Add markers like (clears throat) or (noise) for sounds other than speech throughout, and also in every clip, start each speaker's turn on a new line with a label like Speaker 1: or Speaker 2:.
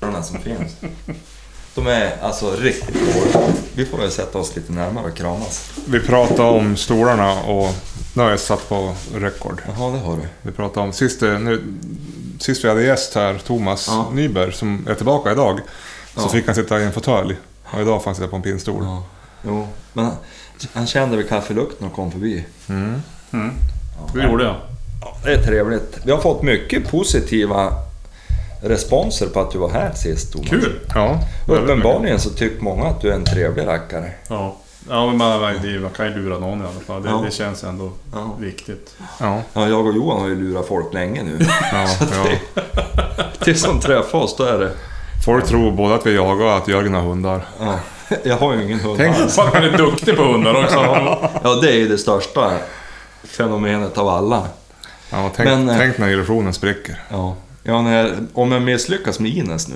Speaker 1: s***orna som finns. De är alltså riktigt goda. Vi får väl sätta oss lite närmare och kramas.
Speaker 2: Vi pratade om stolarna och nu har jag satt på rekord.
Speaker 1: Jaha, det har du.
Speaker 2: Vi pratade om sist, eh, nu, sist vi hade gäst här, Thomas
Speaker 1: Ja.
Speaker 2: Nyberg, som är tillbaka idag. Så
Speaker 1: Ja.
Speaker 2: fick han sitta i en fåtölj. Och idag får han sitta på en pinnstol.
Speaker 1: Ja. Jo, men han- han kände väl kaffelukten och kom förbi. Mm.
Speaker 3: Det gjorde jag.
Speaker 1: Ja, det är trevligt. Vi har fått mycket positiva responser på att du var här sist Thomas.
Speaker 3: Kul!
Speaker 2: Ja, väldigt mycket.
Speaker 1: Uppenbarligen så tycker många att du är en trevlig rackare.
Speaker 3: Ja. Ja men man, man, det- man kan ju lura någon i alla fall. Det,
Speaker 1: Ja.
Speaker 3: det känns ändå
Speaker 1: Ja.
Speaker 3: viktigt.
Speaker 2: Ja,
Speaker 1: Ja, jag och Johan har ju lurat folk länge (laughs) nu.
Speaker 2: ja, ja.
Speaker 1: Tills de träffar oss, då är det...
Speaker 2: Folk tror både att vi jagar och att Jörgen har hundar.
Speaker 1: Ja. Jag har ju ingen hund
Speaker 2: Tänk-
Speaker 1: alls.
Speaker 3: Fan han är duktig på hundar också.
Speaker 1: Ja, det är ju det största fenomenet av alla.
Speaker 2: Ja, tänk,
Speaker 1: Men, eh,
Speaker 2: tänk när illusionen spricker.
Speaker 1: Ja, ja när, om jag misslyckas med Ines nu.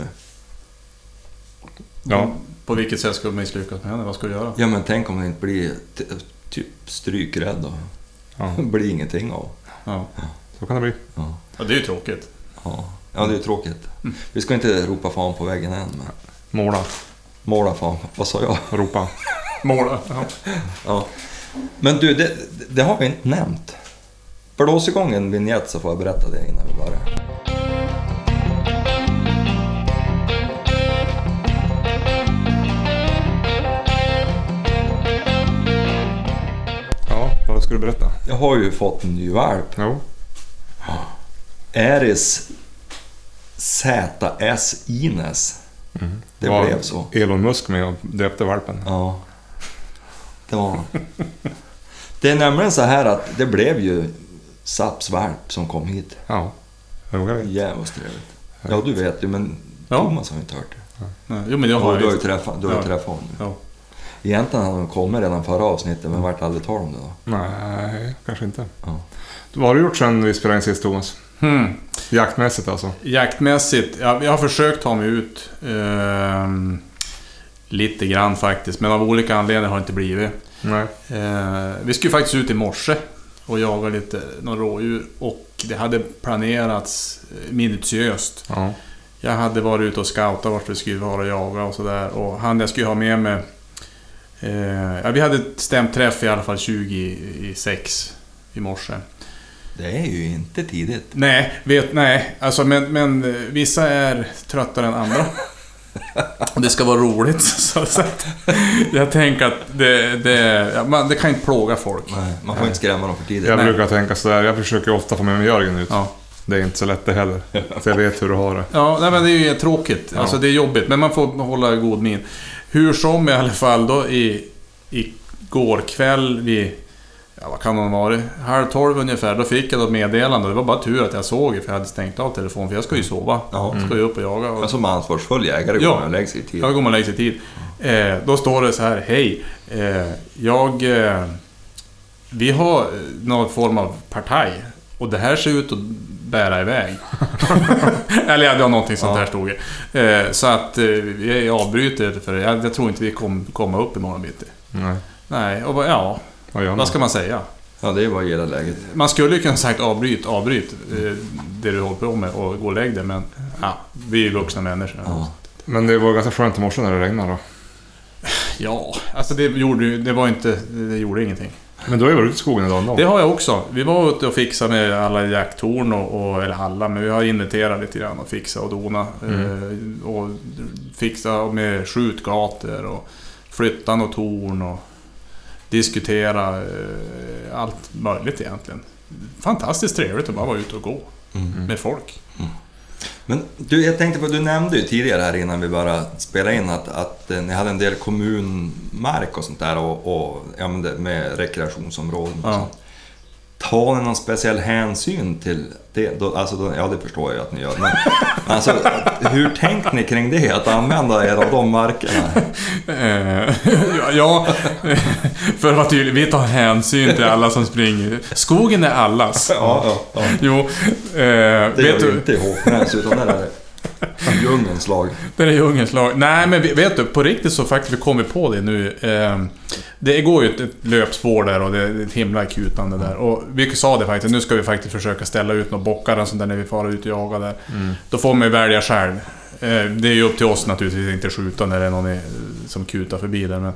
Speaker 2: Ja.
Speaker 3: På vilket sätt ska jag misslyckas med henne? Vad ska jag göra?
Speaker 1: Ja, men tänk om det inte blir t- typ strykrädd då.
Speaker 2: Ja.
Speaker 1: Det (laughs) blir ingenting av.
Speaker 3: Ja.
Speaker 2: Så kan det bli.
Speaker 1: Ja,
Speaker 3: Ja, det är ju tråkigt.
Speaker 1: ja. Mm. ja det är ju tråkigt. Vi ska inte ropa fan på väggen än, men
Speaker 2: Måla,
Speaker 1: måla fan. Vad sa jag? (laughs)
Speaker 2: ropa.
Speaker 3: Måla. Ja.
Speaker 1: Ja. Men du, det, det har vi inte nämnt. Blås igång en vignett så får jag berätta det innan vi börjar.
Speaker 2: Ja, vad ska du berätta?
Speaker 1: Jag har ju fått en ny valp.
Speaker 2: Jo.
Speaker 1: Eris ZS Ines. Det
Speaker 2: var
Speaker 1: blev så.
Speaker 2: Elon Musk med och döpte valpen.
Speaker 1: Ja. Det var Det är nämligen så här att det blev ju Saps valp som kom hit.
Speaker 2: Ja. Jo, jag vet.
Speaker 1: Jävligt trevligt. Ja, du vet ju, men
Speaker 3: Ja.
Speaker 1: Thomas har ju inte hört det.
Speaker 3: Nej, Jo men det
Speaker 1: Och
Speaker 3: har
Speaker 1: du har
Speaker 3: jag
Speaker 1: ju
Speaker 3: visst.
Speaker 1: träffat, du har ju
Speaker 3: Ja.
Speaker 1: träffat honom.
Speaker 3: Ja.
Speaker 1: Egentligen hade han kommit redan förra avsnittet, men vart aldrig tal om det då.
Speaker 2: Nej, kanske inte.
Speaker 1: Ja.
Speaker 2: Vad har du gjort sen vi spelade in sist Thomas?
Speaker 3: Hmm.
Speaker 2: Jaktmässigt alltså?
Speaker 3: Jaktmässigt, jag, jag har försökt ta mig ut. ehm, lite grann faktiskt, men av olika anledningar har det inte blivit.
Speaker 2: Nej.
Speaker 3: Eh, vi skulle faktiskt ut i morse och jaga lite några rådjur och det hade planerats eh, minutiöst.
Speaker 2: Ja.
Speaker 3: Jag hade varit ute och scoutat vart vi skulle vara och jaga och sådär och han jag skulle ha med mig... Eh, ja, vi hade ett stämt träff i alla fall 20 i, i sex i morse.
Speaker 1: Det är ju inte tidigt.
Speaker 3: Nej, vet, nej. Alltså, men, men eh, vissa är tröttare än andra. Och det ska vara roligt. (laughs) Så, så att, jag tänker att det, det, ja, man, det kan inte plåga folk.
Speaker 1: Nej, man får inte skrämma dem för tidigt.
Speaker 2: Jag
Speaker 3: Nej.
Speaker 2: brukar tänka sådär, jag försöker ofta få med mig Jörgen ut.
Speaker 3: Ja.
Speaker 2: Det är inte så lätt det heller. Så jag vet hur du har det.
Speaker 3: Ja, nej, men det är ju tråkigt. Alltså det är jobbigt, men man får hålla god min. Hur som i alla fall då i, i går kväll vid... Ja, vad kan det ha varit? Halv tolv ungefär, då fick jag då ett meddelande. Det var bara tur att jag såg det, för jag hade stängt av telefonen, för jag ska ju sova.
Speaker 1: Ja. Alltså,
Speaker 3: Jag ska ju upp och jaga. Och
Speaker 1: Men som ansvarsfull jägare går
Speaker 3: Ja.
Speaker 1: man och lägger sig i tid.
Speaker 3: Jag går man lägger sig i tid. Eh, då står det så här, hej. Eh, jag... Eh, vi har eh, någon form av partaj. Och det här ser ut att bära iväg. (laughs) Eller ja, det var någonting sånt
Speaker 1: Ja.
Speaker 3: här stod det. eh, Så att eh, vi avbryter för jag, jag tror inte vi kommer komma upp imorgon bitti.
Speaker 2: Nej.
Speaker 3: Nej, och vad- ja,
Speaker 2: Vad gör man?
Speaker 3: vad ska man säga?
Speaker 1: Ja, det är bara att gilla läget.
Speaker 3: Man skulle ju kunna sagt avbryt, avbryt eh, det du håller på med och gå och lägg dig. Men ja, vi är ju vuxna människor.
Speaker 1: Ja.
Speaker 2: Men det var ganska skönt i morse när det regnade då.
Speaker 3: Ja, alltså det gjorde ju... Det var inte... Det gjorde ingenting.
Speaker 2: Men du har ju varit ute i skogen idag ändå.
Speaker 3: Det har jag också. Vi var ute och fixade med alla jakttorn och, och... Eller alla, men vi har inventerat lite grann och fixat och donat.
Speaker 1: Mm.
Speaker 3: Eh, och fixat med skjutgator och flyttat och torn och... Diskutera eh, allt möjligt egentligen. Fantastiskt trevligt att bara vara ute och gå
Speaker 1: Mm.
Speaker 3: med folk.
Speaker 1: Men du, jag tänkte på, du nämnde ju tidigare här innan vi började spela in att, att eh, ni hade en del kommunmark och sånt där och, och ja, men det, med rekreationsområden och
Speaker 3: Ja.
Speaker 1: sånt. Tar ni någon speciell hänsyn till det? Då, alltså, då, ja, det förstår jag ju att ni gör.
Speaker 3: (laughs)
Speaker 1: Men alltså, hur tänkte ni kring det? Att använda er av de
Speaker 3: (laughs)
Speaker 1: markerna?
Speaker 3: Eh, (laughs) ja, ja, för att vara tydlig, vi tar hänsyn till alla som springer. Skogen är allas.
Speaker 1: Ja, ja, ja.
Speaker 3: Jo, eh,
Speaker 1: Det gör
Speaker 3: vet
Speaker 1: vi
Speaker 3: du,
Speaker 1: inte i Håknäs, utan där är det djungelns lag.
Speaker 3: det är djungelns lag. Nej, men vi- vet du, på riktigt så faktiskt, vi kommer på det nu. Eh, det går ju ett, ett löpspår där och det är ett himla kutande där. Och vi sa det faktiskt, nu
Speaker 1: Mm.
Speaker 3: ska vi faktiskt försöka ställa ut några bockar och sånt där när vi far ut och jagar där. Då får man ju välja själv. Eh, Det är ju upp till oss naturligtvis att inte skjuta när det är någon eh, som kutar förbi där. Men,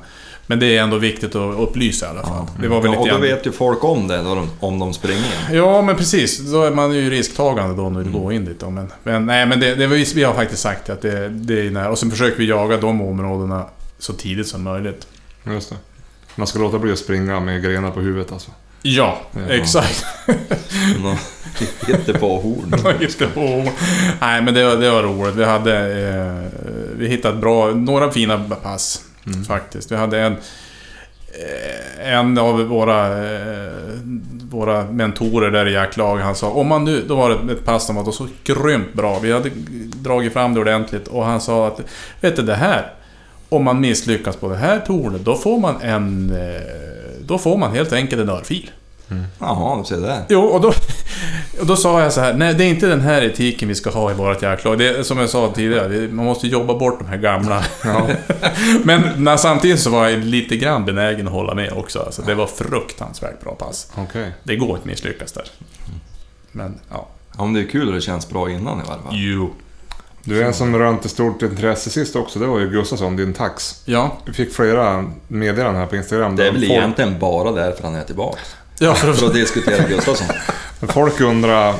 Speaker 3: men det är ändå viktigt att upplysa i alla fall. Det var
Speaker 1: Ja,
Speaker 3: väl lite
Speaker 1: och då
Speaker 3: grann-
Speaker 1: vet ju folk om det, då de, om de springer in.
Speaker 3: Ja, men precis. Då är man ju risktagande då när du går in dit. Då. Men, men, nej, men det, det var ju, vi har faktiskt sagt att det, det är nära. Och sen försöker vi jaga de områdena så tidigt som möjligt.
Speaker 2: Just det. Man ska låta bli att springa med grenar på huvudet alltså.
Speaker 3: Ja,
Speaker 2: Ja.
Speaker 3: exakt. (laughs)
Speaker 1: Nå- Hittar på horn.
Speaker 3: Just det. Oh. Nej, men det, var- det var roligt. Vi hade... Eh, vi hittade bra, några fina pass faktiskt. Vi hade en... eh, En av våra, eh, våra mentorer där i jaktlaget, han sa om man nu... Då var det ett pass som var så grymt bra. Vi hade dragit fram det ordentligt och han sa att... Vet du det här? Om man misslyckas på det här tornet, då får man en... eh, Då får man helt enkelt en örfil.
Speaker 1: Jaha, se där.
Speaker 3: Jo, och då, och då sa jag så här, nej det är inte den här etiken vi ska ha i vårt jaktlag. Det är som jag sa tidigare, vi- man måste jobba bort de här gamla. (laughs) Men när, samtidigt så var jag lite grann benägen att hålla med också. Alltså, det var fruktansvärt bra pass.
Speaker 2: Okej.
Speaker 3: Det går att misslyckas där. Men, ja.
Speaker 1: Ja, men det är kul och det känns bra innan i varje fall.
Speaker 3: Jo.
Speaker 2: Du, en som rönte stort intresse sist också, det var ju Gustafsson, din tax.
Speaker 3: Ja.
Speaker 2: Vi fick flera meddelanden här på Instagram.
Speaker 1: Det är
Speaker 2: där
Speaker 1: väl
Speaker 2: folk,
Speaker 1: egentligen bara därför han är tillbaka.
Speaker 3: Ja,
Speaker 1: För att diskutera
Speaker 2: (laughs)
Speaker 1: Gustafsson.
Speaker 2: folk undrar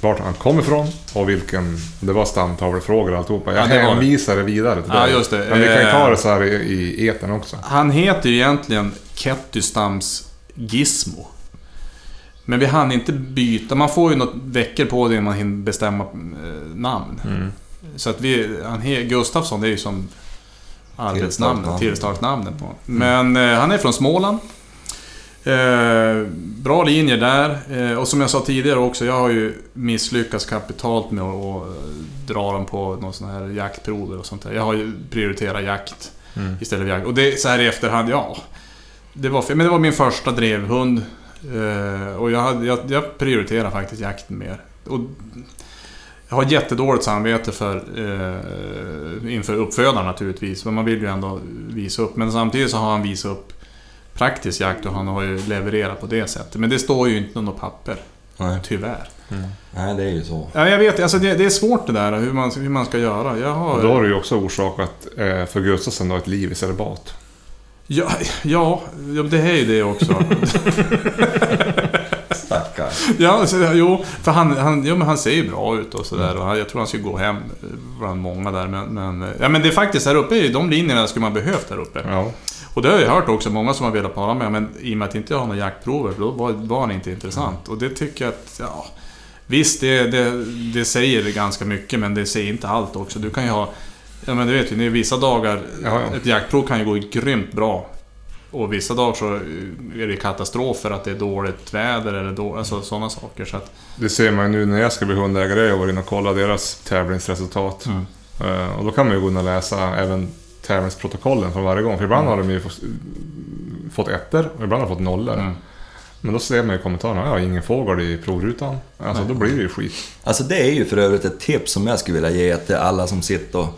Speaker 2: vart han kom ifrån och vilken... Det var stamtavlefrågor och alltihopa. Jag
Speaker 3: Ja, det var det.
Speaker 2: hänvisar det vidare till
Speaker 3: Ja,
Speaker 2: dig.
Speaker 3: just det.
Speaker 2: Men vi kan ju
Speaker 3: Eh.
Speaker 2: ta det så här i, i etern också.
Speaker 3: Han heter ju egentligen Kettystams Gizmo. Men vi hann inte byta. Man får ju något veckor på det innan man hinner bestämma eh, namn. Så att vi... Han he, Gustafsson, det är ju som
Speaker 1: Tillstartsnamn.
Speaker 3: arbetsnamnet, tillstartsnamnet på. Men eh, han är från Småland. Eh, bra linjer där. Eh, och som jag sa tidigare också, jag har ju misslyckats kapitalt med att att dra dem på någon sån här jaktprover och sånt där. Jag har ju prioriterat jakt istället för jakt. Och det, så här i efterhand, ja. Det var, men det var min första drevhund. Eh, och jag, hade, jag, jag prioriterar faktiskt jakten mer. Och jag har jättedåligt samvete för, eh, inför uppfödaren naturligtvis. Men man vill ju ändå visa upp. Men samtidigt så har han visat upp praktisk jakt och han har ju levererat på det sättet. Men det står ju inte något papper,
Speaker 1: Nej,
Speaker 3: tyvärr.
Speaker 1: nej, det är ju så.
Speaker 3: Ja, jag vet, alltså det, det är svårt det där hur man, hur man ska göra. Jag har...
Speaker 2: Och då har du ju också orsakat eh, för Gustafsson då ett liv i celibat.
Speaker 3: Ja, ja, ja, det är ju det också.
Speaker 1: Stackars.
Speaker 3: ja, så, jo, för han, han, jo, men han ser ju bra ut och sådär. Och han- Jag tror han skulle gå hem eh, bland många där. Men, men, eh, ja, men det är faktiskt här uppe, i de linjerna skulle man behövt här uppe.
Speaker 2: Ja.
Speaker 3: Och det har jag hört också, många som har velat para med men i och med att inte jag har några jaktprover, då var, var han inte intressant. Och det tycker jag att, ja... Visst, det, det, det säger ganska mycket, men det säger inte allt också. Du kan ju ha... Ja, men du vet ju, det är vissa dagar...
Speaker 2: Ja, ja.
Speaker 3: Ett jaktprov kan ju gå grymt bra. Och vissa dagar så är det katastrof för att det är dåligt väder eller då, alltså, sådana saker. Så att,
Speaker 2: Det ser man ju nu när jag ska bli hundägare. Jag var inne och kollade deras tävlingsresultat.
Speaker 3: Mm.
Speaker 2: Eh, Och då kan man ju gå in och läsa även tävlingsprotokollen från varje gång. För
Speaker 3: Mm.
Speaker 2: ibland har de ju fått, fått ettor och ibland har de fått nollor.
Speaker 3: Mm.
Speaker 2: Men då ser man ju i kommentarerna, ja ingen fågel i provrutan. Alltså då blir det ju skit.
Speaker 1: Alltså det är ju för övrigt ett tips som jag skulle vilja ge till alla som sitter och,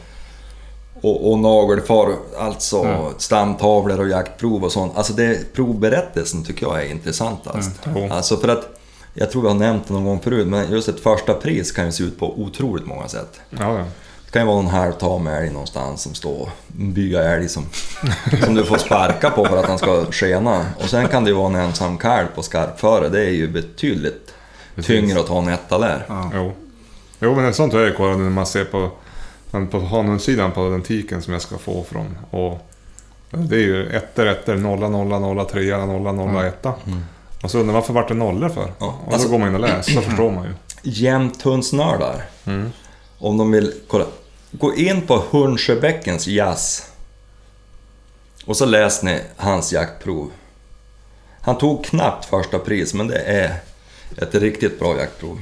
Speaker 1: och, och nagelfar, alltså stamtavlor och jaktprov och sånt. Alltså det, provberättelsen tycker jag är intressantast.
Speaker 2: Mm, Jo.
Speaker 1: Alltså för att, jag tror vi har nämnt det någon gång förut, men just ett första pris kan ju se ut på otroligt många sätt.
Speaker 2: Ja, ja.
Speaker 1: Det kan ju vara någon halvtam älg någonstans som står, en byaälg som, som du får sparka på för att han ska skena. Och sen kan det ju vara en ensam kalv på skarpföre, det är ju betydligt tyngre att ta en etta där.
Speaker 2: Jo. jo, men sånt har jag ju kollat när man ser på, men på honungssidan på den tiken som jag ska få från. Och det är ju ettor, ettor, nolla, nolla, nolla, trea, nolla, nolla, etta. Och så undrar man varför vart det nollor för?
Speaker 1: Mm. Ja,
Speaker 2: och
Speaker 1: alltså-
Speaker 2: så går man in och
Speaker 1: (clears throat)
Speaker 2: läser, då förstår man ju.
Speaker 1: jämthundsnördar. Om de vill kolla. Gå in på Hundsjöbäckens jazz. Och så läs ni hans jaktprov. Han tog knappt första pris, men det är ett riktigt bra jaktprov.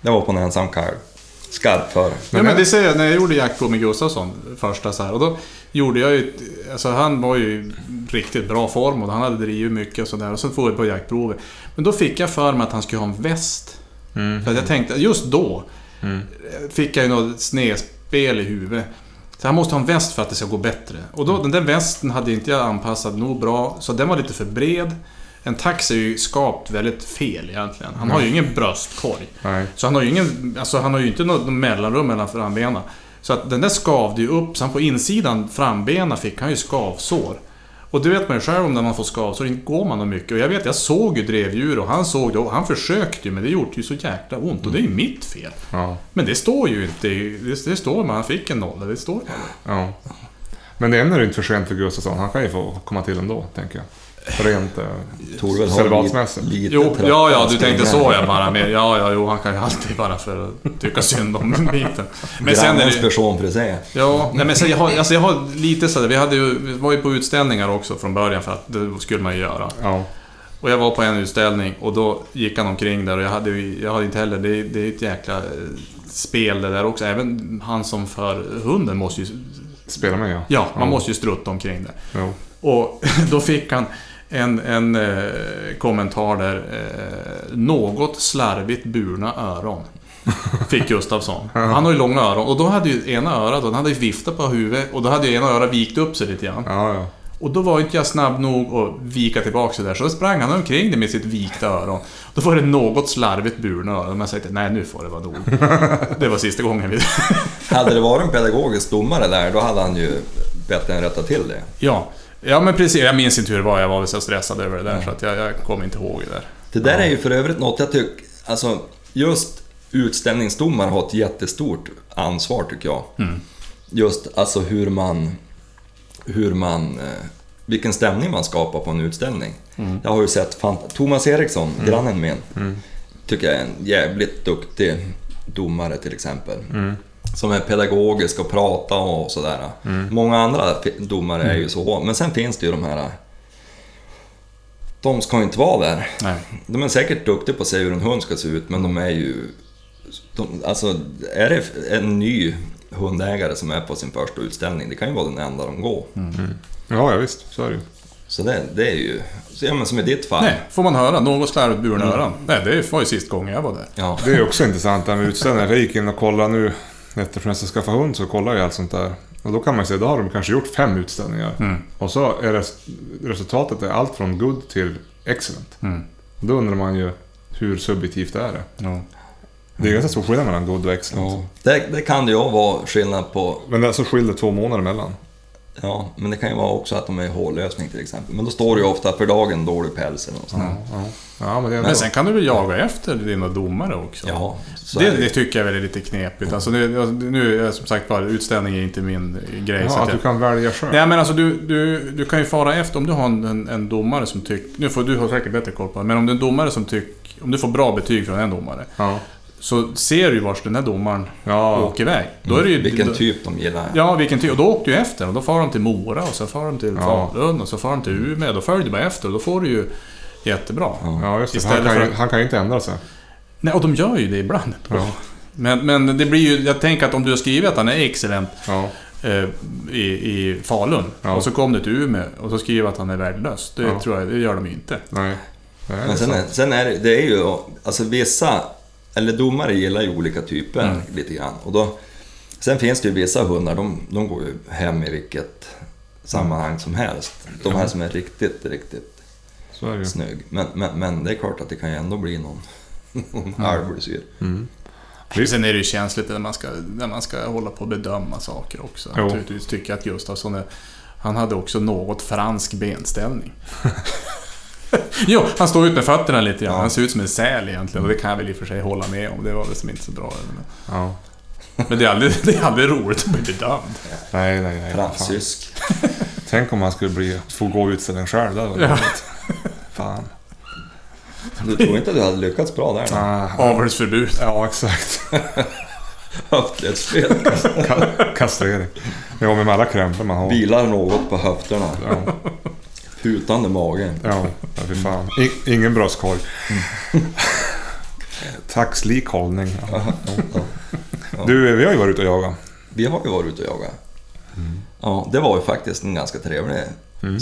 Speaker 1: Det var på en ensam kalv. Skarp för.
Speaker 3: Ja, men det säger jag, när jag gjorde jaktprov med Gustafsson första så här, och då gjorde jag ju... ett- Alltså han var ju i riktigt bra form och han hade drivit mycket och sådär. Och så får vi på jaktprovet. Men då fick jag för mig att han skulle ha en väst. För att jag tänkte, just då fick jag ju något snedspel i huvudet. Så han måste ha en väst för att det ska gå bättre. Och då, den där västen hade inte jag anpassat nog bra, så den var lite för bred. En tax är ju skapt väldigt fel egentligen. Han har ju ingen bröstkorg.
Speaker 2: Nej.
Speaker 3: Så han har ju ingen, alltså han har ju inte något mellanrum mellan frambenen. Så att den där skavde ju upp, så han på insidan, frambena, fick han ju skavsår. Och det vet man ju själv om när man får skavsår, inte går man då mycket. Och jag vet, jag såg ju drevdjur och han såg det och han försökte ju men det gjorde ju så jäkla ont och det är ju mitt fel.
Speaker 2: Ja,
Speaker 3: Men det står ju inte, i- det, det står man, han fick en nolla, det står man.
Speaker 2: ja. Men det är ännu inte för sent för Gustafsson. Han kan ju få komma till ändå, tänker jag. Rent... eh,
Speaker 1: Torde väl ha
Speaker 2: Celibatmässigt.
Speaker 1: lite, lite
Speaker 3: Jo,
Speaker 1: trapp-
Speaker 3: ja, ja, du tänkte så ja bara. Men, ja, ja, jo, han kan ju alltid bara för att tycka synd om (laughs) den biten. Men sen är
Speaker 1: Grannens
Speaker 3: det,
Speaker 1: person för sig.
Speaker 3: Ja, nej, men sen jag har, alltså, jag har lite sådär, vi, hade ju, vi var ju på utställningar också från början för att det skulle man ju göra.
Speaker 2: Ja.
Speaker 3: Och jag var på en utställning och då gick han omkring där och jag hade, ju- jag hade inte heller... Det, är- det är ett jäkla eh, spel det där också. Även han som för hunden måste ju...
Speaker 2: Spela med ja.
Speaker 3: Ja, man måste ju strutta omkring det.
Speaker 2: Jo.
Speaker 3: Och (laughs) då fick han en, en eh, kommentar där. Eh, något slarvigt burna öron. Fick Gustafsson. Han har ju långa öron. Och då hade ju ena örat, då, han hade ju viftat på huvudet och då hade ju ena örat vikt upp sig lite grann.
Speaker 2: Ja, ja.
Speaker 3: Och då var inte jag snabb nog att vika tillbaka så där, så då sprang han omkring det med sitt vikta öron. Då var det något slarvigt burna öron, men jag sa inte, nej nu får det vara nog. Det var sista gången vi... (laughs)
Speaker 1: Hade det varit en pedagogisk domare där, då hade han ju bett en rätta till det.
Speaker 3: Ja. ja, men precis. Jag minns inte hur det var, jag var väl så stressad över det där, så att jag, jag kommer inte ihåg det där.
Speaker 1: Det där är ju för övrigt något jag tycker, alltså just utställningsdomar har ett jättestort ansvar tycker jag. Just alltså hur man, hur man, eh, vilken stämning man skapar på en utställning. Jag har ju sett fant- Thomas Eriksson, grannen min, tycker jag är en jävligt duktig domare till exempel. Som är pedagogisk och pratar och sådär. Många andra fi- domare är ju så, men sen finns det ju de här, eh, de ska ju inte vara där.
Speaker 3: Nej.
Speaker 1: De är säkert duktiga på att se hur en hund ska se ut, men de är ju... De, alltså, är det en ny hundägare som är på sin första utställning, det kan ju vara den enda de går.
Speaker 3: Mm.
Speaker 2: Ja, ja visst. Så är det ju.
Speaker 1: Så det, det är ju... Så, ja, men som i ditt fall.
Speaker 3: Nej, får man höra. Något slarvigt burna öron. Nej, det var ju sist gången jag var där.
Speaker 1: Ja.
Speaker 2: Det är också intressant det här med utställningar. Jag gick in och kollade nu. Eftersom jag ska skaffa hund så kollar jag allt sånt där. Och då kan man ju se, då har de kanske gjort fem utställningar.
Speaker 3: Mm.
Speaker 2: Och så är res- resultatet är allt från good till excellent.
Speaker 3: Mm.
Speaker 2: Då undrar man ju, hur subjektivt är det?
Speaker 3: Ja.
Speaker 2: Det är ganska stor skillnad mellan good och excellent.
Speaker 1: Det, det kan det ju vara skillnad på...
Speaker 2: Men det är så skiljer två månader mellan.
Speaker 1: Ja, men det kan ju vara också att de är i hårlösning till exempel. Men då står det ju ofta för dagen dålig päls eller något sånt. där.
Speaker 2: Ja, ja men det är ändå...
Speaker 3: Men sen kan du väl jaga efter dina domare också?
Speaker 1: Ja, så
Speaker 3: Det,
Speaker 1: är det.
Speaker 3: det tycker jag väl är lite knepigt. Alltså nu, nu är som sagt var, utställning är inte min eh, grej. så
Speaker 2: ja,
Speaker 3: att
Speaker 2: att
Speaker 3: jag,
Speaker 2: du kan välja själv.
Speaker 3: Nej men alltså du, du, du kan ju fara efter om du har en, en, en domare som tycker... Nu får du har säkert bättre koll på det, men om du är en domare som tycker... Om du får bra betyg från en domare
Speaker 2: Ja.
Speaker 3: så ser du ju vars den här domaren
Speaker 2: Ja.
Speaker 3: åker iväg. Då är det ju,
Speaker 1: Vilken
Speaker 3: då-
Speaker 1: typ de gillar.
Speaker 3: Ja, vilken typ. Och då åkte du efter och då far de till Mora och så far de till
Speaker 2: Ja.
Speaker 3: Falun och så far de till Umeå. Då följer du bara efter och då får du ju jättebra.
Speaker 2: Ja, just det. för Han
Speaker 3: Istället
Speaker 2: kan,
Speaker 3: för
Speaker 2: ju,
Speaker 3: att-
Speaker 2: han kan ju inte ändra sig.
Speaker 3: Nej, och de gör ju det ibland.
Speaker 2: Ja.
Speaker 3: Men, men det blir ju... Jag tänker att om du har skrivit att han är excellent
Speaker 2: Ja.
Speaker 3: eh, i, i Falun
Speaker 2: Ja.
Speaker 3: och så kom du till Umeå och så skriver att han är värdelös. Det
Speaker 2: Ja.
Speaker 3: tror jag, det gör de ju inte.
Speaker 2: Nej. Nej, det är
Speaker 1: Men sen
Speaker 2: sant.
Speaker 1: är, sen är det, det är ju, alltså vissa, eller domare gillar ju olika typer
Speaker 2: Mm.
Speaker 1: lite grann. Och då, sen finns det ju vissa hundar, de, de går ju hem i vilket sammanhang som helst. De här som är riktigt, riktigt
Speaker 2: Så är det ju.
Speaker 1: snygg. Men, men, men det är klart att det kan ju ändå bli någon, (laughs) någon halvblsyr.
Speaker 2: Visst.
Speaker 3: Sen är det ju känsligt när man ska, när man ska hålla på och bedöma saker också.
Speaker 2: Jo.
Speaker 3: Naturligtvis tycker jag att Gustafsson är, Han hade också något fransk benställning. (laughs) jo, han står ut med fötterna lite grann. Han ser ut som en säl egentligen och det kan jag väl i och för sig hålla med om. Det var väl som inte så bra. Men,
Speaker 2: Ja.
Speaker 3: men det, är aldrig, det är aldrig roligt att bli bedömd.
Speaker 2: Nej, nej, nej. Fan.
Speaker 1: Fransysk.
Speaker 2: Tänk om han skulle bli, få gå utställning själv. Det hade
Speaker 3: Ja.
Speaker 2: varit roligt. Fan.
Speaker 1: Du tror inte att du hade lyckats bra där? då?
Speaker 2: Ah,
Speaker 3: Avelsförbud.
Speaker 2: ja, exakt.
Speaker 1: (laughs)
Speaker 2: (laughs)
Speaker 1: Höftledsfel.
Speaker 2: Ka- Kastrering. Jo, men med alla krämpor man har.
Speaker 1: Vilar något på höfterna.
Speaker 2: Ja,
Speaker 1: Putande mage.
Speaker 2: ja ja, fy fan. I, ingen bröstkorg. Tack, slik hållning. Ja. Du, vi har ju varit ute och jagat.
Speaker 1: Vi har ju varit ute och jagat. Mm. Ja, det var ju faktiskt en ganska trevlig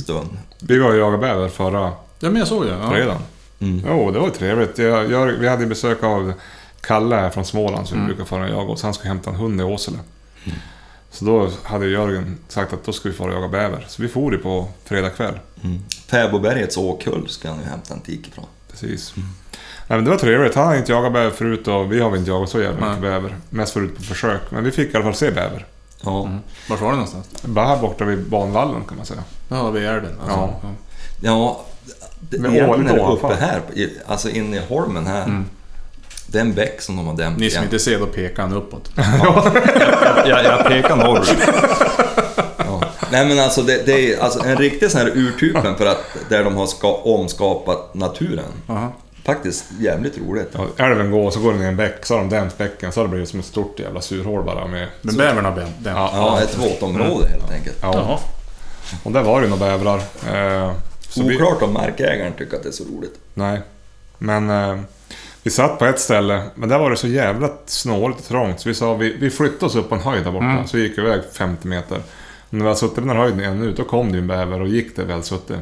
Speaker 1: stund.
Speaker 2: Vi var och jagade bäver förra
Speaker 3: Ja, men jag såg det. Ja.
Speaker 2: fredagen. Jo, det var trevligt. Jag, jag, vi hade besök av Kalle här från Småland som vi brukar föra och jaga hos. Han ska hämta en hund i Åsele. Så då hade Jörgen sagt att då ska vi fara och jaga bäver. Så vi for ju på fredag kväll.
Speaker 1: Mm. Fäbodbergets åkull ska han ju hämta en tik ifrån.
Speaker 2: Precis. Nej, men det var trevligt. Han har inte jagat bäver förut och vi har väl inte jagat så jävla mycket bäver. Mest förut på försök. Men vi fick i alla fall se bäver.
Speaker 1: Ja.
Speaker 3: Vart var det någonstans?
Speaker 2: Bara här borta vid banvallen kan man säga.
Speaker 3: Ja, vid älven. Alltså.
Speaker 2: Ja.
Speaker 3: Ja.
Speaker 1: Ja, det,
Speaker 2: Men
Speaker 1: egentligen
Speaker 2: ovanligt
Speaker 1: är det
Speaker 2: ovanför.
Speaker 1: uppe här, i- alltså inne i holmen här. Det är en bäck Mm. som de har dämt
Speaker 3: Ni som
Speaker 1: igen.
Speaker 3: inte ser, då pekar han uppåt.
Speaker 1: Jag, jag pekar norrut. (laughs) Ja. Nej men alltså det, det är alltså en riktig sån här urtypen för att där de har ska, omskapat naturen.
Speaker 3: Aha.
Speaker 1: Faktiskt jävligt roligt.
Speaker 2: Ja, älven går och så går den i en bäck, så har de dämt bäcken, så har det blivit som ett stort jävla surhål bara med...
Speaker 3: Men bävern har bänt den.
Speaker 2: Ja.
Speaker 1: Ja, ett våtområde helt enkelt.
Speaker 2: Ja, och där var det ju några bävrar. Eh, så vi-
Speaker 1: Oklart om markägaren tycker att det är så roligt.
Speaker 2: Nej. Men eh, vi satt på ett ställe, men där var det så jävla snårigt och trångt så vi sa vi, vi flyttade oss upp på en höjd där borta.
Speaker 3: Mm.
Speaker 2: Så vi gick iväg 50 meter. Och när vi hade suttit på den här höjden en minut, då kom det ju en bäver och gick där vi hade suttit.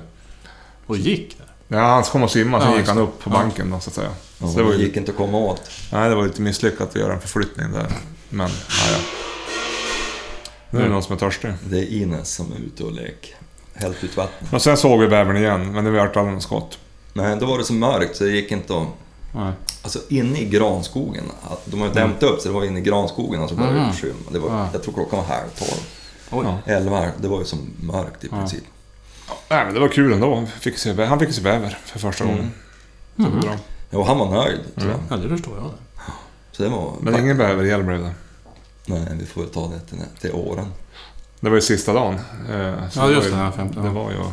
Speaker 3: Och gick där.
Speaker 2: Ja, han kom och simmade, så
Speaker 3: Ja,
Speaker 2: gick
Speaker 3: just
Speaker 2: han
Speaker 3: det.
Speaker 2: upp på
Speaker 3: Ja.
Speaker 2: banken då, så att säga.
Speaker 1: Ja,
Speaker 2: Så det, var
Speaker 1: det
Speaker 2: ju,
Speaker 1: gick inte att komma åt.
Speaker 2: nej, det var ju lite misslyckat att göra en förflyttning där. Men, ja, Mm. ja. Nu är det någon som är törstig.
Speaker 1: Det är Ines som är ute och leker. Hällt ut vatten.
Speaker 2: Och sen såg vi bävern igen, men det vart aldrig något skott.
Speaker 1: Nej, då var det så mörkt så det gick inte att...
Speaker 3: Nej.
Speaker 1: Alltså inne i granskogen. att- De har ju dämt upp så det var inne i granskogen alltså bara
Speaker 3: Mm.
Speaker 1: mm. skymma. Det var,
Speaker 3: Ja.
Speaker 1: jag tror klockan var halv tolv.
Speaker 3: Oj.
Speaker 2: Ja.
Speaker 1: Elva, halv- det var ju som mörkt i princip.
Speaker 2: Nej, men det var kul ändå. Vi Fick se, bä- han fick se bäver för första gången. Så
Speaker 3: Mm.
Speaker 2: det var bra.
Speaker 1: Ja, och han var nöjd tror jag.
Speaker 3: Ja, det förstår jag.
Speaker 1: Så det var...
Speaker 2: Men ingen bäverhjälm blev det.
Speaker 1: Nej, vi får väl ta det till, till åren.
Speaker 2: Det var ju sista dagen. eh, så
Speaker 3: Ja, just
Speaker 2: var
Speaker 3: det,
Speaker 2: ju-
Speaker 3: den här femte,
Speaker 2: Det
Speaker 3: ja.
Speaker 2: var ju...
Speaker 3: Nej,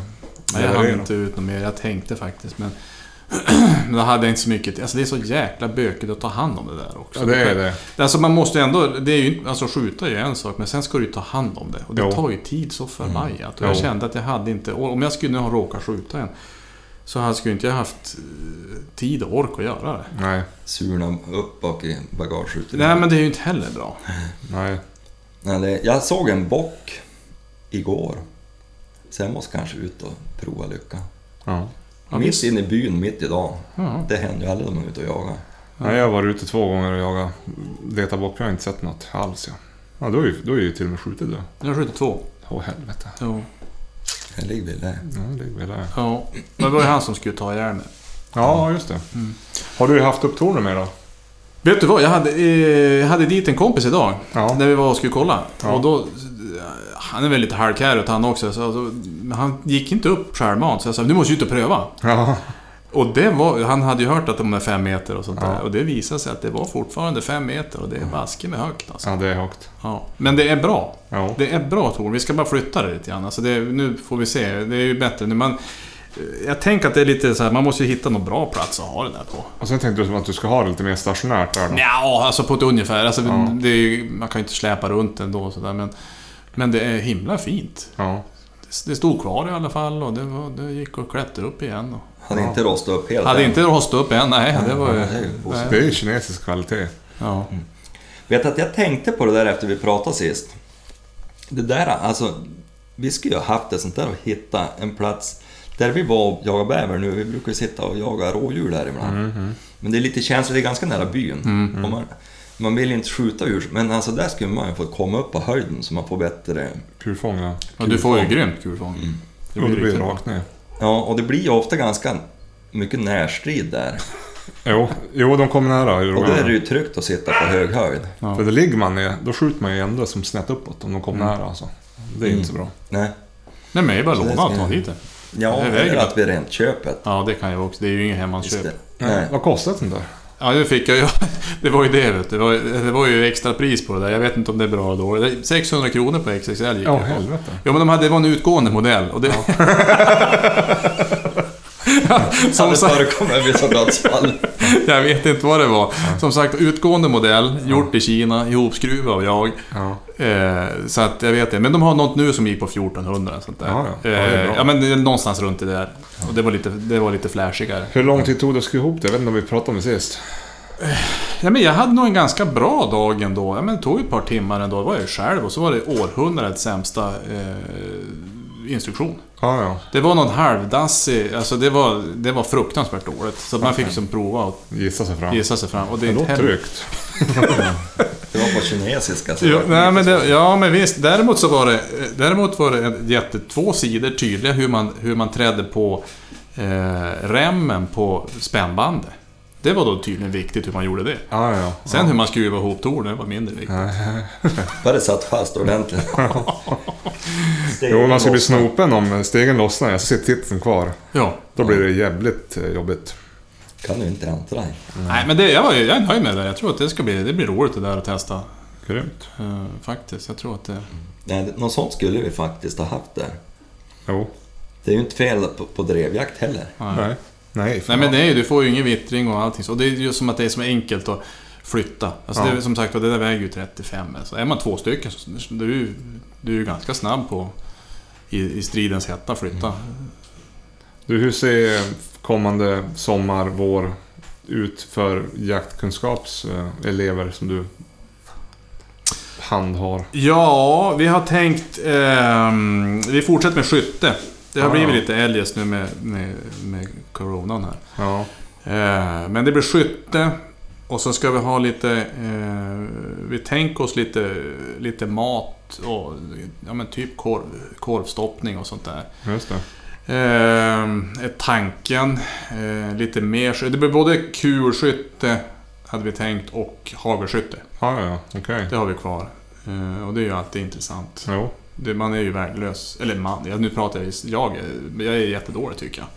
Speaker 3: jag
Speaker 2: det var ju-
Speaker 3: hann inte ut något mer. Jag tänkte faktiskt, men... (clears throat) men då hade jag inte så mycket Alltså det är så jäkla bökigt att ta hand om det där också.
Speaker 2: Ja, det är det.
Speaker 3: Alltså man måste ändå... Det är ju, inte- alltså skjuta är ju en sak, men sen ska du ju ta hand om det. Och det
Speaker 2: Jo.
Speaker 3: tar ju tid så förbajat. Och
Speaker 2: Jo.
Speaker 3: jag kände att jag hade inte... och Om jag skulle nu ha råkat skjuta en, så hade jag skulle inte jag haft eh, tid och ork att göra det.
Speaker 2: Nej,
Speaker 1: Surna upp bak i bagageutrymmet.
Speaker 3: Nej, men det är ju inte heller bra.
Speaker 2: nej.
Speaker 1: Nej, det, jag såg en bock igår. Så jag måste kanske ut och prova lyckan.
Speaker 2: Ja.
Speaker 3: Ja,
Speaker 1: mitt
Speaker 3: visst.
Speaker 1: inne i byn, mitt i dagen.
Speaker 3: Ja.
Speaker 1: Det händer ju aldrig när man är ute och jagar.
Speaker 2: nej. Jag har varit ute två gånger och jagat letarbock. Jag har inte sett något alls. Ja. Ja, då, är ju, då är ju till och med skjutit du.
Speaker 3: Jag har skjutit två.
Speaker 2: Åh helvete.
Speaker 3: Jo.
Speaker 1: Jag ligger väl där.
Speaker 2: Ja, det ligger väl där.
Speaker 3: Ja. Men det var ju han som skulle ta ihjäl mig.
Speaker 2: Ja, just det.
Speaker 3: Mm.
Speaker 2: Har du haft upp tornen med då?
Speaker 3: Vet du vad? Jag hade, eh, jag hade dit en kompis idag.
Speaker 2: Ja.
Speaker 3: När vi var och skulle kolla.
Speaker 2: Ja.
Speaker 3: Och då, han är väl lite halvkärrut han också. Så, så, men han gick inte upp självmant. Så jag sa, du måste ju ut och pröva.
Speaker 2: Ja.
Speaker 3: Och det var, han hade ju hört att de är fem meter och sånt
Speaker 2: Ja.
Speaker 3: där. Och det visade sig att det var fortfarande fem meter. Och det är baske med högt alltså.
Speaker 2: ja, det är högt.
Speaker 3: Ja. Men det är bra.
Speaker 2: Ja.
Speaker 3: Det är bra Tor, vi ska bara flytta det lite grann. Alltså det, nu får vi se, det är ju bättre nu. Man, jag tänker att det är lite så här, man måste ju hitta någon bra plats att ha det där på.
Speaker 2: Och sen tänkte du att du ska ha det lite mer stationärt där då.
Speaker 3: Ja, alltså på ett ungefär. Alltså,
Speaker 2: Ja.
Speaker 3: det är, ju- man kan ju inte släpa runt ändå och sådär. Men, men det är himla fint.
Speaker 2: Ja.
Speaker 3: Det- Det stod kvar i alla fall och det, var, det gick att klättra upp igen. Och.
Speaker 1: Hade inte rostat upp helt
Speaker 3: Hade
Speaker 1: än.
Speaker 3: inte rostat upp än, nej. Det var
Speaker 1: Ja, det är
Speaker 3: ju...
Speaker 1: ju positivt. Mm.
Speaker 2: Det är ju kinesisk kvalitet.
Speaker 3: Ja.
Speaker 1: Vet att jag tänkte på det där efter vi pratade sist. Det där, alltså. Vi skulle ju ha haft ett sånt där och hitta en plats där vi var och jagade bäver nu. Vi brukar ju sitta och jaga rådjur där ibland.
Speaker 3: Mm-hmm.
Speaker 1: Men det är lite känsligt, det är ganska nära byn. Och man, man vill inte skjuta ur men alltså där skulle man ju få komma upp på höjden så man får bättre...
Speaker 2: Purfång, ja.
Speaker 3: Ja, du får ju grymt kulfång.
Speaker 1: Mm.
Speaker 2: Och det blir
Speaker 3: riktigt bra.
Speaker 2: rakt ner.
Speaker 1: Ja, och det blir ju ofta ganska mycket närstrid där.
Speaker 2: Jo, jo, de kom nära. ju
Speaker 1: Och då
Speaker 2: roligare.
Speaker 1: är det ju tryggt att sitta på hög höjd.
Speaker 3: Ja.
Speaker 2: För det ligger man ner, då skjuter man ju ändå som snett uppåt om de kommer nära alltså. Det är inte så bra.
Speaker 1: Nej.
Speaker 3: Nej, men jag bara låna
Speaker 1: ska
Speaker 3: och ta
Speaker 1: jag-
Speaker 3: hit det.
Speaker 1: Ja,
Speaker 3: Det är väl
Speaker 1: eller
Speaker 3: gott.
Speaker 1: att vi rent köpet.
Speaker 3: Ja, det kan jag också. Det är ju inget hemmansköp.
Speaker 1: Nej.
Speaker 2: Vad kostar den där?
Speaker 3: Ja, nu fick jag ju... (laughs) Det var ju det, vet du. Det var, det var ju extra pris på det där. Jag vet inte om det är bra eller dåligt. 600 kronor på XXL gick
Speaker 2: Ja,
Speaker 3: det på.
Speaker 2: helvete.
Speaker 3: Ja men de hade, det var en utgående modell och det...
Speaker 1: Som
Speaker 3: (laughs) Som
Speaker 1: det
Speaker 3: sagt,
Speaker 1: förekommer vissa dödsfall.
Speaker 3: jag vet inte vad det var. Som sagt, utgående modell, gjort i Kina, ihopskruvad av jag.
Speaker 2: Ja.
Speaker 3: Eh, så att jag vet det. Men de har något nu som gick på 1400 sånt där.
Speaker 2: Ja, ja. Ja, det är
Speaker 3: Eh,
Speaker 2: bra.
Speaker 3: ja men det är någonstans runt det där. Och det var lite, det var lite flashigare.
Speaker 2: Hur lång tid tog det att skruva ihop det? Jag vet inte om vi pratade om det sist.
Speaker 3: Ja, men jag hade nog en ganska bra dag ändå. Ja, men det tog ett par timmar ändå. Det var jag själv och så var det århundradets sämsta eh, instruktion.
Speaker 2: Ja, ja.
Speaker 3: Det var någon halvdassig, alltså det var, det var fruktansvärt dåligt. Så att man fick som prova och
Speaker 2: Gissa sig fram.
Speaker 3: gissa sig fram. Och det
Speaker 2: Det
Speaker 3: är inte
Speaker 2: låter
Speaker 3: heller-
Speaker 2: tryggt.
Speaker 1: Det var på kinesiska. Så
Speaker 3: Ja,
Speaker 1: det var
Speaker 3: nej,
Speaker 1: lite
Speaker 3: men
Speaker 1: svårt.
Speaker 3: det, ja, men visst. Däremot så var det, eh, däremot var det en jätte, två sidor tydliga hur man, hur man trädde på eh, remmen på spännbandet. Det var då tydligen viktigt hur man gjorde det.
Speaker 2: Ja, ja.
Speaker 3: Sen hur man skruvade ihop torn, det var mindre viktigt.
Speaker 1: Bara det satt fast ordentligt.
Speaker 2: Jo, man ska bli snopen om stegen lossnar. Jag sitter titeln kvar.
Speaker 3: Ja.
Speaker 2: Då blir det jävligt eh, jobbigt.
Speaker 1: Kan du inte äntra dig?
Speaker 3: Nej, men det, jag, var, jag är nöjd med det. Jag tror att det ska bli, det blir roligt det där att testa.
Speaker 2: Grymt.
Speaker 3: Eh, faktiskt, jag tror att det...
Speaker 1: Nej, det- något sånt skulle vi faktiskt ha haft där.
Speaker 2: Jo.
Speaker 1: Det är ju inte fel på, på drevjakt heller.
Speaker 3: Nej.
Speaker 2: Nej. Nej,
Speaker 3: Nej
Speaker 2: fan.
Speaker 3: men det är ju, du får ju ingen vittring och allting så. Och det är ju som att det är så enkelt att flytta. Alltså det är
Speaker 2: Ja.
Speaker 3: som sagt var, det där väger ju 35. Så är man två stycken så så du, är ju- du är ju ganska snabb på i, i stridens hetta flytta.
Speaker 2: Du, hur ser kommande sommar, vår ut för jaktkunskapselever som du handhar?
Speaker 3: Ja, vi har tänkt... ehm, vi fortsätter med skytte. Det har
Speaker 2: Ah.
Speaker 3: blivit lite eljest nu med, med, med coronan här.
Speaker 2: Ja.
Speaker 3: Eh, Men det blir skytte och så ska vi ha lite... Eh, vi tänker oss lite, lite mat och ja, men typ korv, korvstoppning och sånt där.
Speaker 2: Just det.
Speaker 3: Eh, är tanken. Eh, lite mer skytte. Det blir både kulskytte hade vi tänkt och hagelskytte.
Speaker 2: Ja, ja, okej.
Speaker 3: Det har vi kvar. Eh, och det är ju alltid intressant.
Speaker 2: Jo.
Speaker 3: Det, man är ju värdelös. Eller man, jag, nu pratar jag i- jag. är- Jag är jättedålig tycker jag.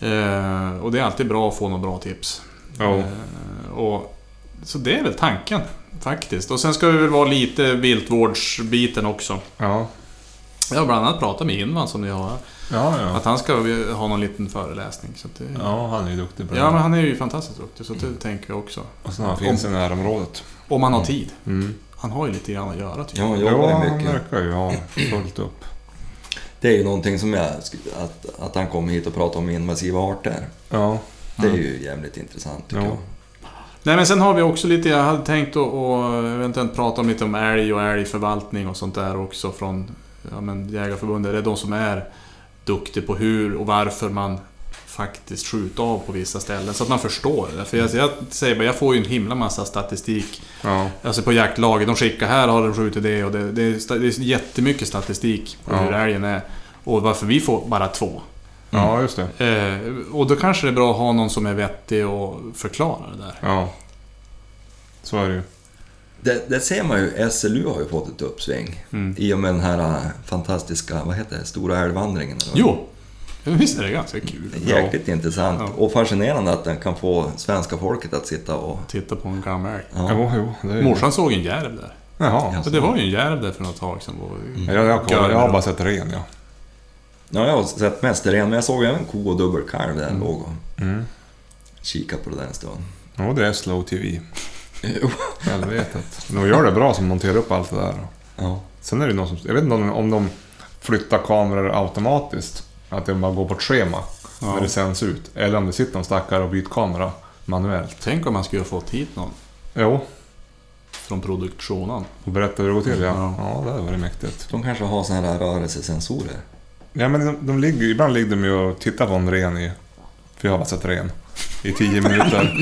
Speaker 3: Eh, och det är alltid bra att få några bra tips.
Speaker 2: Ja.
Speaker 3: Eh, och, så det är väl tanken faktiskt. Och sen ska vi väl vara lite viltvårdsbiten också.
Speaker 2: Ja.
Speaker 3: Jag har bland annat pratat med Invan som ni har här,
Speaker 2: Ja, ja.
Speaker 3: Att han ska ha någon liten föreläsning. Så att det,
Speaker 2: Ja, han är ju duktig på det.
Speaker 3: Ja, men han är ju fantastiskt duktig så det tänker vi också.
Speaker 2: Och sen han finns i närområdet.
Speaker 3: Om han har tid.
Speaker 2: Mm.
Speaker 3: Han har ju lite grann att göra tycker jag.
Speaker 1: Ja, man
Speaker 2: Ja,
Speaker 1: jobbar ju
Speaker 2: han
Speaker 1: mycket.
Speaker 2: verkar ju ha fullt upp.
Speaker 1: Det är ju någonting som jag... sk- Att, att han kommer hit och pratar om invasiva arter.
Speaker 2: Ja.
Speaker 1: Det är ju jävligt intressant tycker
Speaker 2: Ja.
Speaker 1: jag.
Speaker 3: Nej men sen har vi också lite, jag hade tänkt att att eventuellt prata om lite om älg och älgförvaltning och sånt där också från ja, men Jägarförbundet. Det är de som är duktiga på hur och varför man faktiskt skjuter av på vissa ställen. Så att man förstår det. För jag, jag säger bara, jag får ju en himla massa statistik.
Speaker 2: Ja.
Speaker 3: Alltså på jaktlaget, de skickar här har de skjutit det och det. Det är, sta- det är jättemycket statistik på
Speaker 2: Ja.
Speaker 3: hur älgen är. Och varför vi får bara två.
Speaker 2: ja, just det.
Speaker 3: Eh, och då kanske det är bra att ha någon som är vettig och förklarar det där.
Speaker 2: Ja. Så är det ju.
Speaker 1: Det, det ser man ju, SLU har ju fått ett uppsving. I och med den här äh, fantastiska, vad heter det, Stora älvvandringen. eller vad?
Speaker 3: Jo! Visst är det ganska kul?
Speaker 1: Det är Jäkligt intressant
Speaker 3: Ja.
Speaker 1: och fascinerande att den kan få svenska folket att sitta och...
Speaker 3: Titta på en gammal älg.
Speaker 1: Ja.
Speaker 2: Jo, jo. Det är...
Speaker 3: Morsan såg en järv där.
Speaker 2: Jaha.
Speaker 1: Ja.
Speaker 3: Så det var ju en järv där för något tag sedan. Var...
Speaker 2: Ja, jag, jag, kollar. jag har bara sett ren, ja.
Speaker 1: Ja, jag har sett mest ren, men jag såg även ko och dubbelkalv där låg och kikade på det där en stund.
Speaker 2: Jo, det är slow TV.
Speaker 1: Jo.
Speaker 2: Helvetet. De gör det bra som monterar upp allt det där.
Speaker 1: Ja.
Speaker 2: Sen är det någon som... Jag vet inte om, om de flyttar kameror automatiskt. Att de bara går på ett schema
Speaker 3: Ja.
Speaker 2: när det sänds ut. Eller om det sitter någon stackare och byter kamera manuellt.
Speaker 3: Tänk om man skulle ha fått hit någon
Speaker 2: Jo,
Speaker 3: från produktionen.
Speaker 2: och berätta hur det går till ja.
Speaker 3: Ja.
Speaker 2: Ja, det hade varit mäktigt.
Speaker 1: De kanske har såna här rörelsesensorer.
Speaker 2: Ja, men de, de ligger, ibland ligger de ju och tittar på en ren i... För jag har bara sett ren. I tio
Speaker 3: (laughs)
Speaker 2: minuter.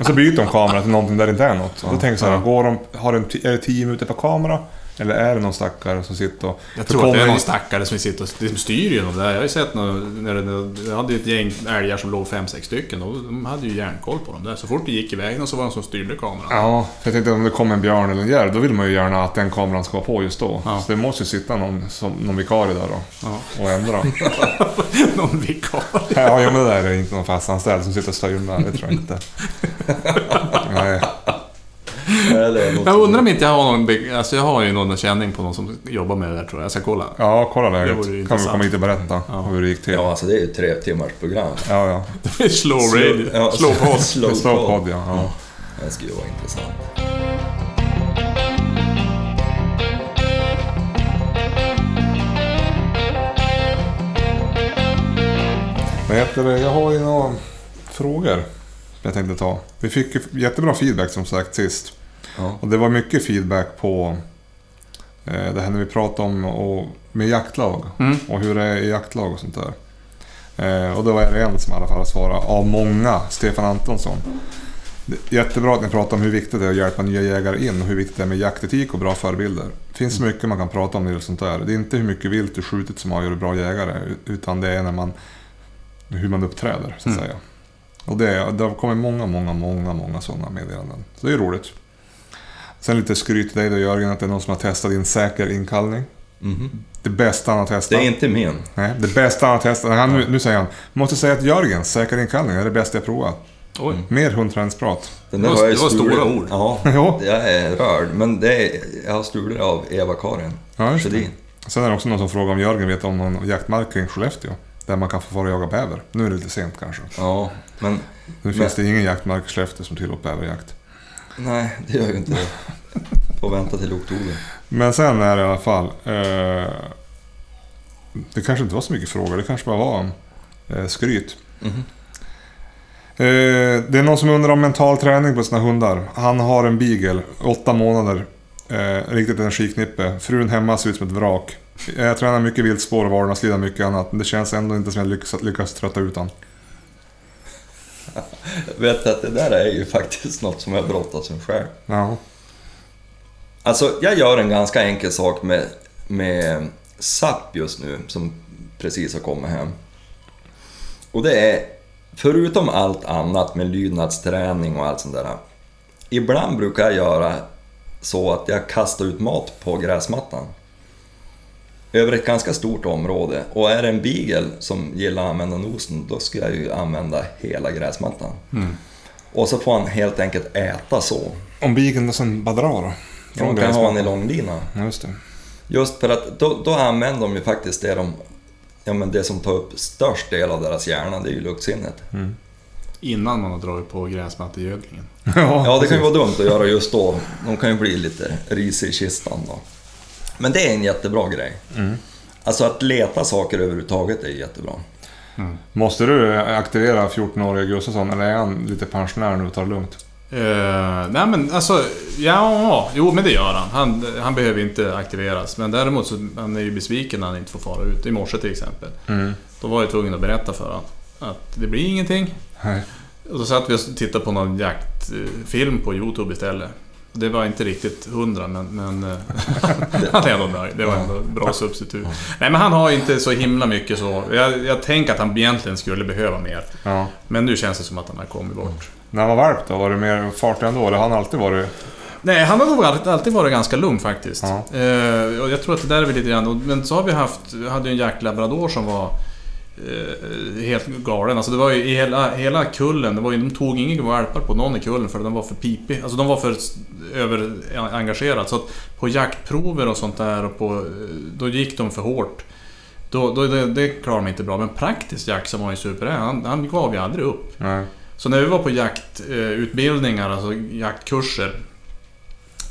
Speaker 2: och så byter de kamera till någonting där det inte är något. Och då tänker jag så här, går de, har de, ti- är det tio minuter per kamera? Eller är det någon stackare som sitter och...
Speaker 3: Jag
Speaker 2: För
Speaker 3: tror att det
Speaker 2: kommer-
Speaker 3: är någon stackare som sitter och de styr genom det där. Jag har ju sett några- när det- Jag hade ju ett gäng älgar som låg fem, sex stycken. Och de hade ju järnkoll på dem där. Så fort de gick iväg någon så var det någon som styrde kameran.
Speaker 2: Ja, för jag tänkte om det kommer en björn eller en järv, då vill man ju gärna att den kameran ska vara på just då.
Speaker 3: Ja.
Speaker 2: Så det måste ju sitta någon, som, någon vikarie där då
Speaker 3: Ja.
Speaker 2: och ändra.
Speaker 3: (laughs) någon vikarie.
Speaker 2: ja, ja, men det där är inte någon fastanställd som sitter och styr med, det tror jag
Speaker 3: (laughs)
Speaker 2: inte. Nej.
Speaker 1: Eller något
Speaker 3: Jag undrar om inte jag har någon... be- Alltså jag har ju någon känning på någon som jobbar med det där tror jag. Jag ska kolla. (laughs)
Speaker 2: Ja, kolla
Speaker 3: Det
Speaker 2: läget.
Speaker 3: vore ju
Speaker 2: kan vi
Speaker 3: intressant.
Speaker 2: komma hit och berätta
Speaker 3: Ja.
Speaker 2: hur det gick till.
Speaker 1: Ja,
Speaker 2: Ja,
Speaker 1: alltså det är ju tre timmars program.
Speaker 2: ja.
Speaker 3: Slow radio.
Speaker 1: Ja,
Speaker 3: Slow podd.
Speaker 1: Slow
Speaker 2: Slow
Speaker 1: podd.
Speaker 2: podd, ja. ja.
Speaker 1: Det skulle ju vara intressant.
Speaker 2: Vad heter det? Jag har ju några frågor jag tänkte ta. Vi fick ju jättebra feedback som sagt sist.
Speaker 1: Ja.
Speaker 2: Och det var mycket feedback på eh, det här när vi pratade om och, med jaktlag
Speaker 3: Mm.
Speaker 2: och hur det är i jaktlag och sånt där. Eh, och då var det en som i alla fall svarade av många, Stefan Antonsson. Det- Jättebra att ni pratar om hur viktigt det är att hjälpa nya jägare in och hur viktigt det är med jaktetik och bra förebilder. Det finns
Speaker 1: Mm.
Speaker 2: så mycket man kan prata om när det gäller sånt där. Det är inte hur mycket vilt du skjutit som avgör hur bra jägare, utan det är när man, hur man uppträder så att
Speaker 3: Mm.
Speaker 2: säga. Och det, det har kommit många, många, många, många sådana meddelanden. Så det är roligt. Sen lite skryt till dig då Jörgen, att det är någon som har testat din säker inkallning.
Speaker 1: Mhm.
Speaker 2: Det bästa han har
Speaker 1: Det
Speaker 2: testat.
Speaker 1: är inte min.
Speaker 2: Nej, det bästa han har testat. Han, nu, nu säger han, måste säga att Jörgens säker inkallning är det bästa jag provat.
Speaker 3: Oj.
Speaker 2: Mer hundtränsprat.
Speaker 1: Den
Speaker 3: Det var-
Speaker 1: har jag
Speaker 3: det var
Speaker 1: stulit.
Speaker 3: stora ord.
Speaker 1: Ja,
Speaker 2: Ja.
Speaker 1: jag är rörd. Men det är, jag har stulit av Eva-Karin
Speaker 2: Ja, just det.
Speaker 1: Sjödin.
Speaker 2: Sen är det också någon som frågar om Jörgen vet om någon jaktmark kring Skellefteå. Där man kan få fara och jaga bäver. Nu är det lite sent kanske.
Speaker 1: Ja, men
Speaker 2: Nu finns det ingen jaktmark i Skellefteå som tillåter bäverjakt.
Speaker 1: nej, det gör ju inte det. Får vänta till oktober.
Speaker 2: Men sen är det i alla fall... Eh, det kanske inte var så mycket frågor, det kanske bara var om eh, skryt.
Speaker 1: Mhm.
Speaker 2: Eh, det är någon som undrar om mental träning på sina hundar. Han har en beagle, åtta månader. Eh, riktigt energiknippe. Frun hemma ser ut som ett vrak. Jag tränar mycket viltspår och vardagsliv och mycket annat. Men det känns ändå inte som jag lyckas, lyckas trötta ut han.
Speaker 1: Jag vet att det där är ju faktiskt något som jag brottas med själv.
Speaker 2: Ja.
Speaker 1: Alltså, jag gör en ganska enkel sak med, med SAP just nu, som precis har kommit hem. Och det är, förutom allt annat med lydnadsträning och allt sånt där. Ibland brukar jag göra så att jag kastar ut mat på gräsmattan. Över ett ganska stort område. Och är det en beagle som gillar att använda nosen, då ska jag ju använda hela gräsmattan. Och så får han helt enkelt äta så.
Speaker 2: Om beageln då sen bara drar då?
Speaker 1: De kan ha en i långlina.
Speaker 2: Ja, Just det.
Speaker 1: Just för att då, då använder de ju faktiskt det de... Ja men det som tar upp störst del av deras hjärna, det är ju luktsinnet.
Speaker 3: Innan man har dragit på gräsmattegödlingen.
Speaker 1: Ja, det kan ju vara dumt att göra just då. De kan ju bli lite risig i kistan då. Men det är en jättebra grej. Alltså att leta saker överhuvudtaget är jättebra.
Speaker 2: Måste du aktivera 14-åriga Gustafsson eller är han lite pensionär nu och tar det lugnt?
Speaker 3: Eh, nej men alltså, ja, jo men det gör han. han. Han behöver inte aktiveras. Men däremot så han är ju besviken när han inte får fara ut. I morse till exempel. Då var jag tvungen att berätta för honom att det blir ingenting.
Speaker 2: Nej.
Speaker 3: Och då satt vi och tittade på någon jaktfilm på Youtube istället. Det var inte riktigt hundra, men, men eh, (laughs) han är ändå nöjd. Det var ändå ett bra substitut. Nej, men han har ju inte så himla mycket så. Jag, jag tänker att han egentligen skulle behöva mer.
Speaker 2: Ja.
Speaker 3: Men nu känns det som att han har kommit bort.
Speaker 2: När han var valp då, var det mer fart ändå? Eller har han alltid varit...
Speaker 3: Nej, han har nog alltid- alltid varit ganska lugn faktiskt.
Speaker 2: Ja.
Speaker 3: Eh, och jag tror att det där är väl lite grann... och- Men så har vi haft... hade ju en jaktlabrador som var... eh, helt galen. Alltså det var ju i hela, hela kullen. Det var ju, de tog ingen valpar på någon i kullen för de var för pipig. Alltså de var för s- överengagerade. Så att på jaktprover och sånt där, och på, eh, då gick de för hårt. Då, då, det, det klarade de inte bra. Men praktisk jakt som var ju super, han, han gav ju aldrig upp.
Speaker 2: Nej.
Speaker 3: Så när vi var på jaktutbildningar, alltså jaktkurser,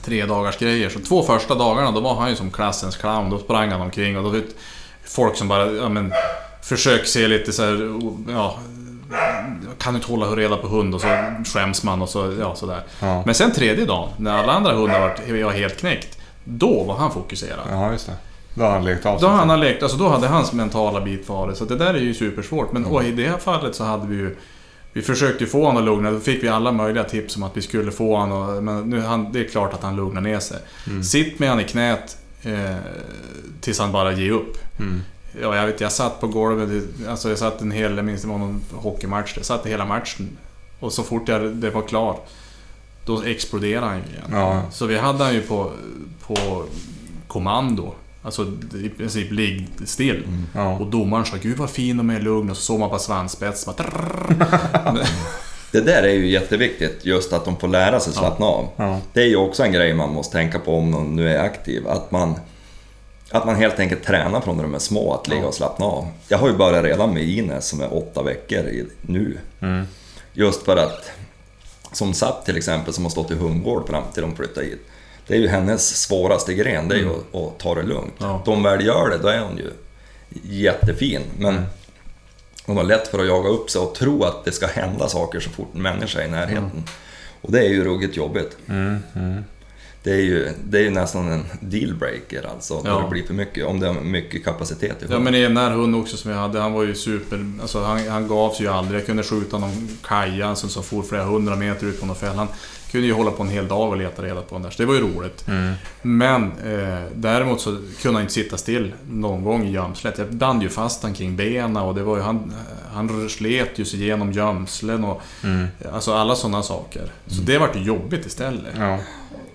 Speaker 3: tre dagars grejer. Så två första dagarna då var han ju som klassens clown. Då sprang han omkring och då vet folk som bara, ja men, försök se lite så här, ja, kan du inte hålla reda på hund och så skäms man och så, ja sådär.
Speaker 2: Ja.
Speaker 3: Men sen tredje dagen, när alla andra hundar var var helt knäckt, då var han fokuserad.
Speaker 2: Ja, just det. Då har han lekt av
Speaker 3: Då
Speaker 2: sig.
Speaker 3: han har lekt, alltså då hade hans mentala bit varit. Så det där är ju supersvårt. Men och i det här fallet så hade vi ju... Vi försökte ju få honom att lugna Då fick vi alla möjliga tips om att vi skulle få honom att... Men nu, han, det är klart att han lugnar ner sig. Sitt med honom i knät eh, tills han bara ger upp.
Speaker 2: Mm.
Speaker 3: Ja, jag, vet, jag satt på golvet, det- alltså jag satt en hel, jag minns det var någon hockeymatch, jag satt hela matchen. Och så fort jag, det var klart, då exploderade han ju igen.
Speaker 2: Ja.
Speaker 3: Så vi hade han ju på, på kommando. Alltså i princip ligg still.
Speaker 2: Ja.
Speaker 3: Och domaren sa “Gud vad fin de är, lugn” och så såg man på svansspets. Bara, "Trrrr."
Speaker 1: Det där är ju jätteviktigt, just att de får lära sig slappna av.
Speaker 2: Ja.
Speaker 1: Det är ju också en grej man måste tänka på om de nu är aktiv, att man, att man helt enkelt tränar från när de är små att ligga och slappna av. Jag har ju börjat redan med Ines som är åtta veckor i, nu. Just för att, som Sapp till exempel som har stått i hundgård fram till de flyttade hit, det är ju hennes svåraste gren, det är ju att, att ta det lugnt.
Speaker 3: Ja.
Speaker 1: De väl gör det, då är hon ju jättefin. Men hon har lätt för att jaga upp sig och tro att det ska hända saker så fort en människa är i närheten.
Speaker 3: Mm.
Speaker 1: Och det är ju ruggigt jobbigt. Det, är ju, det är ju nästan en dealbreaker alltså, när
Speaker 3: Ja.
Speaker 1: det blir för mycket. Om det är mycket kapacitet i
Speaker 3: Ja
Speaker 1: hunden.
Speaker 3: men en när hund också som jag hade, han var ju super... Alltså han, han gav sig ju aldrig. Jag kunde skjuta någon kaja alltså, som for flera hundra meter ut på någon fälla. Han, Kunde ju hålla på en hel dag och leta reda på den där, så det var ju roligt. Men eh, däremot så kunde han inte sitta still någon gång i gömslet. Jag band ju fast han kring benen och det var ju, han, han slet ju sig igenom gömslen och
Speaker 2: Mm.
Speaker 3: alltså alla sådana saker. Så det vart ju jobbigt istället.
Speaker 2: Ja.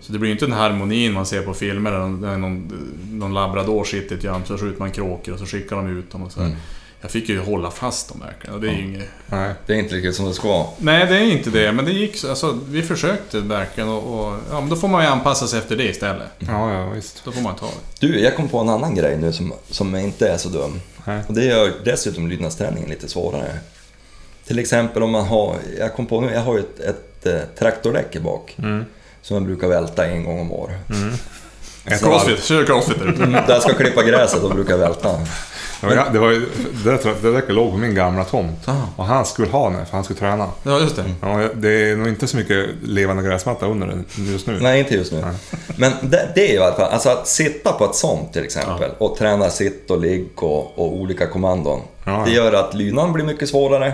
Speaker 3: Så det blir ju inte den harmonin man ser på filmer där någon, där någon, någon labrador sitter i ett gömsle och så skjuter man kråkor och så skickar de ut dem och så här. Jag fick ju hålla fast dem verkligen och det är ju inget...
Speaker 2: Nej.
Speaker 1: Det är inte riktigt som det ska vara.
Speaker 3: Nej, det är inte det, men det gick så. Alltså, vi försökte verkligen och, och... Ja, men då får man ju anpassa sig efter det istället.
Speaker 2: Ja, ja visst.
Speaker 3: Då får man ta det.
Speaker 1: Du, jag kom på en annan grej nu som, som inte är så dum.
Speaker 2: Nej.
Speaker 1: Och det gör dessutom lydnadsträningen lite svårare. Till exempel om man har, jag kom på nu, jag har ju ett, ett eh, traktordäck i bak.
Speaker 3: Mm.
Speaker 1: Som jag brukar välta en gång om året.
Speaker 2: Ett varv.
Speaker 3: Crossfit, kör crossfit där ute.
Speaker 1: Där jag ska klippa gräset och brukar jag välta.
Speaker 2: Det var, det, var, ju- det, där- det där låg på min gamla tomt.
Speaker 3: Ah.
Speaker 2: Och han skulle ha den, för han skulle träna.
Speaker 3: Ja, just det.
Speaker 2: Ja, det är nog inte så mycket levande gräsmatta under den just nu.
Speaker 1: Nej, inte just nu. Men det, det är i alla fall, alltså att sitta på ett sånt till exempel och träna sitt och ligg och, och olika kommandon.
Speaker 2: Ja.
Speaker 1: Det gör att lydnaden blir mycket svårare.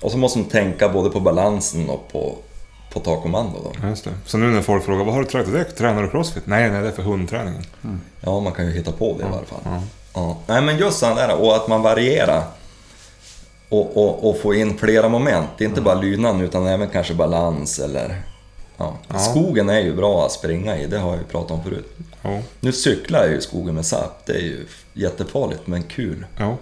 Speaker 1: Och så måste man tänka både på balansen och på, på att ta kommando. Då.
Speaker 2: Ja, Just det. Så nu när folk frågar vad har du tränat? Det tränar du crossfit? Nej, nej, det är för hundträningen.
Speaker 1: Ja, man kan ju hitta på det i alla fall. Ja. Nej, men just sådana där, och att man varierar. Och, och, och få in flera moment. Det är inte bara lydnad utan även kanske balans eller... Ja.
Speaker 2: Ja.
Speaker 1: Skogen är ju bra att springa i, det har jag ju pratat om förut.
Speaker 2: Jo,
Speaker 1: Nu cyklar jag ju i skogen med SAP, det är ju jättefarligt men kul.
Speaker 2: jo.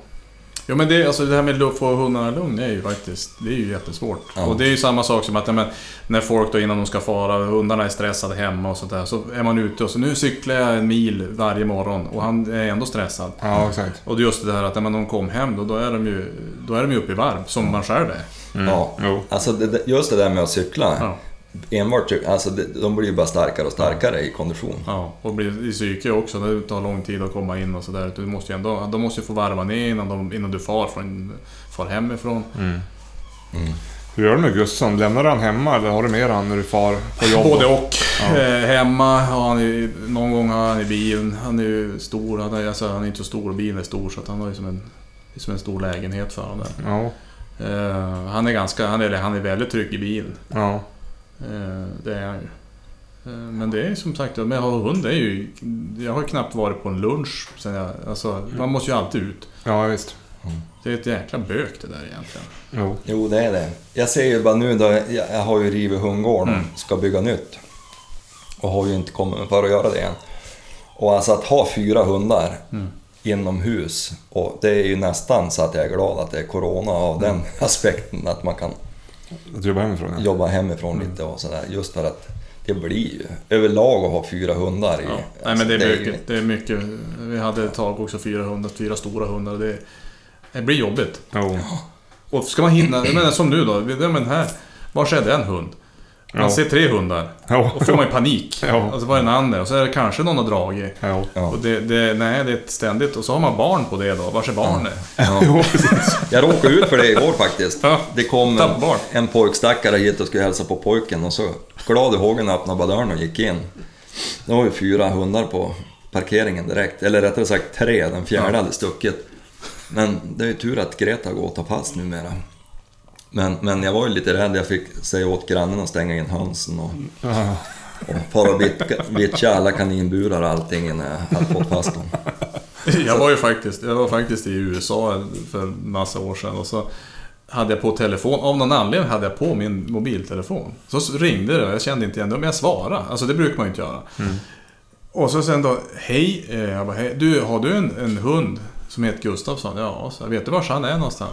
Speaker 3: Ja, men det, alltså det här med att få hundarna lugn är ju faktiskt det är ju jättesvårt.
Speaker 1: Ja.
Speaker 3: Och det är ju samma sak som att ja, men, när folk då innan de ska fara, hundarna är stressade hemma och sånt där. Så är man ute och så nu cyklar jag en mil varje morgon och han är ändå stressad.
Speaker 2: Ja, exakt.
Speaker 3: Och det är just det här att när man- de kom hem då, då, är de ju, då är de ju uppe i varv, som man själv är.
Speaker 1: Ja.
Speaker 2: Jo.
Speaker 1: Alltså det- det, just det där med att cykla.
Speaker 3: Ja.
Speaker 1: Enbart, cyk- alltså det, de blir ju bara starkare och starkare i kondition.
Speaker 3: Ja, och blir i psyke också, det tar lång tid att komma in och sådär. Du måste ju ändå, de måste ju få varva ner innan, de, innan du far, från, far hemifrån.
Speaker 2: Mm. Hur gör du med Gustav? Lämnar du han hemma eller har du med han när du far på jobb?
Speaker 3: Både och. Eh, hemma har han ju, någon gång har han i bilen. Han är ju stor, han är, alltså, han är inte så stor, bilen är stor så att han har ju som en, det är som en stor lägenhet för honom där.
Speaker 2: Ja.
Speaker 3: Eh, han är ganska, han är, eller han är väldigt trygg i bilen.
Speaker 2: Ja.
Speaker 3: Eh, det är han ju. Eh, Men det är som sagt, men att ha hund det är ju... Jag har ju knappt varit på en lunch sen jag... Alltså, man måste ju alltid ut.
Speaker 2: ja, visst.
Speaker 3: Det är ett jäkla bök det där egentligen.
Speaker 2: Jo.
Speaker 1: Jo, det är det. Jag ser ju bara nu då, jag, jag har ju rivit hundgården,
Speaker 3: Mm.
Speaker 1: ska bygga nytt. Och har ju inte kommit för att göra det än. Och alltså att ha fyra hundar
Speaker 3: Mm.
Speaker 1: inomhus, och det är ju nästan så att jag är glad att det är Corona av den
Speaker 3: Mm.
Speaker 1: (laughs) aspekten, att man kan
Speaker 2: Att du jobbar hemifrån? Ja.
Speaker 1: jobba hemifrån
Speaker 3: Mm.
Speaker 1: lite och sådär. Just för att det blir ju överlag att ha fyra hundar. I,
Speaker 3: Ja. Nej
Speaker 1: alltså,
Speaker 3: men det är
Speaker 1: ju-
Speaker 3: bökigt. Det är mycket. Vi hade ett tag också fyra hundar, fyra stora hundar. Det, det blir jobbigt.
Speaker 2: Jo.
Speaker 3: Och ska man hinna... Jag menar som nu då. vi- ja, Men här, var är det en hund? Man
Speaker 2: Ja.
Speaker 3: ser tre hundar.
Speaker 2: Jo.
Speaker 3: Då får man ju panik.
Speaker 2: Ja.
Speaker 3: Alltså var är den andra? Och så är det kanske någon har dragit.
Speaker 2: Jo.
Speaker 1: Ja.
Speaker 3: Och det, det, nej, det är ett ständigt... Och så har man barn på det då. Vars är barnet?
Speaker 1: Ja. Jag råkade ut för det igår faktiskt.
Speaker 3: Ja.
Speaker 1: Det kom en,
Speaker 3: Tappbar.
Speaker 1: en pojkstackare hit och skulle hälsa på pojken och så glad i hågen öppnade bara dörren och gick in. Det var ju fyra hundar på parkeringen direkt, eller rättare sagt tre, den fjärde hade stuckit. Men det är ju tur att Greta går och tar pass numera. Men, men jag var ju lite rädd, jag fick säga åt grannen att stänga in hönsen och,
Speaker 2: Ja.
Speaker 1: och fara och vitka- vitcha alla kaninburar och allting innan jag hade fått fast dem.
Speaker 3: (laughs) Jag var ju faktiskt, jag var faktiskt i USA för en massa år sedan och så hade jag på telefon, av någon anledning hade jag på min mobiltelefon. Så ringde det och jag kände inte igen det, men jag svarade. Alltså det brukar man ju inte göra. Och så sen då, hej, eh, jag bara, hej. Du, har du en, en hund som heter Gustafsson? Ja, så jag vet du var han är någonstans?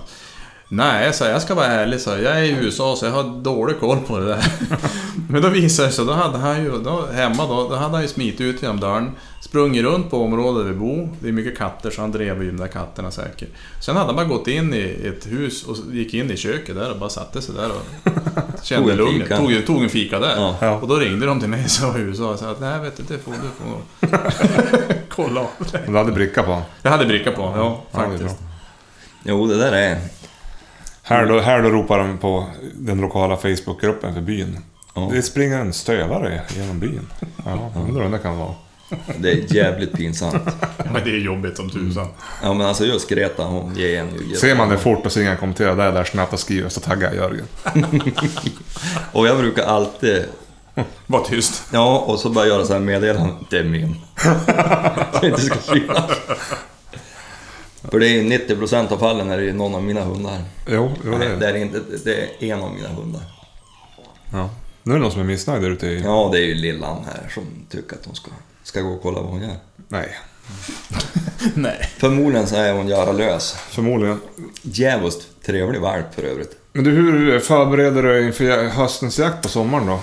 Speaker 3: Nej, så jag ska vara ärlig, så jag är i USA så jag har dålig koll på det där. (laughs) Men då visade det sig, då hade han ju, då, hemma då, då hade han ju smitit ut genom dörren, sprungit runt på området där vi bor. Det är mycket katter så han drev ju de där katterna säkert. Sen hade han bara gått in i ett hus och gick in i köket där och bara satte sig där och
Speaker 1: Tog
Speaker 3: kände
Speaker 1: en
Speaker 3: lugnet.
Speaker 1: fika.
Speaker 3: Tog, ju- tog en fika där.
Speaker 1: Ja.
Speaker 2: Ja.
Speaker 3: Och då ringde de till mig så i USA och sa att nej vet du, det får du får nog
Speaker 2: (laughs)
Speaker 3: kolla av det."
Speaker 2: Och Du hade bricka på honom?
Speaker 3: Jag hade bricka på, ja
Speaker 2: Ja, det är
Speaker 3: faktiskt.
Speaker 2: bra.
Speaker 1: Jo, det där är...
Speaker 2: Här då, här då ropar de på den lokala Facebookgruppen för byn.
Speaker 1: Ja.
Speaker 2: Det springer en stövare genom byn. (laughs) Ja, undrar vem det kan vara.
Speaker 1: Det är jävligt pinsamt.
Speaker 3: Men det är jobbigt som tusan.
Speaker 1: Ja men alltså just Greta, hon ger en ju
Speaker 2: Ser man det fort och ser ingen kommentera, det är där snabbt och skriver så taggar jag Jörgen.
Speaker 1: Och jag brukar alltid
Speaker 3: Var
Speaker 2: (laughs)
Speaker 3: tyst.
Speaker 1: Ja, och så bara göra så här meddelanden. Det är min. Så inte ska synas. För det är ju 90% av fallen är det ju någon av mina hundar.
Speaker 2: Jo, jo det
Speaker 1: Nej,
Speaker 2: är
Speaker 1: det
Speaker 2: det.
Speaker 1: är inte. Det är en av mina hundar.
Speaker 2: Ja. Nu är det någon som är missnöjd där ute i...
Speaker 1: Ja, det är ju lillan här som tycker att hon ska, ska gå och kolla vad hon gör.
Speaker 2: Nej,
Speaker 3: Nej.
Speaker 1: Förmodligen så är hon göralös.
Speaker 2: förmodligen.
Speaker 1: Djävulskt trevlig valp för övrigt.
Speaker 2: Men du, hur förbereder du dig inför jä- höstens jakt på sommaren då?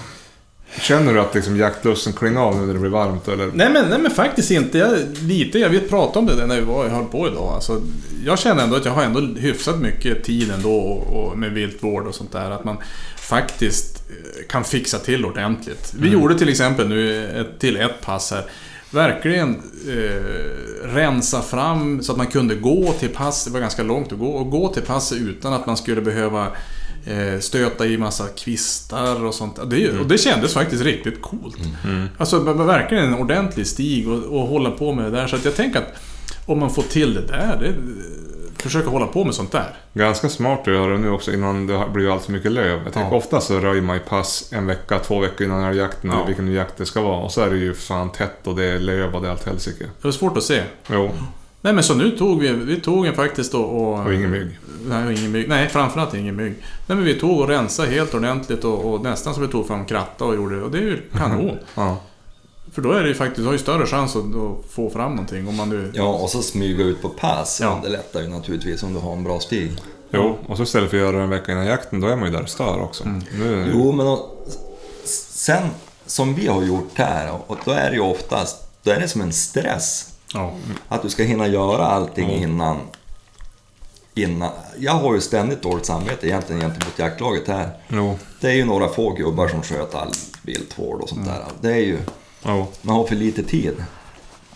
Speaker 2: Känner du att liksom jaktlusten klingar av nu när det blir varmt? Eller?
Speaker 3: Nej men, nej men faktiskt inte. Jag, lite, jag vet prata om det där när vi var, höll på idag. Alltså, jag känner ändå att jag har ändå hyfsat mycket tid ändå och, och med viltvård och sånt där. Att man faktiskt eh, kan fixa till ordentligt. Vi gjorde till exempel nu ett, till ett pass här. Verkligen eh, rensa fram så att man kunde gå till pass, det var ganska långt att gå, och gå till pass utan att man skulle behöva eh, stöta i massa kvistar och sånt. Det, är
Speaker 2: Mm.
Speaker 3: ju- och det kändes faktiskt riktigt coolt. Alltså det var verkligen en ordentlig stig och, och hålla på med det där. Så att jag tänker att om man får till det där, det, försöka hålla på med sånt där.
Speaker 2: Ganska smart att göra det nu också innan det blir allt för mycket löv. Jag tänker
Speaker 3: Ja.
Speaker 2: ofta så röjer man ju pass en vecka, två veckor innan den här jakten, eller
Speaker 3: Ja.
Speaker 2: vilken jakt det ska vara. Och så är det ju fan tätt och det är löv och det är allt helsike.
Speaker 3: Det var svårt att se.
Speaker 2: Jo,
Speaker 3: Nej men så nu tog vi, vi tog en faktiskt och...
Speaker 2: och ingen mygg.
Speaker 3: Nej, och ingen mygg. Nej, framförallt ingen mygg. Nej, men vi tog och rensade helt ordentligt och, och nästan som vi tog fram kratta och gjorde det. Och det är ju
Speaker 2: (laughs)
Speaker 3: kanon.
Speaker 2: Ja.
Speaker 3: För då är det ju faktiskt, du har ju större chans att, att få fram någonting om man nu...
Speaker 1: Ja, och så smyga ut på pass.
Speaker 3: Ja.
Speaker 1: Det lättar ju naturligtvis om du har en bra stig.
Speaker 2: Jo, och så istället för att göra det en vecka innan jakten, då är man ju där och stör också.
Speaker 3: Mm.
Speaker 2: Nu,
Speaker 1: Jo, men och, sen som vi har gjort här, och då är det ju oftast då är det som en stress.
Speaker 3: Ja.
Speaker 1: Att du ska hinna göra allting innan, innan. Jag har ju ständigt dåligt samvete egentligen gentemot jaktlaget här.
Speaker 2: jo,
Speaker 1: Det är ju några få gubbar som sköter all viltvård och sånt där. Det är ju,
Speaker 2: jo.
Speaker 1: man har för lite tid.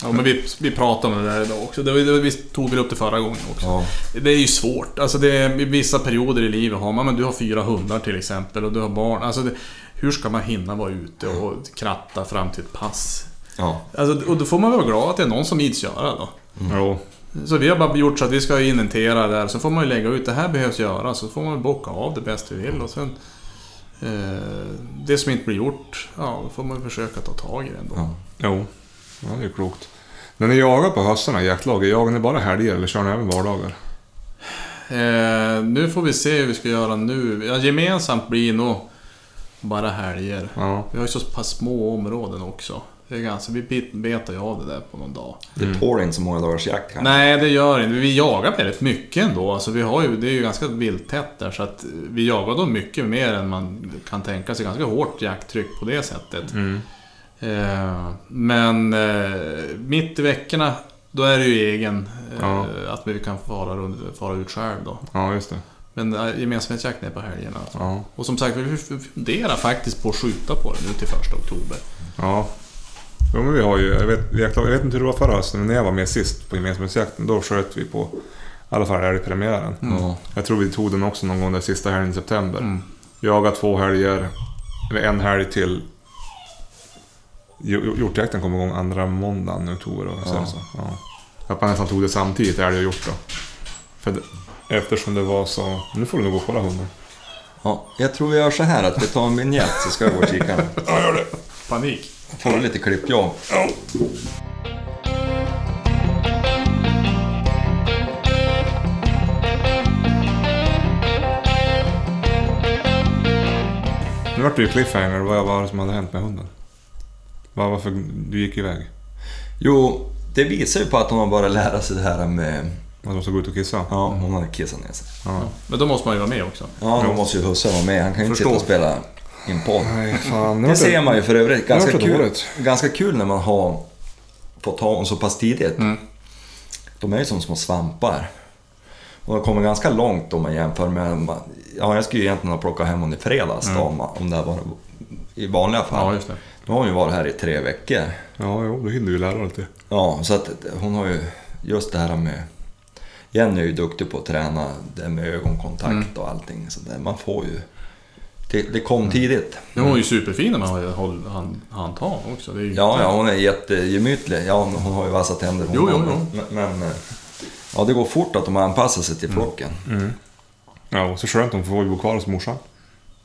Speaker 3: Ja, men vi, vi pratade om det där idag också. Det, var, det var, vi tog väl upp det förra gången också.
Speaker 1: Ja.
Speaker 3: Det är ju svårt. Alltså det är, i vissa perioder i livet har man, men du har fyra hundar till exempel och du har barn. Alltså det, hur ska man hinna vara ute och kratta fram till ett pass?
Speaker 1: Ja.
Speaker 3: Alltså, och då får man väl vara glad att det är någon som ids göra då.
Speaker 2: jo.
Speaker 3: Så vi har bara gjort så att vi ska inventera där, så får man ju lägga ut det här behövs göras, så får man bocka av det bäst vi vill och sen... Eh, det som inte blir gjort, ja, då får man försöka ta tag i det ändå.
Speaker 1: Ja.
Speaker 2: Jo, ja, det är klokt. När ni jagar på höstarna i jaktlaget, jagar ni bara helger eller kör ni även vardagar?
Speaker 3: Eh, nu får vi se hur vi ska göra nu. Ja, gemensamt blir nog bara helger.
Speaker 2: Ja,
Speaker 3: Vi har ju så pass små områden också. Det är ganska, vi bit- betar ju av det där på någon dag.
Speaker 1: Det tål inte så många dagars jakt kanske.
Speaker 3: Nej, det gör inte. Vi jagar väldigt mycket ändå. Alltså, vi har ju, det är ju ganska vilttätt där, så att vi jagar då mycket mer än man kan tänka sig. Ganska hårt jakttryck på det sättet.
Speaker 2: Mm.
Speaker 3: Eh, men eh, mitt i veckorna, då är det ju egen. Eh,
Speaker 2: Ja.
Speaker 3: Att vi kan fara, runt- fara ut själv då.
Speaker 2: ja just det.
Speaker 3: Men eh, gemensamhetsjakten är på helgerna.
Speaker 2: Ja,
Speaker 3: Och som sagt, vi funderar faktiskt på att skjuta på det nu till första oktober.
Speaker 2: ja. Jo, men vi har ju, jag vet, jaktlag, jag vet inte hur det var förra hösten, men när jag var med sist på gemensamhetsjakten, då sköt vi på i alla fall älgpremiären.
Speaker 1: Mm. Ja. Mm.
Speaker 2: Jag tror vi tog den också någon gång där sista helgen i september. Jagat två helger, eller en helg till. Jo- jo- Hjortjakten kom igång andra måndagen i oktober. Och så,
Speaker 1: Ja.
Speaker 2: så. Ja. Att man nästan tog det samtidigt, älg och hjort då. För det, eftersom det var så... Nu får du nog gå och kolla hunden.
Speaker 1: Ja, jag tror vi gör så här att vi tar en vignett så ska jag gå och kika.
Speaker 3: Panik!
Speaker 1: Får du lite klipp jag?
Speaker 2: Nu vart det ju cliffhanger. Vad var det som hade hänt med hunden? Var, varför du gick iväg?
Speaker 1: Jo, det visar ju på att hon har börjat lära sig det här med...
Speaker 2: Att de ska gå ut och kissa?
Speaker 1: Ja, hon har kissat ner sig.
Speaker 2: Ja.
Speaker 3: Men då måste man ju vara med också.
Speaker 1: Ja, då måste ju husse vara med. Han kan ju inte
Speaker 2: Förstår.
Speaker 1: sitta och spela in podd.
Speaker 2: Nej, fan.
Speaker 1: Det ser man ju för övrigt. Ganska
Speaker 2: vart det
Speaker 1: kul,
Speaker 2: dåligt.
Speaker 1: ganska kul när man har fått ha dem så pass tidigt. De är ju som små svampar. Och de kommer ganska långt om man jämför med... Ja, jag skulle ju egentligen ha plockat hem hon i fredags då, om, om det här var i vanliga fall.
Speaker 3: Ja, just det.
Speaker 1: Nu har hon ju varit här i tre veckor.
Speaker 2: Ja, jo, då hinner du ju lära dig lite.
Speaker 1: Ja, så att hon har ju just det här med... Jenny är ju duktig på att träna det med ögonkontakt
Speaker 3: Mm.
Speaker 1: och allting. Så där. Man får ju... Det, det
Speaker 3: Mm.
Speaker 1: kom tidigt.
Speaker 3: Men hon är ju superfin när man har håll- hand- handtag också. Det är ju
Speaker 1: Ja, ja, hon är jättegemytlig. Ja, hon har ju vassa tänder hon
Speaker 3: Jo, jo,
Speaker 1: har,
Speaker 3: jo.
Speaker 1: Men, men, eh, ja, det går fort att de anpassar sig
Speaker 3: Mm.
Speaker 1: till flocken.
Speaker 2: Ja, och så skönt. De får ju bo kvar hos morsan.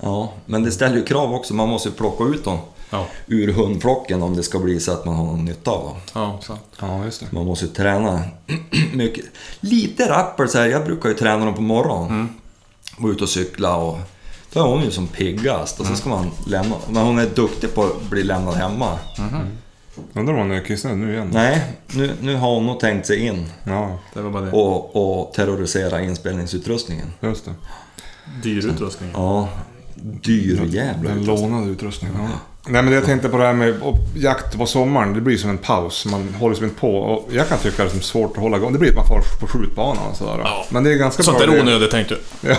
Speaker 1: Ja, men det ställer ju krav också. Man måste ju plocka ut dem
Speaker 3: Ja,
Speaker 1: ur hundflocken om det ska bli så att man har någon nytta av dem.
Speaker 3: ja sant.
Speaker 2: Ja, just det.
Speaker 1: Man måste ju träna (clears throat) mycket. Lite rappel så här, jag brukar ju träna dem på morgonen.
Speaker 3: Mm.
Speaker 1: Gå ut och cykla och då är hon ju som piggast och så
Speaker 3: Mm.
Speaker 1: ska man lämna. Men hon är duktig på att bli lämnad hemma.
Speaker 3: Mm.
Speaker 2: Undrar om hon är kissnödig nu igen?
Speaker 1: Nej, nu, nu har hon nog tänkt sig in
Speaker 2: Ja,
Speaker 3: Det var bara det.
Speaker 1: och, och terrorisera inspelningsutrustningen.
Speaker 2: just det.
Speaker 3: Dyr utrustning.
Speaker 1: Ja, dyr jävla
Speaker 3: Mm.
Speaker 2: Den
Speaker 1: utrustning.
Speaker 2: lånade utrustningen. Ja. Nej men jag tänkte på det här med och jakt på sommaren. Det blir som en paus. Man håller sig inte på. Och jag kan tycka det är som svårt att hålla igång. Det blir att man far på skjutbanan och sådär.
Speaker 3: Ja.
Speaker 2: Men det är ganska
Speaker 3: Sånt
Speaker 2: bra.
Speaker 3: där
Speaker 2: idé.
Speaker 3: onödigt tänkte du.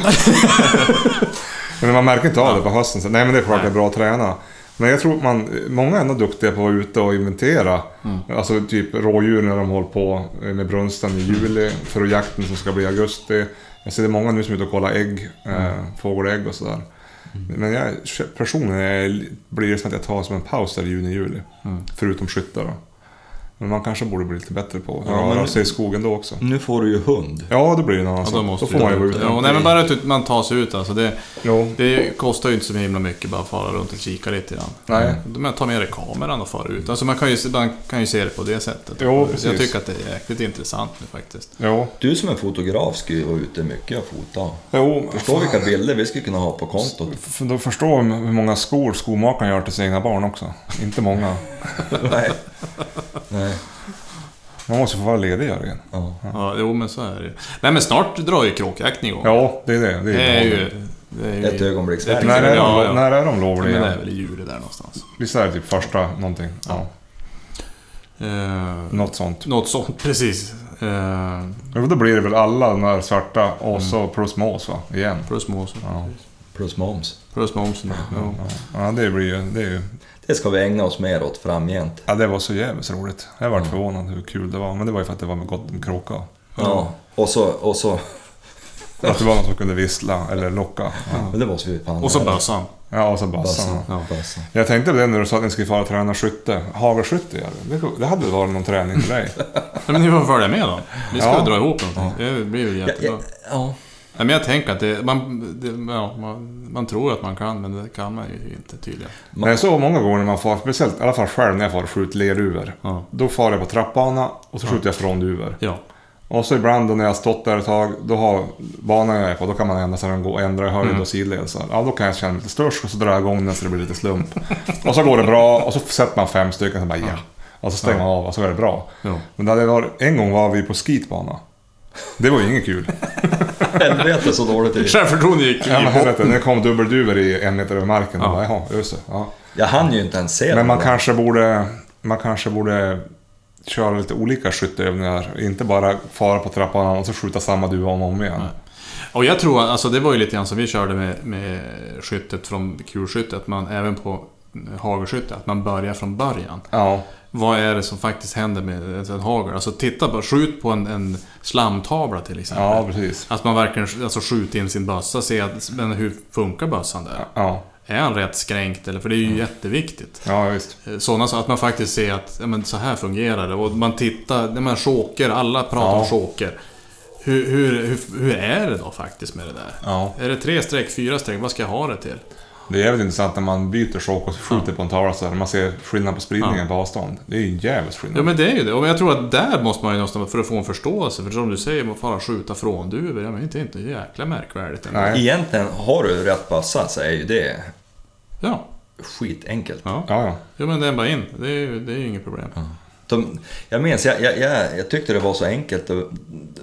Speaker 2: Men man märker inte av det på hösten. Så, nej men det är klart det är bra att träna. Men jag tror att man, många är ändå duktiga på att vara ute och inventera.
Speaker 3: Mm.
Speaker 2: Alltså typ rådjur när de håller på med brunsten i juli för jakten som ska bli i augusti. Jag ser det många nu som är ute och kollar ägg, eh,
Speaker 3: Mm.
Speaker 2: fågelägg och sådär. Men jag, personligen är, blir det som att jag tar som en paus där i juni, juli.
Speaker 3: Mm.
Speaker 2: Förutom skyttar då. Men man kanske borde bli lite bättre på att
Speaker 1: Ja,
Speaker 2: röra
Speaker 1: men-
Speaker 2: sig i skogen då också.
Speaker 1: Nu får du ju hund.
Speaker 2: Ja, då blir det en annan
Speaker 3: Ja, då
Speaker 2: sak.
Speaker 3: måste
Speaker 2: Då får man ju vara ute.
Speaker 3: Ja, nej, men bara att man tar sig ut alltså. Det,
Speaker 2: Jo.
Speaker 3: det kostar ju inte så himla mycket bara att fara runt och kika lite grann.
Speaker 2: Nej.
Speaker 3: Men ta med dig kameran och fara ut. Alltså man kan ju, man kan ju se det på det sättet.
Speaker 2: Jo,
Speaker 3: Jag
Speaker 2: precis.
Speaker 3: tycker att det är jäkligt intressant nu faktiskt.
Speaker 2: Jo.
Speaker 1: Du som är fotograf ska ju vara ute mycket och fota.
Speaker 2: Jo.
Speaker 1: Förstå vilka bilder vi skulle kunna ha på kontot.
Speaker 3: (laughs)
Speaker 2: F- Då förstår vi hur många skor skomakaren gör till sina egna barn också. Inte många.
Speaker 1: Nej. Nej.
Speaker 2: Man måste få vara ledig Jörgen.
Speaker 1: Ja.
Speaker 3: Ja, jo men så är det ju. Nej men snart drar ju kråkjakten igång.
Speaker 2: Ja, det är det. Det är,
Speaker 3: det är ju... Det är ju
Speaker 1: Ett ögonblicks
Speaker 3: Det är
Speaker 2: När, är de,
Speaker 3: Ja, ja.
Speaker 2: när är de
Speaker 3: Ja, men det är
Speaker 2: lovliga?
Speaker 3: väl i juli där någonstans.
Speaker 2: Visst är det typ första någonting? Ja.
Speaker 3: Eh,
Speaker 2: Något sånt.
Speaker 3: något sånt, (laughs) precis. Eh,
Speaker 2: Jo, då blir det väl alla de där svarta och så
Speaker 3: Mm.
Speaker 2: plus mås va? Igen.
Speaker 3: plus momsen.
Speaker 2: Ja.
Speaker 1: Plus moms.
Speaker 3: Plus momsen, ja.
Speaker 2: Ja, det blir ju... Det, är ju,
Speaker 1: Det ska vi ägna oss mer åt framgent.
Speaker 2: ja, det var så jävligt roligt. Jag
Speaker 3: Mm.
Speaker 2: vart förvånad hur kul det var. Men det var ju för att det var med gott om kråka.
Speaker 1: Ja. Och så... Och så
Speaker 2: Att det var någon som kunde vissla eller locka. Ja,
Speaker 1: men det måste vi fan...
Speaker 3: Och så bössan.
Speaker 2: ja och så bassan.
Speaker 1: Bassan. Bassan.
Speaker 2: Jag tänkte på det när du sa att ni skulle fara och träna skytte. Hagelskytte, Jörgen. Det- det hade varit någon träning för
Speaker 3: (laughs)
Speaker 2: dig.
Speaker 3: Ja, men ni får följa med då. Vi ska
Speaker 2: Ja.
Speaker 3: dra ihop någonting. Det blir väl
Speaker 1: Ja,
Speaker 3: jättebra.
Speaker 1: ja, ja.
Speaker 3: Nej, men jag tänker att det, man, det, ja, man, man tror att man kan, men det kan man ju inte tydligen.
Speaker 1: Man-
Speaker 2: Nej, så många gånger när man far, speciellt i alla fall själv när jag far och skjuter lerduvor.
Speaker 3: Ja.
Speaker 2: Då far jag på trappbana och så skjuter jag från duvor.
Speaker 3: Ja.
Speaker 2: Och så ibland då när jag har stått där ett tag, då har banan jag är på, då kan man ändra så den går, ändra i höjd
Speaker 3: Mm.
Speaker 2: och sidled. Så, ja, då kan jag känna mig lite störst och så drar jag igång den så det blir lite slump. och så går det bra och så sätter man fem stycken och bara ja. Och så stänger man av och så är det bra.
Speaker 3: Ja.
Speaker 2: Men det hade varit, en gång var vi på skitbana. Det var ju inget kul.
Speaker 1: Helvete så dåligt det är.
Speaker 3: Självförtroendet gick
Speaker 2: Ja, men
Speaker 3: i
Speaker 2: helvete, nu kom dubbelduvor i en meter över marken. Ja. Bara, Jaha, just det. Ja.
Speaker 1: Jag hann ju inte ens se
Speaker 2: Men man
Speaker 1: det.
Speaker 2: kanske borde, man kanske borde köra lite olika skytteövningar. Inte bara fara på trappan och så skjuta samma duva om och om igen.
Speaker 3: Och jag tror, alltså det var ju lite grann som vi körde med, med skyttet från kulskytte, att man även på hagelskytte, att man börjar från början.
Speaker 2: Ja,
Speaker 3: Vad är det som faktiskt händer med ett- ett hagel? Alltså titta på, skjut på en, en slamtavla till exempel.
Speaker 2: ja precis.
Speaker 3: Att man verkligen alltså, skjuter in sin bössa, se att, men hur funkar bössan där?
Speaker 2: Ja, Mm.
Speaker 3: Är han rätt skränkt eller? För det är ju jätteviktigt.
Speaker 2: ja visst.
Speaker 3: Eh, Sådana så att man faktiskt ser att ja, men så här fungerar det. Och man tittar, när man choker, alla pratar om
Speaker 2: Ja.
Speaker 3: choker. Hur, hur, hur, hur är det då faktiskt med det där?
Speaker 2: Ja.
Speaker 3: Är det tre streck, fyra streck, vad ska jag ha det till?
Speaker 2: Det är jävligt intressant när man byter chock och skjuter på en tavla så här. Man ser skillnad på spridningen på avstånd. Det är ju en jävligt skillnad.
Speaker 3: Ja men det är ju det. Och jag tror att där måste man ju någonstans, för att få en förståelse. För som du säger, man får skjuta från duvor. Ja men det är inte jäkla märkvärdigt ändå.
Speaker 2: Nej.
Speaker 1: Egentligen, har du rätt bössa så är ju det
Speaker 3: Ja.
Speaker 1: skitenkelt.
Speaker 3: Ja.
Speaker 2: Ja, ja.
Speaker 3: ja men den bara in. Det är ju, det är ju inget problem.
Speaker 1: De, jag minns, jag, jag, jag, jag tyckte det var så enkelt då,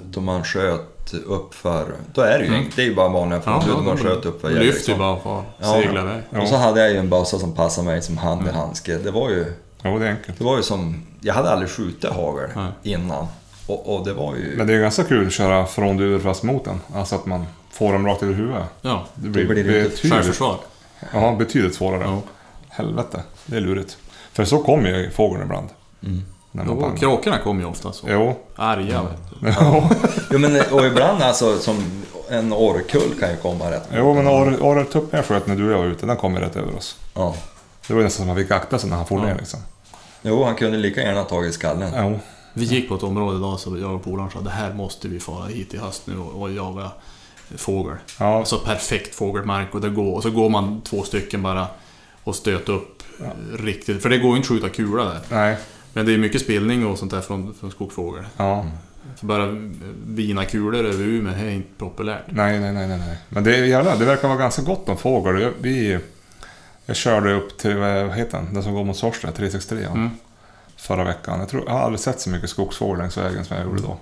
Speaker 1: då man sköt upp för... Då är det ju
Speaker 3: Mm.
Speaker 1: enkelt, det är ju bara vanliga frågor. man sköt upp för
Speaker 3: lyfter ju
Speaker 1: Eriksson.
Speaker 3: bara och far.
Speaker 1: Ja.
Speaker 3: seglar iväg. Mm.
Speaker 2: Ja.
Speaker 1: Och så hade jag ju en bössa som passade mig som hand i handske. Det var ju...
Speaker 2: Jo, det är enkelt.
Speaker 1: Det var ju som, jag hade aldrig skjutit hagel
Speaker 3: Nej.
Speaker 1: innan. Och, och det var ju,
Speaker 2: Men det är ganska kul att köra från duvor fast mot den. Alltså att man får dem rakt över huvudet.
Speaker 3: Ja.
Speaker 2: Det blir,
Speaker 1: Då blir det lite
Speaker 2: betydligt,
Speaker 3: Självförsvar.
Speaker 2: ja, betydligt svårare.
Speaker 3: Ja.
Speaker 2: Helvete, det är lurigt. För så kommer ju fågeln ibland.
Speaker 3: Mm.
Speaker 2: När man
Speaker 3: Jo,
Speaker 2: bangar.
Speaker 3: kråkorna kommer ju ofta så.
Speaker 2: Jo.
Speaker 3: Arga vet du.
Speaker 1: jo, men, och ibland alltså som en orrkull kan ju komma rätt.
Speaker 2: jo, men Ar- orretuppen jag sköt när du och jag var ute, den kom ju rätt över oss.
Speaker 1: Ja.
Speaker 2: Det var ju nästan som att man fick akta sig när han for ner liksom.
Speaker 1: Jo, han kunde lika gärna ha tagit skallen.
Speaker 2: Jo.
Speaker 3: Vi gick på ett område idag så jag och polaren sa det här måste vi fara hit i höst nu och, och jaga fågel.
Speaker 2: Ja.
Speaker 3: Alltså perfekt fågelmark och, det går, och så går man två stycken bara och stöter upp riktigt. För det går ju inte att skjuta kula där.
Speaker 2: Nej.
Speaker 3: Men det är mycket spillning och sånt där från, från skogsfågel.
Speaker 2: Ja.
Speaker 3: För bara vina kulor över Umeå är inte populärt.
Speaker 2: Nej, nej, nej, nej, nej. Men det, är jävla, det verkar vara ganska gott om fågel. Jag, vi, jag körde upp till, eh, vad heter den, den som går mot Sorsele, 363 ja.
Speaker 3: Mm.
Speaker 2: Förra veckan. Jag, tror, jag har aldrig sett så mycket skogsfågel längs vägen som jag gjorde då.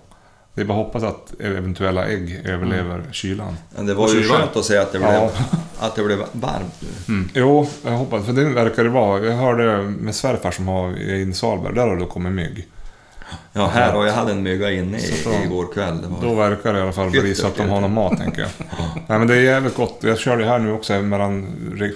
Speaker 2: Det är bara att hoppas att eventuella ägg överlever
Speaker 3: Mm.
Speaker 2: kylan.
Speaker 1: Men det var
Speaker 3: Och
Speaker 1: ju
Speaker 3: kylan.
Speaker 1: skönt att säga att det blev,
Speaker 2: Ja.
Speaker 1: att det blev varmt nu.
Speaker 3: Mm.
Speaker 2: Jo, jag hoppas. För det verkar det vara. Jag hörde med svärfar som har i Salberg, där har det kommit mygg.
Speaker 1: Ja, här och jag hade en mygga inne i,
Speaker 2: Så då-
Speaker 1: igår kväll. Det var,
Speaker 2: Då verkar det i alla fall bli så att de har någon mat, tänker jag. Nej, men det är jävligt gott. Jag körde ju här nu också mellan,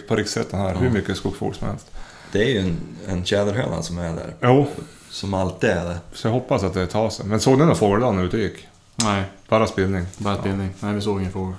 Speaker 2: på riksrätten här, hur mycket skogsfågel som helst.
Speaker 1: Det är ju en, en tjäderhöna som är där,
Speaker 2: Jo,
Speaker 1: som alltid är det.
Speaker 2: Så jag hoppas att det tar sig. Men såg ni någon fågel då när du ute och gick?
Speaker 3: Nej,
Speaker 2: Bara spillning.
Speaker 3: bara spillning. Nej, vi såg ingen fågel.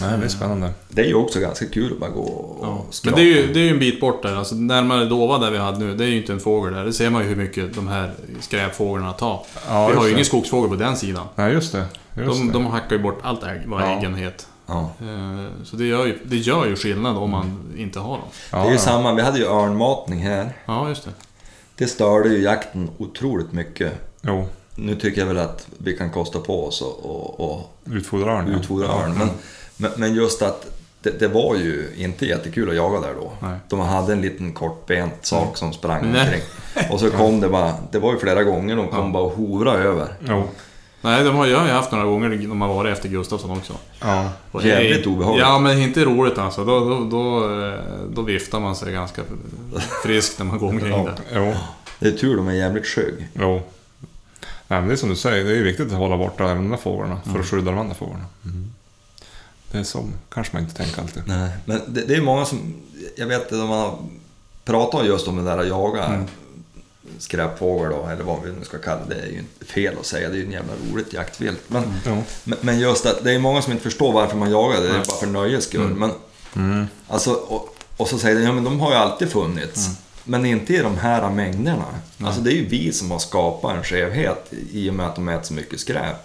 Speaker 2: Nej, det är spännande.
Speaker 1: Det är ju också ganska kul att bara gå och
Speaker 3: Ja. Men
Speaker 1: skrapa.
Speaker 3: det är, ju, det är ju en bit bort där. Alltså, närmare Dova där vi hade nu, det är ju inte en fågel där. Det ser man ju hur mycket de här skräpfåglarna tar.
Speaker 2: Ja,
Speaker 3: vi
Speaker 2: just
Speaker 3: har ju
Speaker 2: det.
Speaker 3: ingen skogsfågel på den sidan.
Speaker 2: Nej, just det. Just
Speaker 3: De,
Speaker 2: det.
Speaker 3: de hackar ju bort allt ägg, vad
Speaker 2: Ja.
Speaker 3: äggen heter.
Speaker 1: Ja.
Speaker 3: Eh, Så det gör, ju, det gör ju skillnad om man inte har dem.
Speaker 2: ja,
Speaker 1: det är ju
Speaker 2: ja.
Speaker 1: samma, vi hade ju örnmatning här.
Speaker 3: Ja, just det.
Speaker 1: Det störde ju jakten otroligt mycket.
Speaker 2: Jo,
Speaker 1: Nu tycker jag väl att vi kan kosta på oss och, och, och
Speaker 2: utfodra örn. ja.
Speaker 1: utfodra örn. Men, men, men just att det, det var ju inte jättekul att jaga där då.
Speaker 3: Nej.
Speaker 1: De hade en liten kortbent sak som sprang
Speaker 3: Nej.
Speaker 1: omkring.
Speaker 3: (laughs)
Speaker 1: Och så kom det bara, det var ju flera gånger de kom bara och hovrade över.
Speaker 2: Jo,
Speaker 3: Nej, de har jag har ju haft några gånger när man varit efter Gustafsson också.
Speaker 2: ja.
Speaker 3: Och
Speaker 1: Jävligt
Speaker 3: det är-
Speaker 1: obehagligt.
Speaker 3: Ja, men inte roligt alltså. Då, då, då, eh, då viftar man sig ganska frisk när man går
Speaker 1: (laughs)
Speaker 3: omkring
Speaker 2: ja.
Speaker 3: där.
Speaker 2: Jo,
Speaker 1: Det är tur de är jävligt skygg.
Speaker 2: jo. Nej, men det är som du säger, det är ju viktigt att hålla borta även de där fåglarna för att skydda de andra fåglarna. Det är så, kanske man inte tänker alltid.
Speaker 1: Nej, men det, det är många som... Jag vet att man har pratat just om det där att jaga
Speaker 3: Mm.
Speaker 1: skräpfågel då, eller vad vi nu ska kalla det. Det är ju inte fel att säga, det är ju en jävla roligt jaktvilt. Men,
Speaker 3: Mm.
Speaker 2: Jo.
Speaker 1: men, men just att det är många som inte förstår varför man jagar det, det är bara för nöjes skull.
Speaker 3: Mm.
Speaker 1: Men, alltså, och, och så säger de, ja men de har ju alltid funnits.
Speaker 3: Mm.
Speaker 1: Men inte i de här mängderna. Alltså det är ju vi som har skapat en skevhet i och med att de äter så mycket skräp.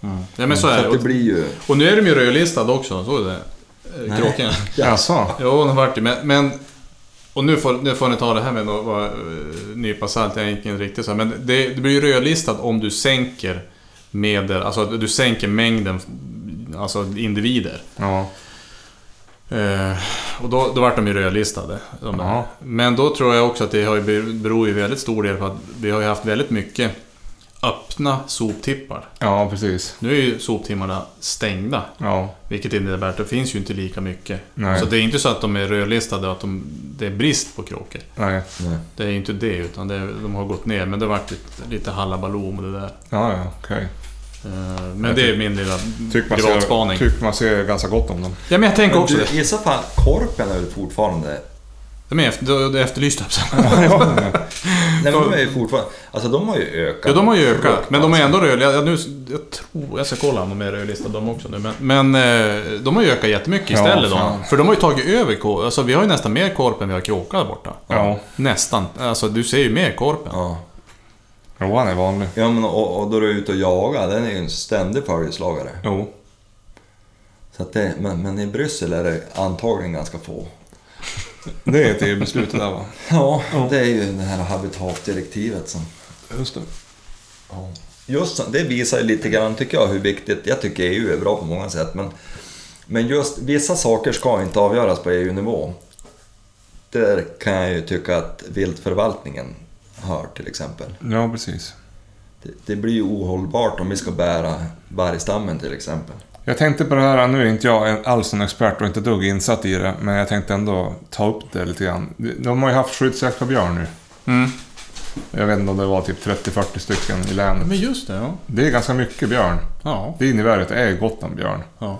Speaker 3: Ja, men så
Speaker 1: Mm. Så
Speaker 3: är det.
Speaker 1: att det blir ju...
Speaker 3: Och nu är de ju rödlistade också, såg du det? Eh, Kråkorna.
Speaker 2: Jaså?
Speaker 3: Jo, de vart ju men, men... Och nu får, nu får ni ta det här med någon eh, nypa salt, jag är inte riktigt så här, Men det, det blir ju rödlistad om du sänker medel, alltså att du sänker mängden alltså individer.
Speaker 2: Ja.
Speaker 3: Eh, och då, då vart de ju rödlistade. De där.
Speaker 2: Ja.
Speaker 3: Men då tror jag också att det har ju, ber- beror ju väldigt stor del på att vi har ju haft väldigt mycket öppna soptippar.
Speaker 2: ja, precis.
Speaker 3: Nu är ju soptimmarna stängda.
Speaker 2: Ja.
Speaker 3: Vilket innebär att det finns ju inte lika mycket.
Speaker 2: Nej.
Speaker 3: Så det är inte så att de är rödlistade och att de, det är brist på kråkor.
Speaker 2: Nej.
Speaker 1: Nej.
Speaker 3: Det är ju inte det, utan det, är- de har gått ner. Men det vart lite, lite hallabaloo med det där.
Speaker 2: Ja, ja, okej.
Speaker 3: Eh, Men det är min lilla
Speaker 2: Tycker man, ser-
Speaker 3: privatspaning.
Speaker 2: tycker man ser ganska gott om dem. (laughs)
Speaker 3: Ja, men jag tänker
Speaker 1: Men
Speaker 3: också
Speaker 1: du,
Speaker 3: det.
Speaker 1: i så fall, korpen är väl fortfarande
Speaker 3: De är efter, de- de är efterlysta.
Speaker 2: ja.
Speaker 1: Nej men de är ju fortfarande... Alltså de har ju ökat.
Speaker 3: Ja, de har ju ökat. Men de är ändå rödlistade. Nu, jag tror... Jag ska kolla om de är rödlistade de också nu. Men, men eh, de har ju ökat jättemycket
Speaker 2: Ja,
Speaker 3: istället
Speaker 2: fan.
Speaker 3: då. För de har ju tagit över korp. Alltså vi har ju nästan mer korp än vi har kråka där borta.
Speaker 2: Ja.
Speaker 3: Nästan. Alltså du ser ju mer korpen.
Speaker 1: Ja.
Speaker 2: Jo, han är vanlig.
Speaker 1: Ja men och, och då är du ute och jagar, den är ju en ständig följeslagare.
Speaker 2: Jo.
Speaker 1: Så att det, men, men i Bryssel är det antagligen ganska få.
Speaker 2: Det är ett EU-beslut det där va?
Speaker 1: Ja, det är ju det här habitatdirektivet som...
Speaker 2: Just det.
Speaker 1: Just så- det visar ju lite grann tycker jag hur viktigt... Jag tycker EU är bra på många sätt men... Men just vissa saker ska inte avgöras på EU-nivå. Där kan jag ju tycka att viltförvaltningen hör till exempel.
Speaker 2: Ja, precis.
Speaker 1: Det, det blir ju ohållbart om vi ska bära vargstammen till exempel.
Speaker 2: Jag tänkte på det här, nu är inte jag en- alls en expert och inte ett dugg insatt i det, men jag tänkte ändå ta upp det lite grann. De har ju haft skyddsjakt på björn nu.
Speaker 3: Mm.
Speaker 2: Jag vet inte om det var typ 30-40 stycken i länet.
Speaker 3: Men just det, ja.
Speaker 2: Det är ganska mycket björn.
Speaker 3: Ja.
Speaker 2: Det innebär att det är gott om björn.
Speaker 3: ja.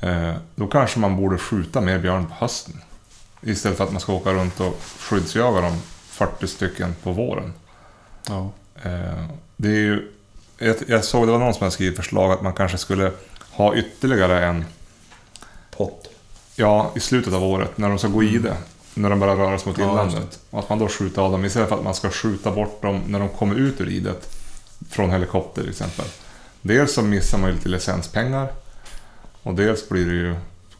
Speaker 2: Eh, då kanske man borde skjuta mer björn på hösten. Istället för att man ska åka runt och skyddsjaga dem 40 stycken på våren.
Speaker 3: ja.
Speaker 2: Eh, Det är ju, jag, jag såg det var någon som hade skrivit förslag att man kanske skulle ha ytterligare en,
Speaker 1: Pott.
Speaker 2: ja i slutet av året när de ska gå i det. När de börjar röra sig mot
Speaker 3: Mm. Ja,
Speaker 2: inlandet. Och att man då skjuter av dem istället för att man ska skjuta bort dem när de kommer ut ur idet. Från helikopter till exempel. Dels så missar man ju lite licenspengar. Och dels blir det ju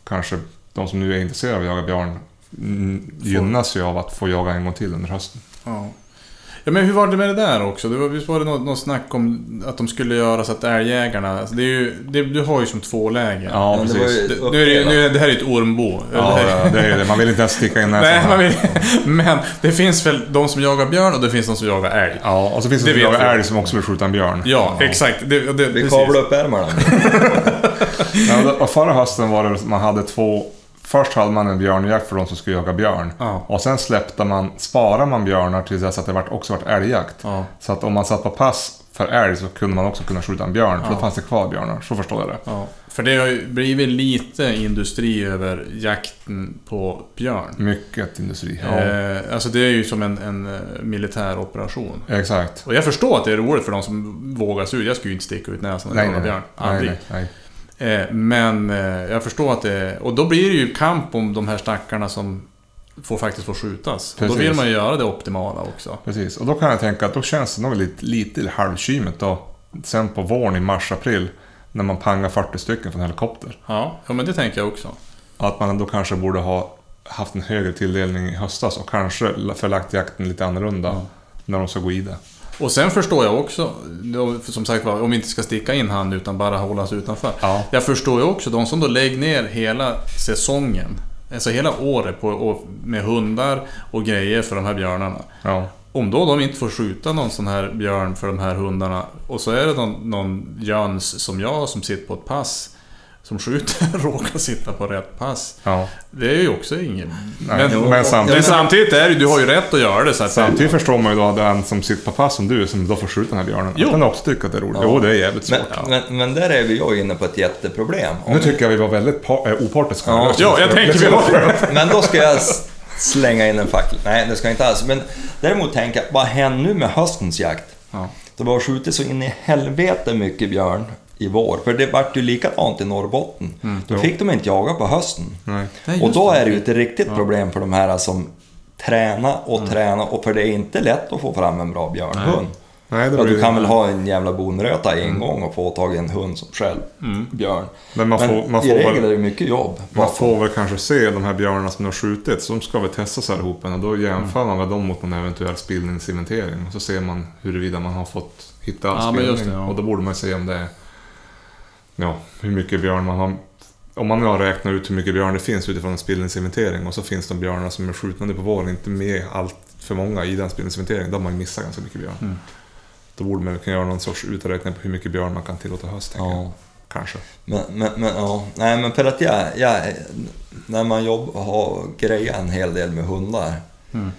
Speaker 2: kanske de som nu är intresserade av att jaga björn mm, gynnas ju av att få jaga en gång till under hösten.
Speaker 3: Ja. ja, men hur var det med det där också? Det var, visst var det något, något snack om att de skulle göra så att älgjägarna... Alltså det är ju, det, du har ju som två läger.
Speaker 2: Ja,
Speaker 1: men det var
Speaker 2: precis.
Speaker 1: ju-
Speaker 3: Det, nu är det, ju- nu, är- det här är ju ett ormbo.
Speaker 2: Ja,
Speaker 3: Det här-
Speaker 2: ja, det är ju det. Man vill inte ens sticka in näsan.
Speaker 3: (laughs) Nej,
Speaker 2: här.
Speaker 3: man vill, men det finns väl de som jagar björn och det finns de som jagar älg.
Speaker 2: Ja, och så finns det,
Speaker 3: Det
Speaker 2: det
Speaker 3: vet vi.
Speaker 2: älg som också vill skjuta en björn.
Speaker 3: Ja, exakt. Det, det,
Speaker 1: Vi
Speaker 3: precis.
Speaker 1: kavlar upp ärmarna.
Speaker 2: Ja, men då- förra hösten var det man hade två... Först hade man en björnjakt för de som skulle jaga björn.
Speaker 3: Ja.
Speaker 2: Och sen släppte man, sparar man björnar tills dess att det vart, också vart älgjakt.
Speaker 3: Ja.
Speaker 2: Så att om man satt på pass för älg så kunde man också kunna skjuta en björn, för då fanns det kvar björnar. Så förstår jag det.
Speaker 3: Ja, för det har ju blivit lite industri över jakten på björn.
Speaker 2: Mycket industri. Ja.
Speaker 3: Eh, alltså det är ju som en, en eh, militär operation.
Speaker 2: Exakt.
Speaker 3: Och jag förstår att det är roligt för de som vågar sig ut. Jag skulle ju inte sticka ut näsan och
Speaker 2: Nej,
Speaker 3: jaga
Speaker 2: nej,
Speaker 3: björn.
Speaker 2: nej.
Speaker 3: Aldrig.
Speaker 2: nej, nej.
Speaker 3: Eh, men eh, jag förstår att det Och då blir det ju kamp om de här stackarna som får faktiskt får skjutas. Och då
Speaker 2: Precis.
Speaker 3: vill man ju göra det optimala också.
Speaker 2: Precis, och då kan jag tänka att då känns det nog lite, lite halvkymet då. Sen på våren i mars-april, när man pangar 40 stycken från helikopter.
Speaker 3: Ja, ja men det tänker jag också.
Speaker 2: Att man då kanske borde ha haft en högre tilldelning i höstas och kanske förlagt jakten lite annorlunda när de ska gå i det.
Speaker 3: Och sen förstår jag också, då, för som sagt var, om vi inte ska sticka in hand utan bara hålla sig utanför.
Speaker 2: Ja.
Speaker 3: Jag förstår ju också de som då lägger ner hela säsongen, alltså hela året på, och med hundar och grejer för de här björnarna.
Speaker 2: Ja,
Speaker 3: Om då de inte får skjuta någon sån här björn för de här hundarna och så är det någon, någon jöns som jag som sitter på ett pass som skjuter (laughs) råkar sitta på rätt pass.
Speaker 2: ja.
Speaker 3: Det är ju också inget...
Speaker 2: Nej,
Speaker 3: men,
Speaker 2: men,
Speaker 3: men
Speaker 2: samtidigt,
Speaker 3: samtidigt är det ju- du har ju rätt att göra det så att...
Speaker 2: samtidigt förstår man ju då att den som sitter på pass som du, som då får skjuta den här björnen,
Speaker 3: Jo.
Speaker 2: att den också tycker att det är roligt. Jo, det är jävligt svårt.
Speaker 1: Men, men, men där är vi jag inne på ett jätteproblem.
Speaker 2: Nu tycker jag vi var väldigt par- eh, opartiska.
Speaker 1: Ja.
Speaker 3: Ja, jag tänker vi har det.
Speaker 1: Men då ska jag s- slänga in en fackla. Nej, det ska jag inte alls. Men däremot tänka, vad händer nu med höstens jakt?
Speaker 3: Ja.
Speaker 1: Det var skjutit så in i helvete mycket björn i vår. För det vart ju likadant i Norrbotten. Då
Speaker 2: Mm, jo.
Speaker 1: fick de inte jaga på hösten.
Speaker 2: Nej.
Speaker 3: Nej,
Speaker 1: och
Speaker 3: just
Speaker 1: då
Speaker 3: det.
Speaker 1: är det ju ett riktigt problem för de här som träna och
Speaker 2: Mm.
Speaker 1: träna och för det är inte lätt att få fram en bra björnhund.
Speaker 2: (laughs) Nej, det
Speaker 1: ja,
Speaker 2: blir-
Speaker 1: du kan väl ha en jävla bonröta en gång och få tag i en hund som själv björn.
Speaker 2: Mm. Men man får- man
Speaker 1: i
Speaker 2: får väl-
Speaker 1: regel är det mycket jobb.
Speaker 2: Man får väl kanske se de här björnarna som de har skjutit, de ska väl testas allihopa och då jämför man väl dem mot någon eventuell spillningsinventering och så ser man huruvida man har fått hitta
Speaker 3: Ja, men just det, ja.
Speaker 2: och då borde man ju se om det är ja, hur mycket björn man har. Om man nu har räknat ut hur mycket björn det finns utifrån en spillningsinventering och så finns de björnar som är skjutna nu på våren inte med allt för många i den spillningsinventeringen, då har man ju missat ganska mycket björn.
Speaker 3: Mm.
Speaker 2: Då borde man ju kunna göra någon sorts uträkning på hur mycket björn man kan tillåta höst, tänker
Speaker 1: Ja.
Speaker 2: jag. Kanske.
Speaker 1: Men, men, men, ja. Nej, men för att jag, jag när man jobbar har grejat en hel del med hundar
Speaker 3: Mm.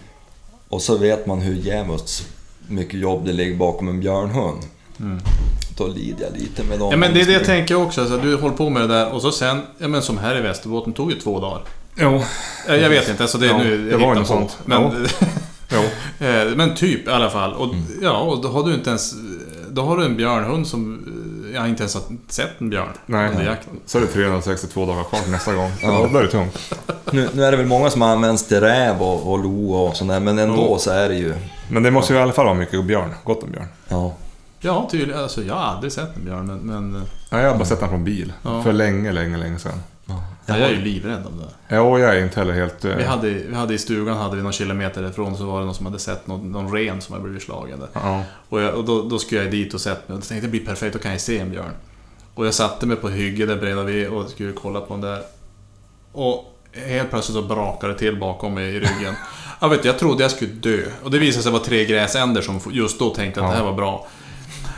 Speaker 1: och så vet man hur jävligt mycket jobb det ligger bakom en björnhund. Då lider jag lite med dem.
Speaker 3: Mm. Ja men det är det jag tänker också, alltså, du håller på med det där och så sen, ja men som här i Västerbotten tog ju två dagar.
Speaker 2: Jo.
Speaker 3: Eh, Jag vet inte, alltså det är
Speaker 2: Ja,
Speaker 3: nu
Speaker 2: det
Speaker 3: jag
Speaker 2: var ju
Speaker 3: hittar
Speaker 2: något
Speaker 3: på.
Speaker 2: sånt.
Speaker 3: Men, (laughs)
Speaker 2: jo.
Speaker 3: eh, men typ i alla fall. Och,
Speaker 2: Mm.
Speaker 3: Ja, och då har du inte ens... Då har du en björnhund som... eh, Jag inte ens har sett en björn
Speaker 2: Nej.
Speaker 3: under jakten.
Speaker 2: Så är det 362 dagar kvar till nästa
Speaker 3: (laughs)
Speaker 2: gång. Ja. Då blir det tungt.
Speaker 1: Nu, nu är det väl många som används till räv och, och lo och sånt där, men ändå
Speaker 3: Mm.
Speaker 1: så är det ju...
Speaker 2: Men det måste ju i alla fall vara mycket björn. Gott om björn.
Speaker 1: Ja.
Speaker 3: Ja, tydligen. Alltså jag har aldrig sett en björn, men... men eh,
Speaker 2: Nej, jag har bara sett den från bil.
Speaker 3: Ja.
Speaker 2: För länge, länge, länge sedan.
Speaker 3: jag är ju livrädd om det.
Speaker 2: Jo, jag är inte heller helt... eh,
Speaker 3: Vi hade, vi hade i stugan, hade vi någon kilometer ifrån, så var det någon som hade sett någon, någon ren som hade blivit slagen. där.
Speaker 2: Ja.
Speaker 3: Och, jag, och då, då skulle jag dit och sätta mig och tänkte det blir perfekt, då kan jag se en björn. Och jag satte mig på hygget där bredvid och skulle kolla på den där. Och helt plötsligt så brakade det till bakom mig i ryggen. Jag, vet, jag trodde jag skulle dö. Och det visade sig vara tre gräsänder som just då tänkte att det här var bra.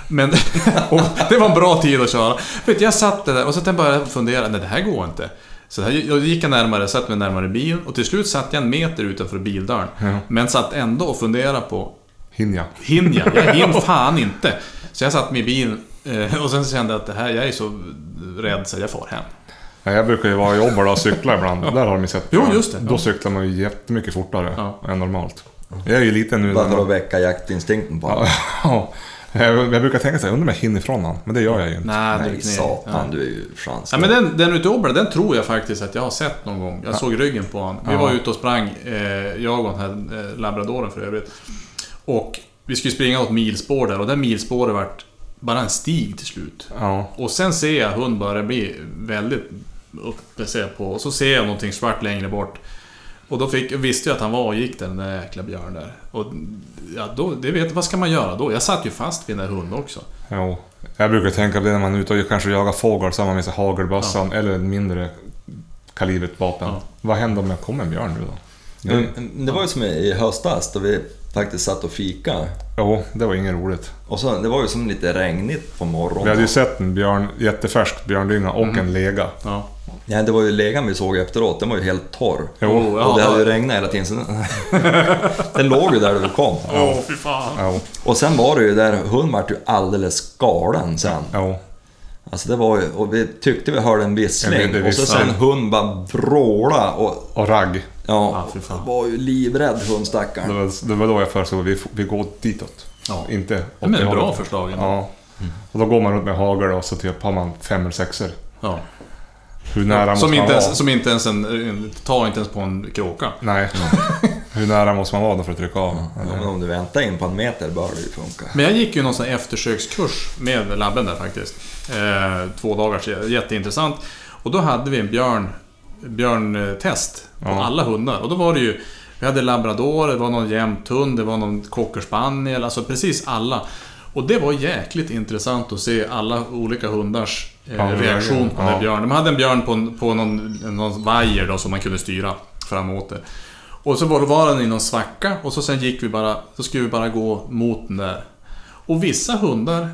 Speaker 3: Men (laughs) och det var en bra tid att köra. Vet, jag satt där och så tänkte jag bara fundera, nej det här går inte. Så här, jag gick jag närmare, satt mig närmare bilen och till slut satt jag en meter utanför bildörren. Men satt ändå och funderade på,
Speaker 2: Hinja.
Speaker 3: Hinner jag? Jag (laughs) hinner fan inte. Så jag satt mig i bilen eh, och sen kände jag att det här, jag är så rädd så jag far hem.
Speaker 2: Ja, jag brukar ju vara i Obbola och cykla ibland. Där har de ju sett
Speaker 3: Jo,
Speaker 2: björn.
Speaker 3: just det.
Speaker 2: Då cyklar man ju jättemycket fortare
Speaker 3: Ja.
Speaker 2: än normalt. Jag är ju liten nu.
Speaker 1: Bara
Speaker 2: när
Speaker 1: för att
Speaker 2: man-
Speaker 1: väcka jaktinstinkten på alla.
Speaker 2: (laughs) Ja. Jag jag brukar tänka så här, undrar om jag hinner ifrån honom. Men det gör jag ju inte.
Speaker 3: Nej,
Speaker 1: Nej,
Speaker 3: gick ner.
Speaker 1: satan,
Speaker 3: Ja.
Speaker 1: du är ju chans.
Speaker 3: Ja, men den, den utöver den tror jag faktiskt att jag har sett någon gång. Jag såg ryggen på honom. Vi var ute och sprang, eh, jag och den här eh, labradoren för övrigt. Och vi skulle springa åt milspår där och det milspåret vart bara en stig till slut.
Speaker 2: Ja.
Speaker 3: Och sen ser jag hund börja bli väldigt uppe ser jag på och så ser jag någonting svart längre bort. Och då fick, visste jag att han var och gick där, den där jäkla björnen där. Och ja, då, det vet, vad ska man göra då? Jag satt ju fast vid den där hunden också.
Speaker 2: Jo. Jag brukar tänka på det när man är ute och kanske jagar fågel så har man med sig hagelbössan eller en mindre kalibert vapen.
Speaker 3: Ja.
Speaker 2: Vad händer om jag kommer en björn nu då?
Speaker 1: Men- men Det var ju som i höstas då vi faktiskt satt och fika.
Speaker 2: Jo, det var inget roligt.
Speaker 1: Och så, det var ju som lite regnigt på morgonen.
Speaker 2: Vi hade ju sett en björn, jättefärsk björndynga och
Speaker 3: Mhm.
Speaker 2: en lega.
Speaker 3: Ja.
Speaker 1: Nej, det var ju legan vi såg efteråt, den var ju helt torr.
Speaker 2: Jo.
Speaker 3: Oh, ja.
Speaker 1: Och det hade ju regnat hela tiden. Så den, (laughs) den låg ju där du kom.
Speaker 3: Åh, fy fan.
Speaker 2: Jo,
Speaker 1: Och sen var det ju där, hunden vart ju alldeles galen sen.
Speaker 2: jo.
Speaker 1: Alltså det var ju, och vi tyckte vi hörde en
Speaker 2: En liten
Speaker 1: vissling. Och så
Speaker 2: vissling.
Speaker 1: sen hund bara vråla och...
Speaker 2: Och ragg.
Speaker 1: Ja,
Speaker 3: Ja, fy fan.
Speaker 1: var ju livrädd
Speaker 2: Det
Speaker 1: hundstackaren.
Speaker 2: var, det var då jag föreslog att vi, vi går ditåt.
Speaker 3: Ja.
Speaker 2: Inte
Speaker 3: Ja, men det är
Speaker 2: åt
Speaker 3: bra
Speaker 2: hållet.
Speaker 3: förslag ändå.
Speaker 2: Ja. Och då går man runt med hagel och så typ har man fem eller sexor.
Speaker 3: Ja.
Speaker 2: Hur nära måste
Speaker 3: Som,
Speaker 2: man
Speaker 3: inte
Speaker 2: vara?
Speaker 3: ens, som inte ens en, en... Tar inte ens på en kråka.
Speaker 2: Nej.
Speaker 3: Mm.
Speaker 2: Hur nära måste man vara då för att trycka av?
Speaker 1: Ja, men om du väntar in på en meter bör det ju
Speaker 2: (laughs)
Speaker 1: funka.
Speaker 3: Men jag gick ju någon sån här eftersökskurs med labben där faktiskt. Eh, två dagars, jätteintressant. Och då hade vi en björn, björntest på
Speaker 2: Ja.
Speaker 3: alla hundar. Och då var det ju, vi hade labrador, det var någon jämthund, det var någon cocker spaniel, alltså precis alla. Och det var jäkligt intressant att se alla olika hundars eh,
Speaker 2: Ja,
Speaker 3: reaktion på den
Speaker 2: ja.
Speaker 3: där björnen. De hade en björn på, på någon, någon vajer då som man kunde styra framåt. det. Och så var, var den i någon svacka och så sen gick vi bara, så skulle vi bara gå mot den där. Och vissa hundar,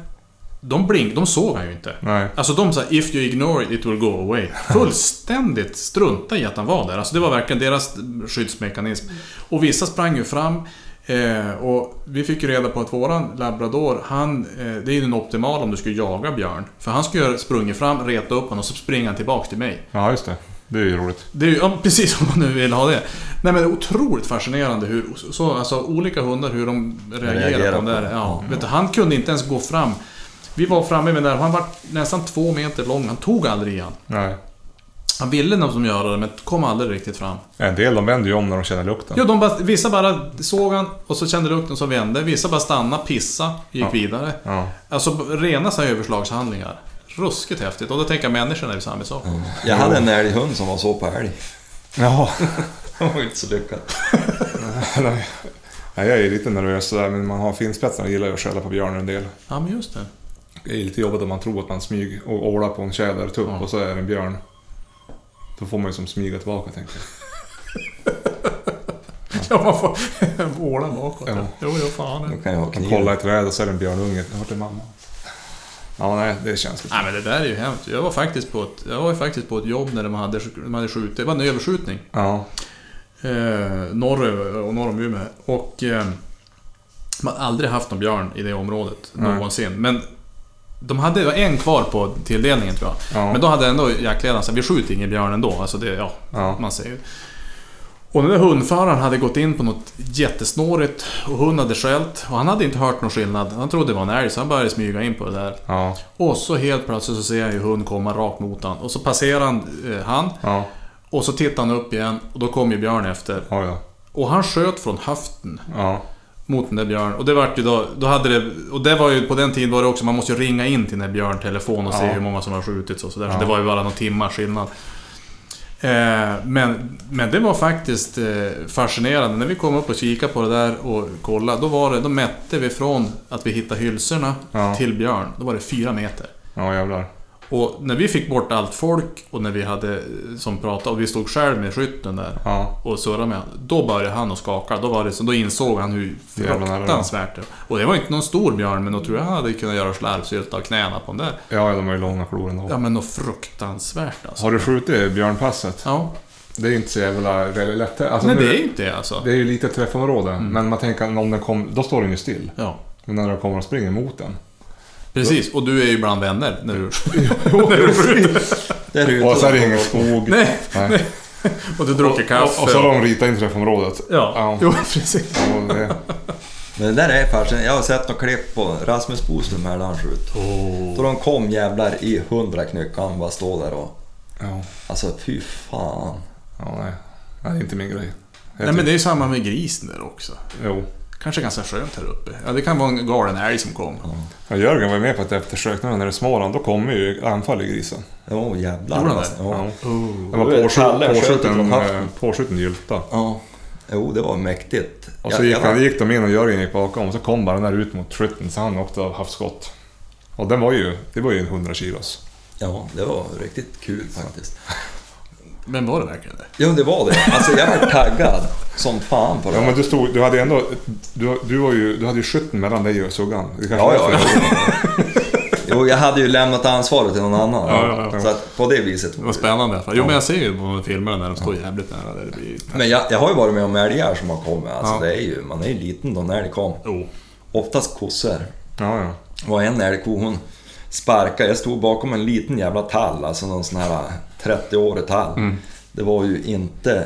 Speaker 3: de blink, de såg han ju inte.
Speaker 2: Nej.
Speaker 3: Alltså de sa “If you ignore it, it will go away”. Fullständigt strunta i att han var där. Alltså det var verkligen deras skyddsmekanism. Och vissa sprang ju fram. Eh, och vi fick ju reda på att våran labrador, han, eh, det är ju den optimala om du skulle jaga björn. För han skulle ha sprungit fram, reta upp honom och så springer han tillbaks till mig.
Speaker 2: Ja, just det. Det är ju roligt.
Speaker 3: Det är ju, ja, precis om man nu vill ha det. Nej men det är otroligt fascinerande hur, så, alltså olika hundar, hur de reagerar,
Speaker 1: Reagerar
Speaker 3: på
Speaker 1: på
Speaker 3: det där. Ja, vet du, han kunde inte ens gå fram. Vi var framme med den där, han var nästan två meter lång, han tog aldrig i han.
Speaker 2: Nej.
Speaker 3: Han ville något som göra det, men kom aldrig riktigt fram.
Speaker 2: En del de vänder ju om när de känner lukten.
Speaker 3: Jo, de bara, vissa bara såg han och så kände lukten som vände. Vissa bara stannade, pissa, gick
Speaker 2: Ja.
Speaker 3: vidare.
Speaker 2: Ja.
Speaker 3: Alltså rena så här överslagshandlingar. Ruskigt häftigt. Och då tänker jag människan är ju samma sak.
Speaker 1: Jag hade en älghund som var så på älg. (laughs)
Speaker 2: Jaha. (laughs)
Speaker 1: Det var ju inte så lyckat.
Speaker 2: Nej, jag är ju lite nervös sådär, men man har finspetsarna och gillar ju att skälla på björnen en del.
Speaker 3: Ja, men just det. (laughs)
Speaker 2: Det är lite jobbigt om man tror att man smyg och ålar på en tjädertupp
Speaker 3: Ja.
Speaker 2: och så är det en björn. Då får man ju som smyga tillbaka tänker jag.
Speaker 3: Ja, man får (laughs) våla bakåt.
Speaker 2: Ja.
Speaker 3: Jo, jo, fan.
Speaker 1: Då kan jag ha
Speaker 2: Man
Speaker 1: kniv.
Speaker 2: kollar i träd och så är det en björnunge. Vart är mamma? Ja, nej, det känns lite...
Speaker 3: Nej, men det där är ju hemskt. Jag var faktiskt på ett, jag var ju faktiskt på ett jobb när de hade, de hade skjutit. Det var en överskjutning.
Speaker 2: Ja,
Speaker 3: Eh, norröver och norr om Umeå. Och eh, man har aldrig haft någon björn i det området
Speaker 2: Nej.
Speaker 3: någonsin. Men de hade det var en kvar på tilldelningen tror jag.
Speaker 2: Ja.
Speaker 3: Men då hade ändå jaktledaren sagt vi skjuter ingen björn ändå. Alltså det, ja,
Speaker 2: Ja.
Speaker 3: man säger ju. Och den där hundföraren hade gått in på något jättesnårigt och hunden hade skällt. Och han hade inte hört någon skillnad. Han trodde det var en älg så han började smyga in på det där.
Speaker 2: ja,
Speaker 3: Och så helt plötsligt så ser jag ju hund komma rakt mot han. Och så passerar han, eh, han.
Speaker 2: ja,
Speaker 3: Och så tittar han upp igen och då kom ju björn efter.
Speaker 2: ja, ja.
Speaker 3: Och han sköt från höften
Speaker 2: ja.
Speaker 3: mot den där björn. Och det vart ju då, då hade det, och det var ju på den tiden var det också, man måste ju ringa in till den här björntelefon och se
Speaker 2: Ja.
Speaker 3: hur många som har skjutits och sådär.
Speaker 2: Ja.
Speaker 3: Så det var ju bara någon timmar skillnad. Eh, men, men det var faktiskt eh, fascinerande. När vi kom upp och kikade på det där och kollade, då, var det, då mätte vi från att vi hittade hylsorna
Speaker 2: Ja.
Speaker 3: till björn. Då var det fyra meter.
Speaker 2: Ja, jävlar.
Speaker 3: Och när vi fick bort allt folk och när vi hade eh, som pratade och vi stod själv med skytten där
Speaker 2: Ja,
Speaker 3: och surrade med honom. Då började han att skaka. Då, var det, så då insåg han hur
Speaker 2: Jävlar, nära
Speaker 3: fruktansvärt det var. Och det var inte någon stor björn, men då tror jag han hade kunnat göra slarvsylta av knäna på den där.
Speaker 2: ja ja, de är ju långa klor ändå.
Speaker 3: Ja men något fruktansvärt alltså.
Speaker 2: Har du skjutit björnpasset?
Speaker 3: Ja.
Speaker 2: Det är ju inte så jävla lätt. Alltså,
Speaker 3: Nej
Speaker 2: nu-
Speaker 3: det är ju inte det alltså.
Speaker 2: Alltså, Det är ju lite träffområde,
Speaker 3: Mm.
Speaker 2: men man tänker om den kom, då står den ju still.
Speaker 3: Ja.
Speaker 2: Men när den kommer och springer mot den.
Speaker 3: Precis, och du är ju bland vänner (laughs) när
Speaker 2: (laughs)
Speaker 3: du...
Speaker 1: Där är ju
Speaker 2: och så är det ingen
Speaker 1: inte-
Speaker 2: skog.
Speaker 3: Nej!
Speaker 2: Nej.
Speaker 3: Och du dricker kaffe.
Speaker 2: Och, och så har de ritat in träffområdet.
Speaker 3: Ja,
Speaker 2: ja.
Speaker 3: jo (laughs) precis.
Speaker 2: och det,
Speaker 1: Men det där är fascinerande. Jag har sett några klipp på Rasmus Boström här när han skjut.
Speaker 3: Åh.
Speaker 1: Då de kom jävlar i hundra knyck och han bara står där och...
Speaker 2: ja,
Speaker 1: Alltså fy fan.
Speaker 2: ja nej. nej. Det är inte min grej. Jag
Speaker 3: Nej men
Speaker 2: tycker-
Speaker 3: det är ju samma med grisen där också.
Speaker 2: Jo.
Speaker 3: kanske ganska skönt här uppe. Ja, det kan vara en galen älg som kom.
Speaker 2: Ja, Jörgen var ju med på ett eftersök när vi var nere i Småland. Då kom ju anfall i grisen.
Speaker 1: Åh oh, jävlar.
Speaker 3: Gjorde han
Speaker 1: alltså.
Speaker 3: det?
Speaker 1: Ja.
Speaker 2: Den var
Speaker 1: Då är det
Speaker 2: påskjuten,
Speaker 1: Kalle, sköter från
Speaker 2: påskjuten,
Speaker 1: haften.
Speaker 2: eh, påskjuten gylta.
Speaker 1: ja. Jo, det var mäktigt.
Speaker 2: Och så
Speaker 1: Jag-
Speaker 2: gick,
Speaker 1: jag
Speaker 2: han, gick de in och Jörgen gick bakom. Och så kom bara den där ut mot tritten så han åkte av havsskott. Och den var ju, det var ju en 100 kilos.
Speaker 1: Ja, det var riktigt kul faktiskt.
Speaker 3: Men var det verkligen det?
Speaker 1: Jo, det var det. Alltså jag var taggad som fan på det.
Speaker 2: Ja
Speaker 1: här.
Speaker 2: men du stod, du hade ändå, du, du var ju, du hade ju skytten mellan dig och suggan. Det kanske
Speaker 1: Ja,
Speaker 2: var
Speaker 1: ja,
Speaker 2: därför.
Speaker 1: Jo, jag hade ju lämnat ansvaret till någon annan.
Speaker 3: Ja, ja, ja.
Speaker 1: Så att på det viset.
Speaker 3: Det var spännande i alla fall. Jo, men jag ser ju på filmerna när de står jävligt nära. Där det blir...
Speaker 1: Men jag, jag har ju varit med om älgar som har kommit. Alltså,
Speaker 3: Ja.
Speaker 1: det är ju, man är ju liten då när det kom.
Speaker 3: Jo.
Speaker 1: Oftast kossor.
Speaker 2: Ja, ja.
Speaker 1: var en älgko, hon sparkade. Jag stod bakom en liten jävla tall, alltså någon sån här 30-årig tall. Det var ju inte... äh,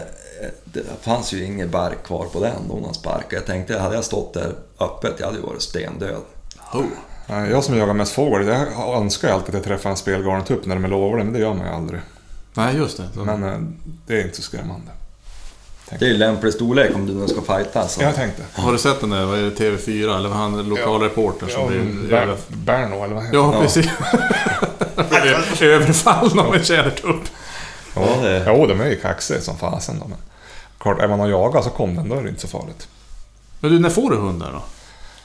Speaker 1: Det fanns ju ingen bark kvar på den då när han sparkade. Jag tänkte, hade jag stått där öppet, jag hade ju varit stendöd.
Speaker 3: Oh.
Speaker 2: Nej, Jag som jagar mest fågel, jag önskar ju alltid att jag träffar en spelgalen tupp när de är lovade, men det gör man ju aldrig.
Speaker 3: Nej, just det. Så-
Speaker 2: Men eh, det är inte så skrämmande.
Speaker 1: Det är ju lämplig storlek om du nu ska fighta. Så.
Speaker 2: Jag tänkte.
Speaker 3: Har du sett den där, vad är det, TV4? Eller vad han, lokalreportern som
Speaker 2: Ja,
Speaker 3: blir...
Speaker 2: Ber-
Speaker 3: jävla-
Speaker 2: Berno eller vad heter
Speaker 3: Ja,
Speaker 2: han?
Speaker 3: precis. (laughs) Blev Överfallen av en tjädertupp.
Speaker 1: Ja, det-
Speaker 2: Jo, de är ju kaxiga som fasen. då, Men klart, är man och jagar så kom den, då är det inte så farligt.
Speaker 3: Men du, när får du hundar då?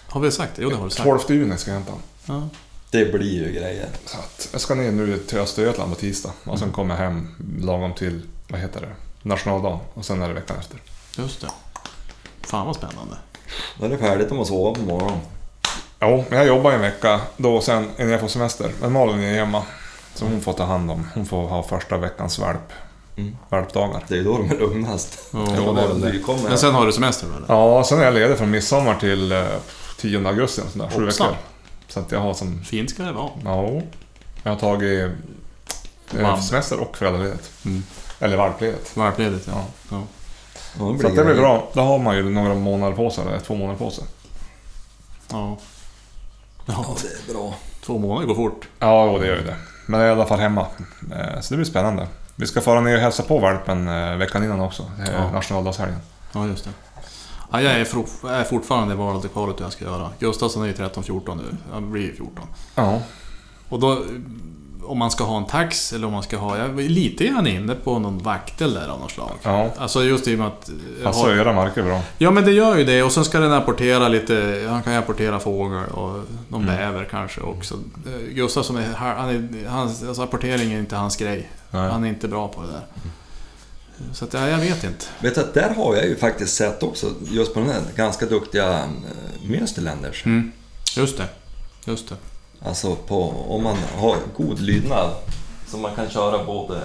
Speaker 3: Har vi sagt det? Jo, det har du sagt.
Speaker 2: 12 juni ska jag hämta den.
Speaker 3: Ja.
Speaker 1: Det blir ju grejer.
Speaker 2: Så att jag ska ner nu till Östergötland på tisdag och
Speaker 3: Mm.
Speaker 2: sen kommer jag hem lagom till, vad heter det, nationaldagen. Och sen är det veckan efter.
Speaker 3: Just det. Fan vad spännande.
Speaker 1: Då är det färdigt om att sova på morgonen.
Speaker 2: Jo, men jag jobbar en vecka då och sen innan jag får semester. Men Malin är hemma. Så hon får ta hand om. Hon får ha första veckans valp.
Speaker 1: Mm.
Speaker 2: Valpdagar.
Speaker 1: Det är ju då de är lugnast.
Speaker 3: Ja,
Speaker 1: När
Speaker 3: det
Speaker 1: man
Speaker 2: är
Speaker 1: har
Speaker 2: väl det.
Speaker 1: nykommen.
Speaker 3: Men sen har du semester väl? eller?
Speaker 2: Ja, sen är jag ledig från midsommar till eh, 10 augusti. eller Sådär, sju
Speaker 3: Hoppsan.
Speaker 2: veckor. Så att jag har som...
Speaker 3: Fint ska det vara.
Speaker 2: Ja. Jag har tagit eh,
Speaker 3: Mamma.
Speaker 2: semester och föräldraledigt.
Speaker 3: Mm.
Speaker 2: Eller valpledigt.
Speaker 3: Valpledigt ja. ja.
Speaker 1: Ja,
Speaker 2: Så att det blir
Speaker 1: grejer.
Speaker 2: bra. Då har man ju några månader på sig. Eller två månader på sig.
Speaker 3: Ja.
Speaker 1: Ja,
Speaker 3: ja.
Speaker 1: det är bra.
Speaker 3: Två månader går fort.
Speaker 2: Ja, jo, det gör ju det. Men jag är i alla fall hemma. Eh, Så det blir spännande. Vi ska fara ner och hälsa på valpen eh, veckan innan också.
Speaker 3: Ja.
Speaker 2: Ja. Nationaldagshelgen.
Speaker 3: Ja, just det. Ja, jag är, for, är fortfarande valet och kvalet hur jag ska göra. Gustavsson är ju 13-14 nu. Han blir ju 14.
Speaker 2: Ja.
Speaker 3: Och då... eh, Om man ska ha en tax eller om man ska ha... Jag, är lite grann inne på någon vaktel där av något slag.
Speaker 2: Ja,
Speaker 3: Alltså just i och med att... eh, jag
Speaker 2: passar
Speaker 3: har-
Speaker 2: ju era marker bra.
Speaker 3: Ja men det gör ju det och sen ska den apportera lite, han kan ju apportera fågel och någon bäver kanske också. Eh, Gustafsson är, här- han är hans, alltså apportering är inte hans grej.
Speaker 2: Nej.
Speaker 3: Han är inte bra på det där. Så att, ja, jag vet inte.
Speaker 1: Vet du, att där har jag ju faktiskt sett också, just på den här ganska duktiga eh, Münsterländers.
Speaker 3: Just det. Just det.
Speaker 1: Alltså på, om man har god lydnad, så man kan köra både...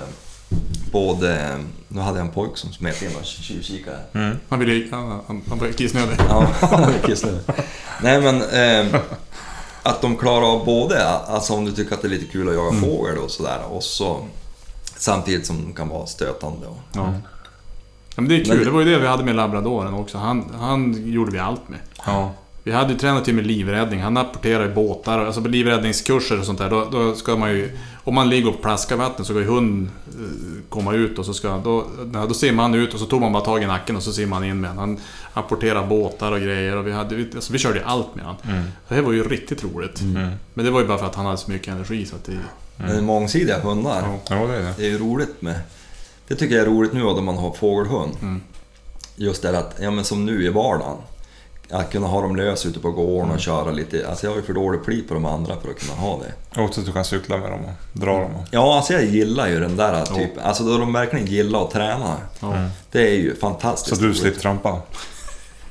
Speaker 1: både mm, nu hade jag en pojk som smet in och tjuvkikade.
Speaker 3: Han ville ju... Han, han, han var kissnödig.
Speaker 1: Ja, kissnödig. Nej men, eh, att de klarar av både, alltså om du tycker att det är lite kul att jaga fågel och sådär, och så samtidigt som de kan vara stötande. Och,
Speaker 3: Ja. Ja, men det är kul,
Speaker 1: Men-
Speaker 3: det var ju det vi hade med labradoren också. Han, han gjorde vi allt med.
Speaker 2: Ja.
Speaker 3: Vi hade ju tränat till med livräddning. Han apporterar i båtar, alltså på livräddningskurser och sånt där. Då, då ska man ju... Om man ligger och plaskar i vatten så ska ju hunden eh, komma ut och så ska... Då, ja, då simmar han ut och så tog man bara tag i nacken och så simmar han in med han. Han apporterar båtar och grejer och vi, hade, vi- alltså vi körde ju allt med han. Det här var ju riktigt roligt. Men det var ju bara för att han hade så mycket energi så att det...
Speaker 1: Men det är mångsidiga hundar.
Speaker 3: Ja.
Speaker 2: Jo, det är det.
Speaker 1: Det är ju roligt med... Det tycker jag är roligt nu när man har fågelhund. Just det här att, ja men som nu i vardagen. Att kunna ha dem lös ute på gården och köra lite. Alltså jag har ju för dålig pli på de andra för att kunna ha det.
Speaker 2: Och också att du kan cykla med dem och dra dem. Och.
Speaker 1: Ja, alltså jag gillar ju den där typen. Alltså då de verkligen gillar att träna.
Speaker 3: Ja.
Speaker 1: Det är ju
Speaker 2: Mm. Så
Speaker 1: fantastiskt
Speaker 2: du
Speaker 1: roligt.
Speaker 2: slipper trampa.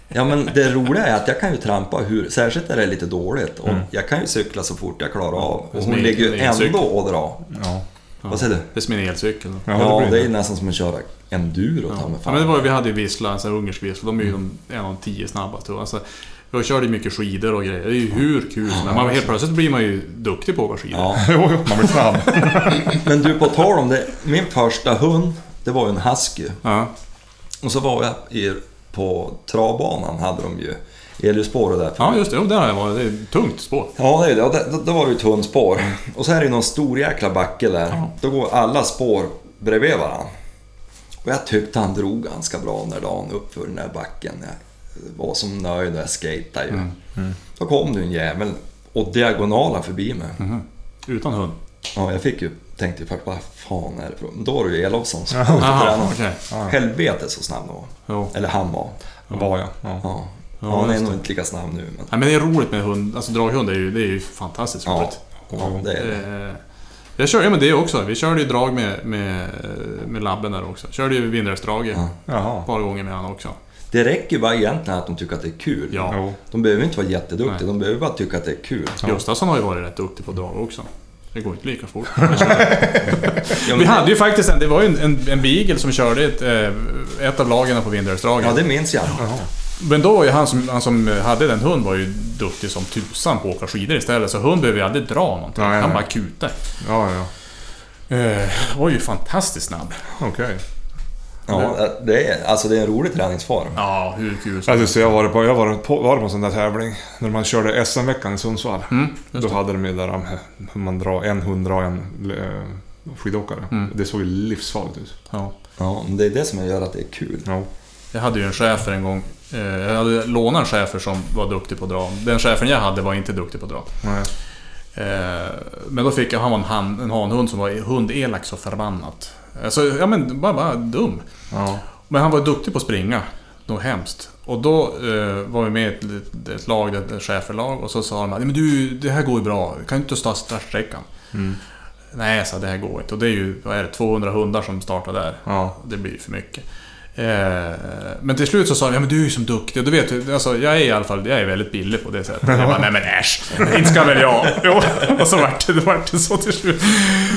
Speaker 1: Ja men det roliga är att jag kan ju trampa hur, särskilt när det är lite dåligt.
Speaker 2: Mm.
Speaker 1: Och jag kan ju cykla så fort jag klarar av. Och
Speaker 3: som
Speaker 1: hon
Speaker 3: en-
Speaker 1: ligger
Speaker 3: en
Speaker 1: ju ändå
Speaker 3: elcykel.
Speaker 1: och drar.
Speaker 2: Ja. (laughs)
Speaker 1: Vad säger du?
Speaker 3: Det är som en elcykel.
Speaker 2: Ja,
Speaker 1: Ja,
Speaker 2: det
Speaker 1: det är
Speaker 2: blir
Speaker 1: ju
Speaker 2: det.
Speaker 1: nästan som att köra enduro ta mig
Speaker 3: Ja,
Speaker 1: fan.
Speaker 3: men det var, ju- vi hade ju vissla, en sån här ungersk vissla. De är ju de, en av de tio snabbaste. Alltså, jag körde ju mycket skidor och grejer. Det är ju hur kul som helst. Man Helt plötsligt blir man ju duktig på att åka skidor.
Speaker 1: Ja.
Speaker 2: Jo, jo, man blir snabb. (laughs)
Speaker 1: Men du, på tal om det. Min första hund, det var ju en husky.
Speaker 3: Ja.
Speaker 1: Och så var jag i, på travbanan, hade de ju elljusspåret där.
Speaker 3: Ja, just det. Jo, där har jag varit. Det är ett tungt spår.
Speaker 1: Ja, det, är det. Och det, det var ju ett hundspår. Och så här är det någon stor jäkla backe där.
Speaker 3: Ja.
Speaker 1: Då går alla spår bredvid varandra. Och jag tyckte han drog ganska bra den där dagen uppför den där backen. Jag var som nöjd när jag skejtade ju. Då kom det en jävel och diagonala förbi mig.
Speaker 3: Utan hund?
Speaker 1: Ja, jag fick ju, tänkte ju faktiskt, vad fan är det för... Då var det ju Elofsson som
Speaker 3: Jaha,
Speaker 1: tränade.
Speaker 3: okej.
Speaker 1: Helvete så snabb då.
Speaker 3: Jo.
Speaker 1: Eller han var.
Speaker 2: Var jag. Ja.
Speaker 1: Ja.
Speaker 3: Ja,
Speaker 1: han är
Speaker 3: just
Speaker 1: nog inte lika snabb nu men...
Speaker 3: Nej, men det är roligt med hund. Alltså draghund är ju, det är ju fantastiskt
Speaker 1: Ja.
Speaker 3: roligt.
Speaker 1: Ja, det är det.
Speaker 3: Eh, Jag kör ju med det också. Vi körde ju drag med, med, med labben där också. Körde ju vindrälsdraget
Speaker 1: Ja.
Speaker 2: Jaha.
Speaker 3: ett par gånger med han också.
Speaker 1: Det räcker ju bara egentligen att de tycker att det är kul.
Speaker 3: Ja.
Speaker 2: Jo.
Speaker 1: De behöver inte vara jätteduktiga,
Speaker 3: Nej.
Speaker 1: de behöver bara tycka att det är kul.
Speaker 3: Gustafsson har ju varit rätt duktig på drag också. Det går inte
Speaker 1: (laughs)
Speaker 3: lika fort. vi hade ju faktiskt en, det var ju en, en, en beagle som körde ett, eh, ett av lagen på vindrälsdraget.
Speaker 1: Ja, det minns jag.
Speaker 3: Men då var ju han som, han som hade den hund var ju duktig som tusan på att åka skidor istället. Så hund behöver ju aldrig dra någonting.
Speaker 2: Nej,
Speaker 3: han
Speaker 2: nej.
Speaker 3: bara kutar.
Speaker 2: Ja, ja.
Speaker 3: Eh, var ju fantastiskt snabb.
Speaker 2: Okej.
Speaker 1: Ja, det är, alltså det är en rolig träningsform.
Speaker 3: Ja, hur kul som
Speaker 2: Alltså, så jag var på, jag var på, var på en sån där tävling när man körde SM-veckan i Sundsvall.
Speaker 3: mm,
Speaker 2: då hade de ju där om hur man drar en hund drar en eh, skidåkare. Det såg ju livsfarligt ut.
Speaker 3: Ja.
Speaker 1: Ja, men det är det som gör att det är kul.
Speaker 2: Ja.
Speaker 3: Jag hade ju en schäfer en gång. Eh, Jag hade lånat en schäfer som var duktig på att dra. Den schäfern jag hade var inte duktig på att dra.
Speaker 2: Nej.
Speaker 3: Eh, Men då fick jag, han var en, han, en hanhund som var hundelak så förbannat. Alltså, ja men bara, bara dum.
Speaker 2: Ja.
Speaker 3: Men han var duktig på att springa. Något hemskt. Och då eh, var vi med i ett, ett lag, ett ett schäferlag, och så sa de att "Nej, men du, det här går ju bra. Kan du inte starta startsträckan? Nej, jag sa det här går inte. Och det är ju, vad är det, 200 hundar som startar där.
Speaker 2: Ja.
Speaker 3: Det blir ju för mycket. Eh, men till slut så sa de, ja men du är ju som duktig. Och du vet, du, alltså, jag är i alla fall jag är väldigt billig på det sättet. Jag bara, nej men äsch, inte ska väl jag. (laughs) Jo, och så vart det, det vart det så till slut.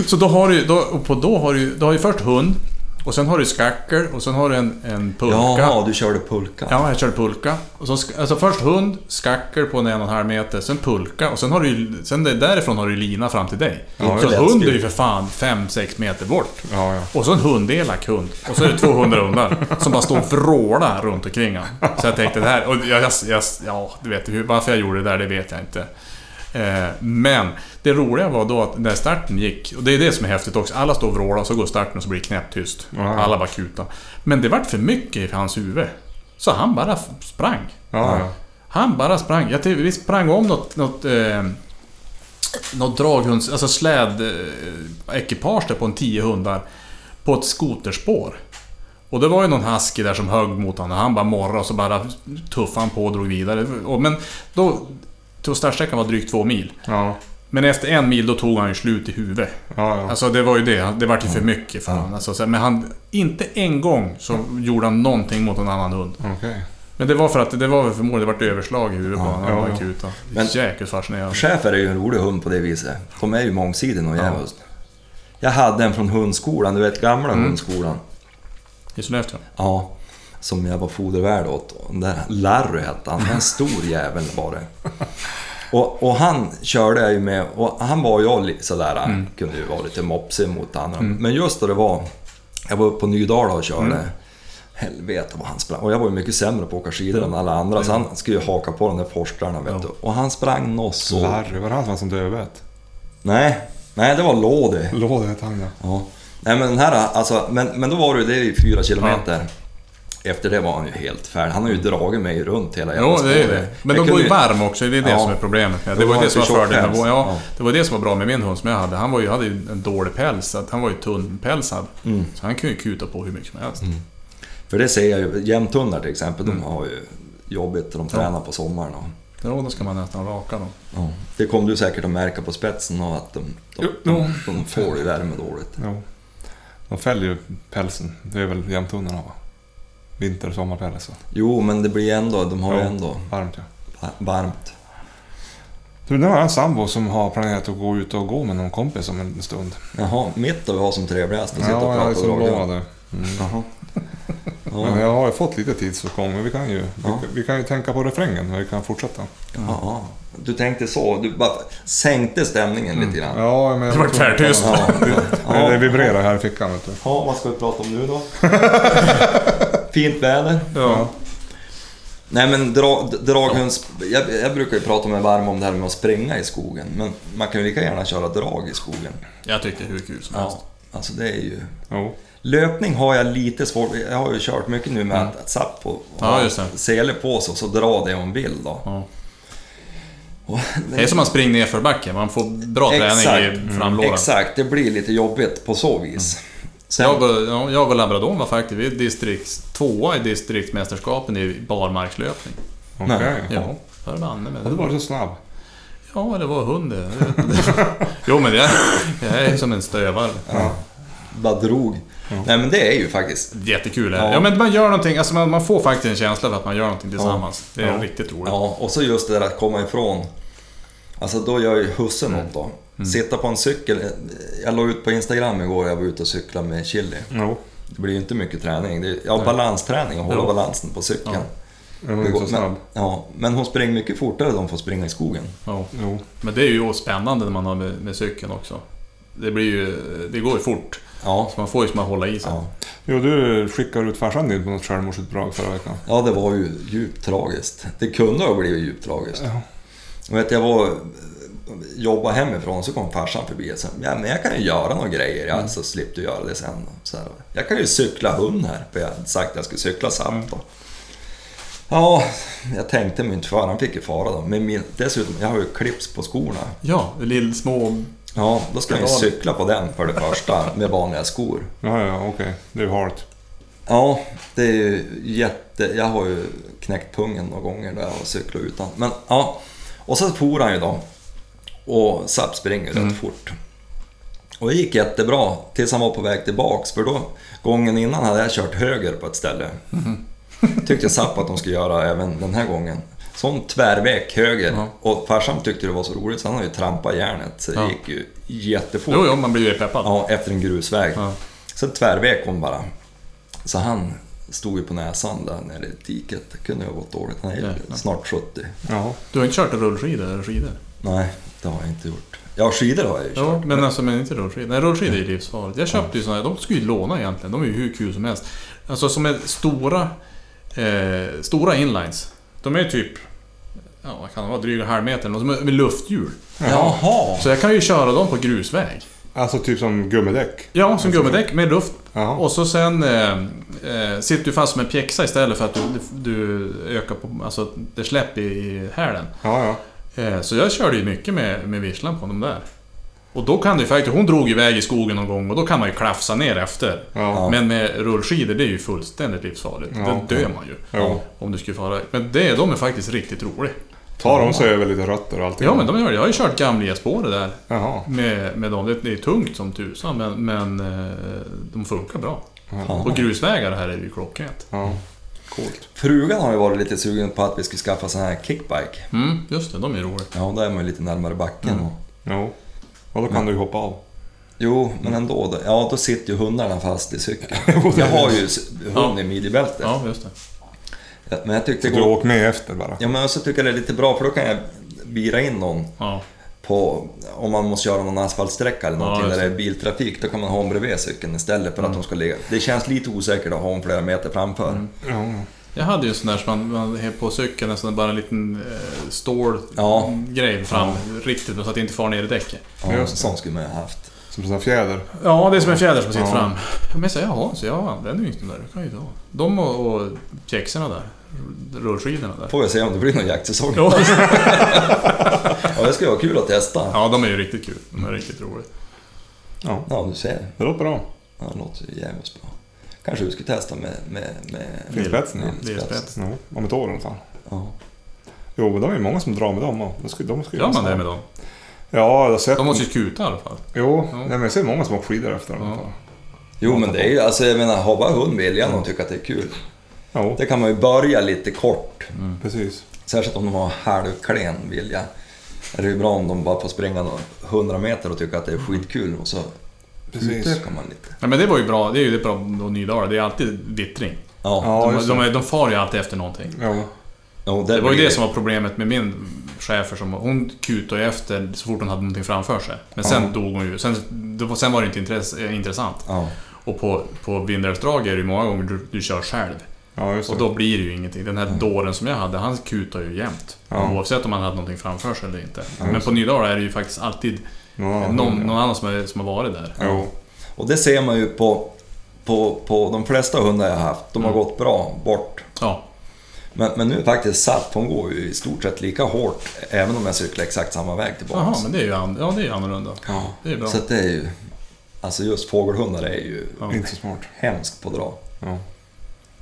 Speaker 3: Så då har du, då, och på då har du, du har ju först hund, och sen har du skackel, och sen har du en, en pulka.
Speaker 1: Jaha, du körde pulka.
Speaker 3: Ja, jag körde pulka. Och så, sk- alltså först hund, skackel på en och en halv meter, sen pulka och sen har du ju- sen det- därifrån har du ju lina fram till dig.
Speaker 1: Ja, det
Speaker 3: så
Speaker 1: är
Speaker 3: hund är
Speaker 1: läskigt.
Speaker 3: ju för fan 5-6 meter bort.
Speaker 2: Ja, ja.
Speaker 3: Och så en hundelak hund. Och så är det 200 hundar som bara står och vrålar runt omkring han. Så jag tänkte det här, och jag, jag, jag, ja, du vet hur, varför jag gjorde det där, det vet jag inte. Eh, Men det roliga var då att när starten gick, och det är det som är häftigt också, alla står och vrålar så går starten och så blir det knäpptyst.
Speaker 2: Ja.
Speaker 3: Alla bara kutar. Men det vart för mycket i hans huvud. Så han bara f- sprang.
Speaker 2: Ja, ja.
Speaker 3: Han bara sprang. Jag tyckte, vi sprang om något... något eh, något draghunds... Alltså slädekipage eh, ekipage där på en 10 hundar. På ett skoterspår. Och det var ju någon husky där som högg mot honom. Han bara morrade och så bara tuffade han på och drog vidare. Och, men då... Till startsträckan var drygt två mil.
Speaker 2: Ja,
Speaker 3: Men efter en mil då tog han ju slut i huvudet.
Speaker 2: ja.
Speaker 3: Alltså det var ju det. Det vart ju för mycket för honom. Alltså, så här, men han... Inte en gång så gjorde han någonting mot en annan hund.
Speaker 2: Okej.
Speaker 3: Men det var för att det var väl förmodligen det vart överslag i huvudet på honom. Han
Speaker 2: ja,
Speaker 3: var
Speaker 2: ja.
Speaker 3: akut. då.
Speaker 1: Men-
Speaker 3: Jäkligt fascinerande.
Speaker 1: Schäfer är ju en rolig hund på det viset. De är ju mångsidiga och djävulskt. Jag hade en från hundskolan, du vet gamla hundskolan.
Speaker 3: I Sollefteå.
Speaker 1: Ja, som jag var fodervärd åt. Och Den där Larry hette han, en stor jävel var det. Och, och han körde jag ju med, och han var jag li- sådär, kunde ju vara lite mopsig mot andra. Men just då det var, jag var uppe på Nydala och körde. Helvete vad han sprang. Och jag var ju mycket sämre på att åka skidor än alla andra, så han skulle ju haka på de där forskarna vet du. Och han sprang något så...
Speaker 2: Larry, var det han som var som dövvet?
Speaker 1: Nej, nej det var Lodi.
Speaker 2: Låde hette han ja.
Speaker 1: Ja. Nej men den här, alltså, men, men då var det ju det i fyra kilometer. Efter det var han ju helt färdig. Han har ju dragit mig runt hela
Speaker 3: Jo, det är
Speaker 1: spåret.
Speaker 3: det.
Speaker 1: Jag
Speaker 3: Men de går
Speaker 1: kunde
Speaker 3: ju varm också. Det är det
Speaker 1: Ja.
Speaker 3: som är problemet. Det
Speaker 1: Då
Speaker 3: var
Speaker 1: var
Speaker 3: ju det
Speaker 1: han
Speaker 3: som var
Speaker 1: för tjock
Speaker 3: fördelen.
Speaker 1: päls.
Speaker 3: Ja,
Speaker 1: Ja.
Speaker 3: det var det som var bra med min hund som jag hade. Han var ju, hade ju en dålig päls. Så att han var ju tunnpälsad.
Speaker 1: Mm.
Speaker 3: Så han kunde ju kuta på hur mycket som helst.
Speaker 1: För det ser jag ju, jämthundar till exempel,
Speaker 3: Mm.
Speaker 1: de har ju jobbigt de tränar på sommaren. Och,
Speaker 3: Ja, då ska man nästan raka dem.
Speaker 1: ja. Det kommer du säkert att märka på spetsen och att de, de,
Speaker 2: Jo, jo.
Speaker 1: de, de får ju värme dåligt.
Speaker 2: Jo. De fäller ju pälsen. Det är väl jämthundarna va? Vinter och sommarpäls va?
Speaker 1: Jo, men det blir ändå, de har ju
Speaker 2: Jo.
Speaker 1: ändå
Speaker 2: Varmt ja.
Speaker 1: va- varmt.
Speaker 2: Du, nu har jag en sambo som har planerat att gå ut och gå med någon kompis om en stund.
Speaker 1: Jaha, mitt då vi har som trevligast att sitta och
Speaker 2: Ja, jag är
Speaker 1: prata
Speaker 2: så
Speaker 1: och dra.
Speaker 2: bra där.
Speaker 1: Jaha.
Speaker 2: Men
Speaker 1: Ja,
Speaker 2: jag har ju fått lite tid så kommer vi kan ju,
Speaker 1: Ja.
Speaker 2: vi, vi kan ju tänka på refrängen när vi kan fortsätta.
Speaker 1: ja, ja. Du tänkte så, du bara sänkte stämningen lite grann.
Speaker 2: Ja, men jag
Speaker 3: Det var
Speaker 2: tror-
Speaker 3: tvärtyst.
Speaker 1: Ja,
Speaker 2: Mm. Ja,
Speaker 1: ja.
Speaker 2: Det vibrerar här i fickan vet du.
Speaker 1: ja, vad ska vi prata om nu då? Fint väder.
Speaker 3: Ja.
Speaker 1: Nej men dra, draghunds... Jag, jag brukar ju prata med Varm om det här med att springa i skogen. Men man kan ju lika gärna köra drag i skogen.
Speaker 3: Jag tyckte hur kul som helst.
Speaker 1: Alltså det är ju...
Speaker 2: Jo.
Speaker 1: Löpning har jag lite svårt Jag har ju kört mycket nu med att, att Zapp och
Speaker 3: Mm. Ja,
Speaker 1: ha
Speaker 3: just det.
Speaker 1: sele på sig och så dra det hon vill då.
Speaker 3: Ja.
Speaker 1: Och
Speaker 3: Det är som att springa ner för backen. Man får bra
Speaker 1: Exakt. Mm.
Speaker 3: träning i framlådan. Mm.
Speaker 1: Exakt, det blir lite jobbigt på så vis. Sen,
Speaker 3: Jag, och, ja, jag och Labradon var faktiskt vi är distrikt, tvåa i distriktsmästerskapen i barmarkslöpning.
Speaker 2: Okej.
Speaker 1: Nej.
Speaker 3: Ja, för banne med
Speaker 2: Har du varit så snabb?
Speaker 3: Ja, det var hund det. (laughs) Jag vet inte. Jo, men jag, jag är som en stövare.
Speaker 1: bara drog. Nej men det är ju faktiskt...
Speaker 3: Jättekul. Ja.
Speaker 1: Ja.
Speaker 3: ja, men man gör någonting. Alltså man, man får faktiskt en känsla för att man gör någonting tillsammans. Det är
Speaker 1: Ja.
Speaker 3: riktigt roligt.
Speaker 1: Ja, och så just det där att komma ifrån. Alltså då gör ju husse något
Speaker 3: Mm.
Speaker 1: då. Sitta på en cykel. Jag la ut på Instagram igår, jag var ute och cyklade med Chili.
Speaker 2: Jo.
Speaker 1: Det blir ju inte mycket träning. Det är, ja, balansträning och hålla
Speaker 3: Ja.
Speaker 1: balansen på cykeln.
Speaker 3: Ja.
Speaker 2: Jag var inte så
Speaker 1: men,
Speaker 2: snabb.
Speaker 1: ja, men hon springer mycket fortare de får springa i skogen.
Speaker 3: Ja.
Speaker 2: Jo.
Speaker 3: Men det är ju spännande när man har med, med cykeln också. Det, blir ju, det går ju fort.
Speaker 1: Ja,
Speaker 3: Så man får ju som att hålla i sig.
Speaker 1: ja.
Speaker 2: jo, du skickade ut farsan din på något självmordsutdrag förra veckan.
Speaker 1: ja det var ju djupt tragiskt. Det kunde ha blivit djupt tragiskt.
Speaker 2: Ja.
Speaker 1: Jag vet, jag var jobba hemifrån så kom farsan förbi och sa ja, men jag kan ju göra några grejer, jag så slipper du göra det sen. Så här, jag kan ju cykla hund här, för jag hade sagt att jag skulle cykla samt. då. Ja, jag tänkte mig inte för, han fick ju fara då. Men min, dessutom, jag har ju clips på skorna.
Speaker 3: Ja, lill, små...
Speaker 1: Ja, då ska jag ju
Speaker 3: Pedal.
Speaker 1: cykla på den för det första med vanliga skor.
Speaker 2: Ja, ja, okej. Det är ju halt.
Speaker 1: Ja, det är ju jätte... Jag har ju knäckt pungen några gånger när jag har cyklat utan. Men ja, och så for han ju då. Och Zapp springer
Speaker 3: Mm.
Speaker 1: rätt fort. Och det gick jättebra tills han var på väg tillbaks för då, gången innan hade jag kört höger på ett ställe.
Speaker 3: Mm.
Speaker 1: (laughs) Tyckte Zapp att de skulle göra även den här gången. Sån tvärväg höger.
Speaker 3: Ja.
Speaker 1: Och farsan tyckte det var så roligt så han har ju trampat järnet. Så det
Speaker 3: Ja.
Speaker 1: gick ju jättefort.
Speaker 3: Jo, jo, man blir ju peppad.
Speaker 1: Ja, efter en grusväg.
Speaker 3: Ja.
Speaker 1: Sen tvärvek hon bara. Så han stod ju på näsan där nere i diket. Det kunde ju ha gått dåligt. Han är ju
Speaker 3: Jäklar.
Speaker 1: snart 70.
Speaker 2: Ja.
Speaker 3: Du har inte kört rullskidor eller skidor?
Speaker 1: Nej, det har jag inte gjort. Ja, skidor har jag ju kört.
Speaker 3: Ja, men alltså men inte rullskidor. Nej, rullskidor är ju livsfarligt. Jag köpte ju sådana, de skulle ju låna egentligen. De är ju hur kul som helst. Alltså som är stora, eh, stora inlines. De är ju typ, ja vad kan det vara, dryga halvmeter. De är med lufthjul.
Speaker 1: Jaha!
Speaker 3: Så jag kan ju köra dem på grusväg.
Speaker 2: Alltså typ som gummidäck.
Speaker 3: Ja, som gummidäck med luft.
Speaker 2: Jaha.
Speaker 3: Och så sen eh, eh, sitter du fast som en pjäxa istället för att du, du ökar på, alltså det släpper i hälen.
Speaker 2: Ja, ja.
Speaker 3: Eh, Så jag körde ju mycket med, med visslan på de där. Och då kan du ju faktiskt, hon drog iväg i skogen någon gång och då kan man ju klafsa ner efter.
Speaker 2: Ja.
Speaker 3: Men med rullskidor, det är ju fullständigt livsfarligt.
Speaker 2: Ja.
Speaker 3: Då dör man ju.
Speaker 2: Jo.
Speaker 3: Om du skulle fara. Men det, de är faktiskt riktigt roliga.
Speaker 2: Tar de sig över lite rötter och allting?
Speaker 3: Ja men de gör det. Jag har ju kört gamla spåret där.
Speaker 2: Jaha.
Speaker 3: Med, med dem. Det, det är tungt som tusan men, men eh, de funkar bra. På grusvägar här är det ju klockrent.
Speaker 2: Ja. Coolt.
Speaker 1: Frugan har ju varit lite sugen på att vi skulle skaffa sån här kickbike.
Speaker 3: Mm, just det, de är roliga.
Speaker 1: Ja, då är man ju lite närmare backen.
Speaker 3: Mm.
Speaker 2: Jo. Och då kan du ju hoppa av.
Speaker 1: Jo, men ändå. då- Ja, då sitter ju hundarna fast i
Speaker 3: (laughs)
Speaker 1: cykeln. Jag har ju s- hund i midjebältet.
Speaker 3: Ja, just det.
Speaker 1: Men jag tyckte...
Speaker 2: Så du åker med efter bara.
Speaker 1: Ja, men så tycker jag det är lite bra för då kan jag vira in någon
Speaker 3: Ja.
Speaker 1: på, om man måste göra någon asfaltsträcka eller någonting
Speaker 3: just
Speaker 1: där
Speaker 3: det.
Speaker 1: det är biltrafik, då kan man ha dem bredvid cykeln istället för att de ska ligga... Det känns lite osäkert att ha dem flera meter framför.
Speaker 2: Ja, ja.
Speaker 3: Jag hade ju en sån där som man, man hade på cykeln, en sån där bara en liten eh,
Speaker 1: Ja.
Speaker 3: stålgrej fram riktigt så att det inte far ner i däcket.
Speaker 1: Ja,
Speaker 2: Just det.
Speaker 1: sån skulle man ju ha haft.
Speaker 2: Som en sån här fjäder.
Speaker 3: Ja, det är som en fjäder som sitter
Speaker 2: Ja.
Speaker 3: fram. Men så, jaha, så jag den är ju inte där, det kan jag ju ta. De och, och pjäxorna där, rullskidorna där.
Speaker 1: Får vi se om det blir någon jaktsäsong. Ja.
Speaker 3: Ja.
Speaker 1: det skulle vara kul att testa. Ja,
Speaker 3: (laughs) ja, de är ju riktigt kul. De är riktigt roliga.
Speaker 2: Ja.
Speaker 1: du ser.
Speaker 2: Det låter bra.
Speaker 1: Ja, det låter ju jävligt bra. Kanske du skulle testa med... med, med
Speaker 2: Finspetsen ja.
Speaker 3: Det är spets.
Speaker 2: Jo. Om ett år i alla fall.
Speaker 1: ja.
Speaker 2: Jo, men de är ju många som drar med dem. och De ska, de ska
Speaker 3: Gör man
Speaker 2: göra
Speaker 3: det
Speaker 2: så.
Speaker 3: med dem?
Speaker 2: Ja, jag har sett.
Speaker 3: De måste ju skuta i alla fall.
Speaker 2: Jo,
Speaker 3: Ja.
Speaker 2: nej, men jag ser många som åker skidor efter dem. i alla fall.
Speaker 1: Jo, men det är ju... Alltså, jag menar, har bara hund viljan och tycker att det är kul.
Speaker 2: Jo,
Speaker 1: Det kan man ju börja lite kort.
Speaker 2: precis.
Speaker 1: Särskilt om de har halvklen vilja. Det är ju bra om de bara får springa några 100 meter och tycker att det är skitkul och så
Speaker 2: Precis.
Speaker 1: utökar man lite.
Speaker 3: Ja, men det var ju bra. Det är ju det bra med Nydala. Det är alltid vittring.
Speaker 1: Ja,
Speaker 2: Ja,
Speaker 3: de,
Speaker 2: just det.
Speaker 3: de, är- de far ju alltid efter någonting.
Speaker 2: Jo.
Speaker 1: jo,
Speaker 3: Det var ju
Speaker 1: blir-
Speaker 3: det som var problemet med min chefer som Hon kutade ju efter så fort hon hade någonting framför sig. Men sen
Speaker 2: Ja.
Speaker 3: dog hon ju. Sen, det var- sen var det inte intress, eh, intressant.
Speaker 1: Ja,
Speaker 3: Och på, på Vindelälvsdrag är det ju många gånger du, du kör själv.
Speaker 2: Ja, just det.
Speaker 3: Och då blir det ju ingenting. Den här dåren som jag hade, han kutar ju jämt.
Speaker 2: Ja.
Speaker 3: Oavsett om han hade någonting framför sig eller inte.
Speaker 2: just
Speaker 3: Men på Nydala är det ju faktiskt alltid
Speaker 2: Ja,
Speaker 3: någon, någon annan som, är, som har varit där.
Speaker 2: Jo.
Speaker 1: Och det ser man ju på, på, på de flesta hundar jag har haft. De har
Speaker 3: Mm.
Speaker 1: gått bra bort.
Speaker 3: Ja.
Speaker 1: Men, men nu är faktiskt Satt, hon går ju i stort sett lika hårt även om jag cyklar exakt samma väg tillbaka.
Speaker 3: Jaha, men det är ju an- ja, det är ju annorlunda.
Speaker 1: Ja,
Speaker 3: Det är bra.
Speaker 1: Så att det är ju... Alltså just fågelhundar är ju
Speaker 3: Ja.
Speaker 2: Inte så smart.
Speaker 1: hemskt på drag.
Speaker 2: Ja.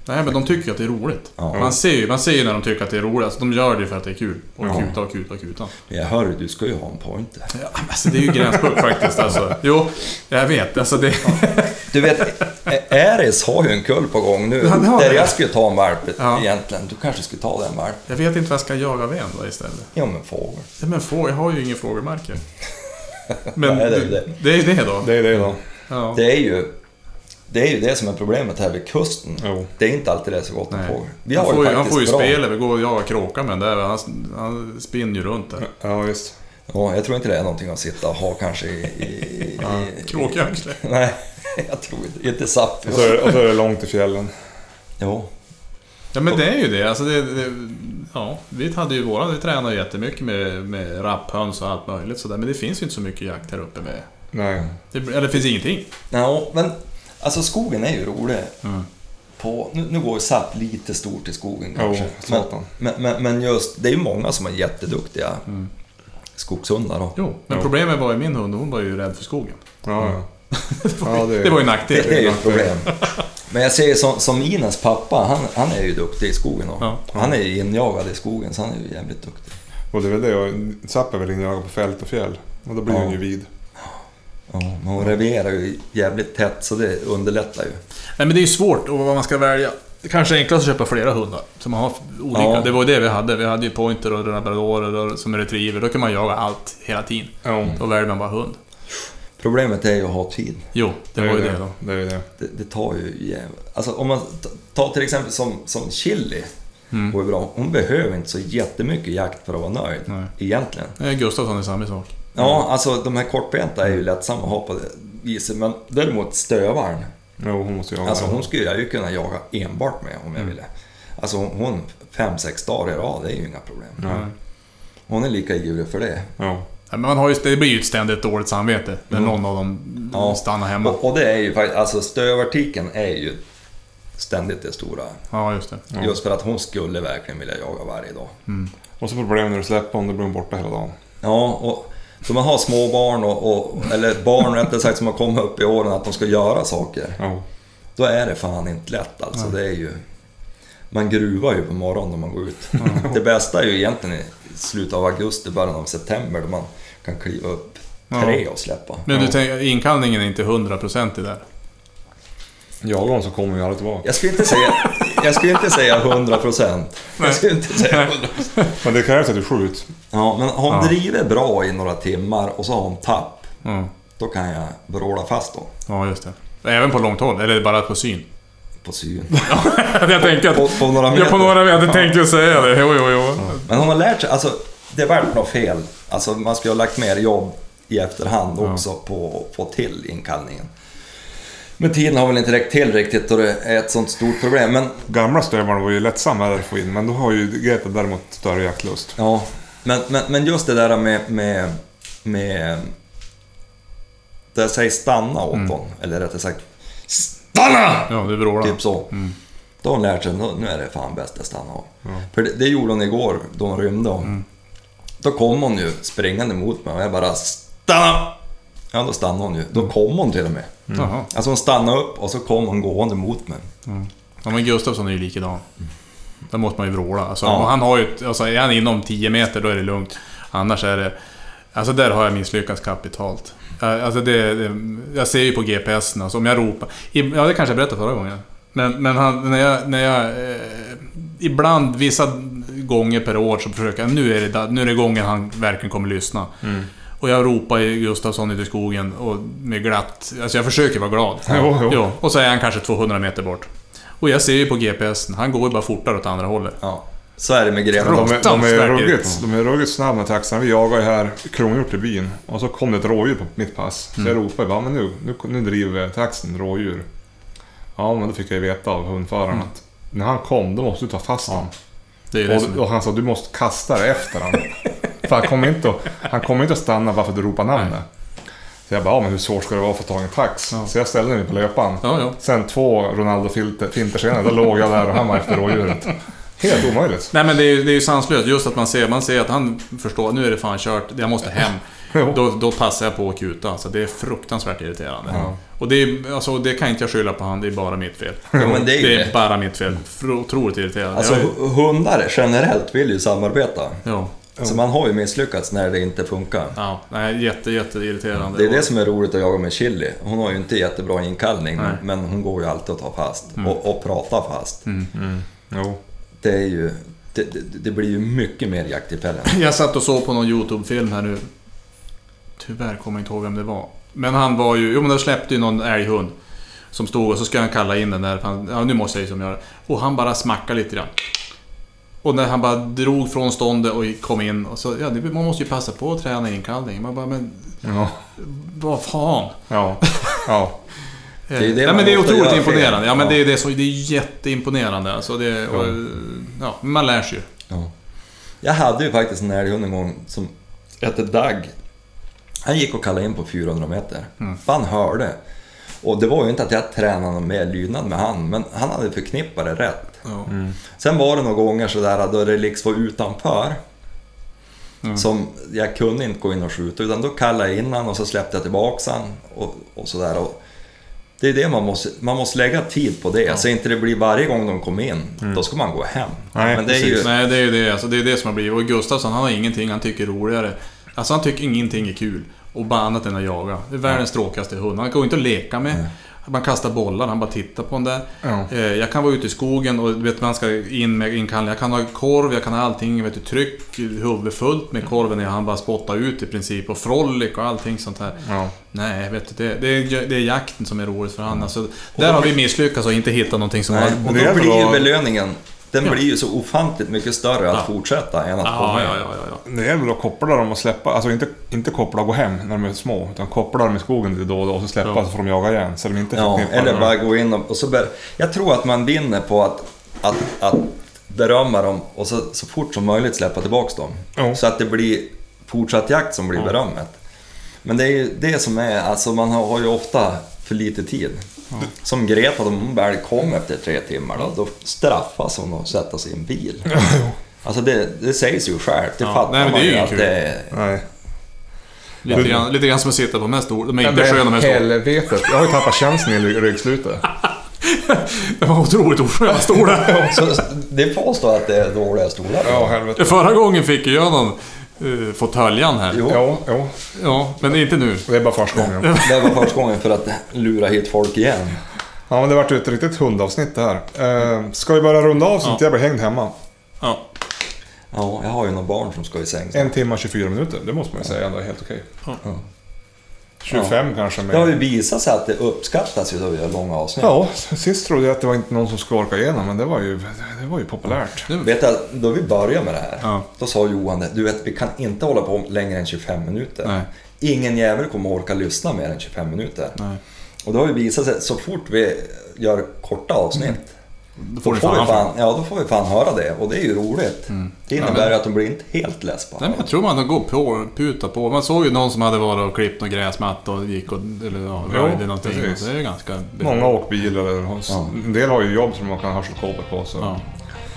Speaker 3: Nej, men de tycker att det är roligt.
Speaker 1: Ja.
Speaker 3: Man, ser ju, man ser ju när de tycker att det är roligt. Alltså, de gör det för att det är kul. Och
Speaker 2: Ja.
Speaker 3: kuta och kuta och kuta.
Speaker 1: Men jag hör ju, du ska ju ha en pointer.
Speaker 3: Ja, men alltså, det är ju gränspuck faktiskt. Alltså. (laughs) Jo, jag vet. Alltså, det... (laughs)
Speaker 1: Du vet, Ä- Eris har ju en kull på gång nu.
Speaker 3: Ja, det har
Speaker 1: där
Speaker 3: det.
Speaker 1: jag skulle ta en valp
Speaker 3: Ja.
Speaker 1: egentligen. Du kanske skulle ta den valp.
Speaker 3: Jag vet inte vad jag ska jaga av en då istället.
Speaker 1: Ja men fågel.
Speaker 3: Ja, men få, jag har ju ingen fågelmarker.
Speaker 1: (laughs)
Speaker 3: Men
Speaker 1: Nej, det är ju
Speaker 3: det,
Speaker 1: det.
Speaker 3: är ju det då.
Speaker 2: Det är det då.
Speaker 3: Ja.
Speaker 1: Det är ju... Det är ju det som är problemet här vid kusten.
Speaker 2: Jo.
Speaker 1: Det är inte alltid det är så gott med
Speaker 3: Nej.
Speaker 1: fågel. Vi
Speaker 3: han,
Speaker 1: har
Speaker 3: får
Speaker 1: ju
Speaker 3: ju, han
Speaker 1: faktiskt
Speaker 3: får ju
Speaker 1: bra...
Speaker 3: spelet, vi går och jagar kråka med den där. Han, han spinner ju runt där.
Speaker 2: Ja, visst.
Speaker 1: Ja, jag tror inte det är någonting att sitta och ha kanske i...
Speaker 3: (laughs)
Speaker 1: i, i
Speaker 3: Kråkaxle.
Speaker 1: Nej, (laughs) jag tror inte... Inte Sappi.
Speaker 2: Och så, är, det- och så är det långt till fjällen.
Speaker 1: Jo,
Speaker 3: Ja men det är ju det. Alltså det, det ja, vi hade ju våran, vi tränade jättemycket med, med rapphöns och allt möjligt sådär. Men det finns ju inte så mycket jakt här uppe med.
Speaker 2: Nej.
Speaker 3: Det, eller det finns ingenting.
Speaker 1: Ja, men alltså skogen är ju rolig.
Speaker 3: Mm.
Speaker 1: På, nu, nu går ju Zapp lite stort i skogen
Speaker 2: Jo,
Speaker 1: kanske.
Speaker 2: satan.
Speaker 1: men, men, men, men just, det är ju många som är jätteduktiga skogshundar. Då.
Speaker 3: Jo, men
Speaker 2: Ja.
Speaker 3: problemet var ju min hund, hon var ju rädd för skogen.
Speaker 2: Ja,
Speaker 3: (laughs)
Speaker 2: ja.
Speaker 3: Det var,
Speaker 2: Ja,
Speaker 3: ju-
Speaker 2: det-
Speaker 3: det var ju en
Speaker 1: Det,
Speaker 3: nackdel.
Speaker 1: (laughs) är ju ett problem. Men jag ser ju som, som Inas pappa, han, han är ju duktig i skogen. Då.
Speaker 3: Ja.
Speaker 1: Han är ju injagad i skogen, så han är ju jävligt duktig.
Speaker 2: Och det är väl det. och Zapp är väl injagad på fält och fjäll. Och då blir
Speaker 1: Ja.
Speaker 2: hon ju vid.
Speaker 1: Ja, men hon revirerar ju jävligt tätt, så det underlättar ju.
Speaker 3: Nej men det är ju svårt och vad man ska välja. Det kanske är enklast att köpa flera hundar. Som har olika.
Speaker 1: Ja.
Speaker 3: Det var ju det vi hade. Vi hade ju pointer och labradorer och som retriever. Då kan man jaga allt hela tiden.
Speaker 2: Ja.
Speaker 3: Då väljer man bara hund.
Speaker 1: Problemet är ju att ha tid.
Speaker 3: Jo, det var ju det då.
Speaker 2: Det är ju det.
Speaker 1: Det, det tar ju jävla... Alltså om man t- tar till exempel som, som Chili. Går ju bra. Hon behöver inte så jättemycket jakt för att vara nöjd
Speaker 3: Nej.
Speaker 1: egentligen.
Speaker 3: Eh, Gustafsson är samma sak.
Speaker 1: Ja, alltså de här kortbenta är ju lättsamma att ha på det viset. Men däremot stövaren.
Speaker 2: Jo, hon måste jaga.
Speaker 1: Alltså hon skulle jag ju kunna jaga enbart med om jag ville. Alltså hon, fem, sex dagar i rad, det är ju inga problem.
Speaker 2: Ja.
Speaker 1: Hon är lika ivrig för det.
Speaker 2: Ja.
Speaker 3: Nej, men man har ju, det blir ju ett ständigt dåligt samvete när någon av dem
Speaker 1: Mm. Ja.
Speaker 3: stannar hemma.
Speaker 1: Och, och det är ju faktiskt, alltså stövartiken är ju ständigt det stora.
Speaker 3: Ja, just det.
Speaker 1: Just för att hon skulle verkligen vilja jaga varje dag.
Speaker 2: Och så problem när du släpper honom, då blir hon borta hela dagen.
Speaker 1: Ja, och så man har små barn och, och eller barn rättare sagt som har kommit upp i åren att de ska göra saker.
Speaker 2: Ja.
Speaker 1: Då är det fan inte lätt alltså. Det är ju, man gruvar ju på morgonen när man går ut. Det bästa är ju egentligen i slutet av augusti, början av september då man kan kliva upp
Speaker 3: Ja.
Speaker 1: tre och släppa.
Speaker 3: Men du tänker, inkallningen är inte hundraprocentig där.
Speaker 2: Jagar hon så kommer hon ju aldrig tillbaka.
Speaker 1: Jag skulle inte säga, jag skulle inte säga 100 procent. Jag skulle inte säga 100
Speaker 2: Men det krävs att du skjuter.
Speaker 1: Ja, men har hon
Speaker 3: Ja.
Speaker 1: drivit bra i några timmar och så har hon tapp,
Speaker 3: Mm.
Speaker 1: då kan jag bråla fast dem
Speaker 3: Ja, just det. Även på långt håll, eller bara på syn. (laughs)
Speaker 1: på syn.
Speaker 3: jag tänkte att...
Speaker 1: På, på några meter.
Speaker 3: Ja, på några meter tänkte jag säga det. Jo, jo, jo.
Speaker 1: Men hon har lärt sig, alltså det vart något fel. Alltså man skulle ha lagt mer jobb i efterhand också på att få till inkallningen. Men tiden har väl inte räckt till riktigt och det är ett sånt stort problem. Men,
Speaker 2: Gamla stövaren var ju lättsamma att få in, men då har ju Greta däremot större jaktlust.
Speaker 1: ja, men, men, men just det där med, med, med där jag säger stanna åt mm. eller rättare sagt STANNA!
Speaker 3: Ja, Mm. du brålar.
Speaker 1: Typ så. Då har hon lärt sig, nu nu är det fan bäst att stanna av. För det, det gjorde hon igår då hon rymde. Och
Speaker 3: Mm.
Speaker 1: Då kom hon ju springande mot mig och jag bara stanna! Ja, då stannade hon ju.
Speaker 3: Mm.
Speaker 1: Då kom hon till och med.
Speaker 3: Jaha.
Speaker 1: Alltså hon stannade upp och så kom hon gående mot mig.
Speaker 3: Ja, men Gustafsson är ju likadan. Där måste man ju vråla. Alltså,
Speaker 1: Ja.
Speaker 3: och han har ju, ett- alltså, är han inom 10 meter, då är det lugnt. Annars är det... Alltså där har jag misslyckats kapitalt. Eh, Alltså det, det, jag ser ju på GPSen, alltså, om jag ropar... i- Ja, det kanske jag berättade förra gången. Men, men han, när jag... När jag eh, ibland, vissa gånger per år, så försöker jag... Nu är det, da- nu är det gången han verkligen kommer lyssna. Och jag ropar ju Gustafsson ute i skogen och med glatt... Alltså jag försöker vara glad.
Speaker 2: Jo, jo.
Speaker 3: Ja, och så är han kanske 200 meter bort. Och jag ser ju på GPSen, han går ju bara fortare åt andra hållet.
Speaker 1: Ja. Så är det med greven.
Speaker 2: De är, de är,
Speaker 3: Fruktansvärt
Speaker 2: ruggigt, de är ruggigt snabba med taxan. Vi jagar ju här kronhjort i byn. Och så kom det ett rådjur på mitt pass. Så jag ropade bara, men nu, nu, nu driver taxen rådjur. Ja, men då fick jag ju veta av hundföraren att när han kom, då måste du ta fast honom.
Speaker 3: Det är ju det som
Speaker 2: Och, och han sa, du måste kasta dig efter honom. För han kommer inte, att- han kommer inte att stanna bara för att du ropar namnet. Så jag bara, ja, men hur svårt ska det vara att få tag i en tax?
Speaker 3: Ja.
Speaker 2: Så jag ställde mig på löpan.
Speaker 3: Ja, ja.
Speaker 2: Sen två Ronaldo-finter senare, då låg jag där och han var efter rådjuret. Helt omöjligt.
Speaker 3: Nej men det är, ju- det är ju sanslöst. Just att man ser, man ser att han förstår, nu är det fan kört, jag
Speaker 1: (laughs)
Speaker 3: måste hem.
Speaker 2: Jo.
Speaker 3: Då, då passar jag på att kuta. Så det är fruktansvärt irriterande. Och det, är, alltså, det kan inte jag skylla på han, det är bara mitt fel.
Speaker 1: Ja, men det är ju det.
Speaker 3: bara mitt fel. Fr- Otroligt irriterande.
Speaker 1: Alltså
Speaker 3: Jag-
Speaker 1: hu- hundar generellt vill ju samarbeta.
Speaker 3: ja.
Speaker 1: Så man har ju misslyckats när det inte funkar.
Speaker 3: Ja, nej, jätte, jätte irriterande.
Speaker 1: Det är det som är roligt att jaga med Chili. Hon har ju inte jättebra inkallning,
Speaker 3: Nej. Mm.
Speaker 1: men hon går ju alltid att ta fast och, och prata fast.
Speaker 2: Jo.
Speaker 1: Det, är ju, det, det, det blir ju mycket mer jakttillfällen.
Speaker 3: (clears throat) Jag satt och såg på någon YouTube-film här nu. Tyvärr kommer jag inte ihåg vem det var. Men han var ju... Jo men de släppte ju någon älghund. Som stod och så ska han kalla in den där. Han, ja, nu måste jag ju som göra det. Och han bara smackade lite grann. Och när han bara drog från ståndet och kom in. Och så, ja, det, man måste ju passa på att träna inkallning. Man bara, men
Speaker 2: Ja.
Speaker 3: vad fan.
Speaker 2: Ja. ja.
Speaker 3: Det
Speaker 1: är ju det
Speaker 3: Nej,
Speaker 1: man
Speaker 3: men det är
Speaker 1: ofta
Speaker 3: otroligt
Speaker 1: gör fel.
Speaker 3: imponerande. Ja, men
Speaker 1: Ja.
Speaker 3: Det, är det, som, det är jätteimponerande. Alltså det, och, ja, men man lär sig ju.
Speaker 1: Ja. Jag hade ju faktiskt en älghund en gång som hette Dag. Han gick och kallade in på 400 meter. Fan hörde. Och det var ju inte att jag tränade någon mer lydnad med han, men han hade förknippat det rätt.
Speaker 3: Ja.
Speaker 2: Mm.
Speaker 1: Sen var det några gånger sådär då det liksom var utanför. Som jag kunde inte gå in och skjuta utan då kallade jag in han och så släppte jag tillbaks han och, och sådär. Och det är det man måste, man måste lägga tid på det. Så inte det blir varje gång de kommer in, då ska man gå hem.
Speaker 2: Mm. Nej,
Speaker 1: men det är ju,
Speaker 2: precis.
Speaker 3: Nej, det är ju det. Alltså, det är det som har blivit. Och Gustafsson, han har ingenting han tycker är roligare. Alltså han tycker ingenting är kul. Och bara annat än att jaga. Det är världens tråkigaste hund. Han går inte att leka med. Man kastar bollar, han bara tittar på den där.
Speaker 2: Ja.
Speaker 3: Eh, Jag kan vara ute i skogen och du vet, man ska in med inkallning. Jag kan ha korv, jag kan ha allting. Vet du, tryck, huvud fullt med korven. Han bara spottar ut i princip. Och frolic och allting sånt här.
Speaker 2: Ja.
Speaker 3: Nej, vet du, det, det, är, det är jakten som är roligt för han. Alltså, där har vi misslyckats och inte hittat någonting som
Speaker 1: Nej,
Speaker 3: har...
Speaker 1: och
Speaker 2: det är
Speaker 1: då blir
Speaker 2: bra.
Speaker 1: ju belöningen, den
Speaker 3: Ja.
Speaker 1: blir ju så ofantligt mycket större att
Speaker 3: Ja.
Speaker 1: fortsätta än att
Speaker 3: Ja,
Speaker 1: komma
Speaker 3: ja,
Speaker 1: in.
Speaker 3: ja, ja, ja.
Speaker 2: Det är väl att koppla dem och släppa, alltså inte, inte koppla och gå hem när de är små, utan koppla dem i skogen lite då och då och så släppa
Speaker 3: Ja.
Speaker 2: så får de jaga igen. Så de inte
Speaker 1: Ja,
Speaker 2: förknippar
Speaker 1: eller
Speaker 2: det.
Speaker 1: bara gå in och, och så bör, Jag tror att man vinner på att, att, att berömma dem och så, så fort som möjligt släppa tillbaks dem.
Speaker 2: Ja.
Speaker 1: Så att det blir fortsatt jakt som blir berömmet. Men det är ju det som är, alltså man har, har ju ofta för lite tid. Som Greta, om hon väl kom efter tre timmar då, då straffas hon att sätta sig i en bil. Alltså det, det sägs ju självt, det
Speaker 3: Ja,
Speaker 1: fattar
Speaker 3: nej, men det är
Speaker 1: man
Speaker 3: ju
Speaker 1: ju
Speaker 3: inget
Speaker 1: att
Speaker 3: kul.
Speaker 1: det är
Speaker 2: Nej.
Speaker 3: Lite grann, lite grann som att sitta på de här stolarna. De är inte
Speaker 2: Men
Speaker 3: sköna de här stolarna. (laughs)
Speaker 2: helvetet. Jag har ju tappat känslan i ry- ryggslutet.
Speaker 3: Det var
Speaker 2: (laughs)
Speaker 3: otroligt osköna stolar.
Speaker 1: Så det påstår att det är dåliga stolar.
Speaker 2: Ja, helvete.
Speaker 3: Förra gången fick ju jag någon uh, fåtöljan här.
Speaker 1: Jo.
Speaker 2: Jo, jo.
Speaker 3: Ja, men inte nu.
Speaker 2: Det är bara första gången.
Speaker 1: Det var första gången för att lura hit folk igen.
Speaker 2: Ja, men det vart ju ett riktigt hundavsnitt det här. Eh, ska vi börja runda av så inte jag blir hängd hemma?
Speaker 3: Ja.
Speaker 1: Ja, jag har ju några barn som ska i säng.
Speaker 2: En timme och 24 minuter, det måste man ju säga ändå är helt okej. Ja. 25 kanske
Speaker 1: Det
Speaker 2: med.
Speaker 1: har ju visat sig att det uppskattas ju då vi gör långa avsnitt.
Speaker 2: Ja, sist trodde jag att det var inte någon som skulle orka igenom, men det var ju, det var ju populärt.
Speaker 1: Vet du, då vi började med det här,
Speaker 3: Ja.
Speaker 1: då sa Johan det, du vet vi kan inte hålla på längre än 25 minuter.
Speaker 3: Nej.
Speaker 1: Ingen jävel kommer orka lyssna mer än 25 minuter.
Speaker 3: Nej.
Speaker 1: Och det har ju visat sig, så fort vi gör korta avsnitt,
Speaker 3: Mm. Då
Speaker 1: då,
Speaker 3: får du
Speaker 1: får
Speaker 3: fan.
Speaker 1: vi
Speaker 3: fan.
Speaker 1: fan, ja, då får vi fan höra det. Och det är ju roligt. Det innebär ju att de blir inte helt less på
Speaker 3: Nej, men jag tror man går på, puta på. Man såg ju någon som hade varit och klippt någon gräsmatta och gick och eller, ja,
Speaker 2: Jo,
Speaker 3: röjde någonting.
Speaker 2: precis.
Speaker 3: Så det är ju ganska...
Speaker 2: Många åkbilar, eller,
Speaker 1: Ja.
Speaker 2: en del har ju jobb som man kan ha hörselkåpor på. Så.
Speaker 3: Ja.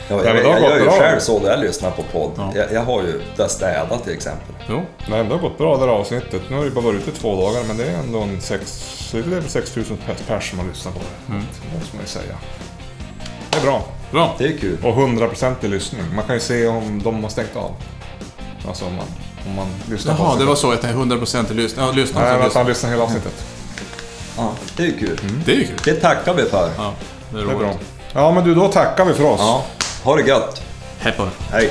Speaker 1: Ja,
Speaker 2: Nej,
Speaker 1: jag, jag,
Speaker 2: men det har gått
Speaker 1: gör ju
Speaker 2: bra.
Speaker 1: själv så när jag lyssnar på podd.
Speaker 3: Ja.
Speaker 1: Jag, jag har ju där städat till exempel.
Speaker 3: Jo.
Speaker 2: Nej, men det har gått bra det här avsnittet. Nu har det bara varit ute två dagar, men det är ändå en sex, det är väl 6 000 pers- pers som har lyssnat på det. Det måste man ju säga. Det är bra.
Speaker 3: Bra.
Speaker 1: Det är kul.
Speaker 2: Och 100% i lyssning. Man kan ju se om de har stängt av. Alltså om man, om man lyssnar på
Speaker 3: Jaha, det
Speaker 2: avsnittet.
Speaker 3: var så att jag 100% lyssnade. Ja, lyssnade
Speaker 2: Nej,
Speaker 3: så
Speaker 2: men att
Speaker 3: lyssnade.
Speaker 2: han lyssnar hela avsnittet.
Speaker 1: Ja, det är ju kul. Mm.
Speaker 3: Det är ju kul.
Speaker 1: Det tackar vi för.
Speaker 3: Ja, det är
Speaker 2: Det är bra.
Speaker 3: roligt.
Speaker 2: Ja, men du, då tackar vi för oss.
Speaker 1: Ja. Ha det gött.
Speaker 3: Hej på er.
Speaker 1: Hej.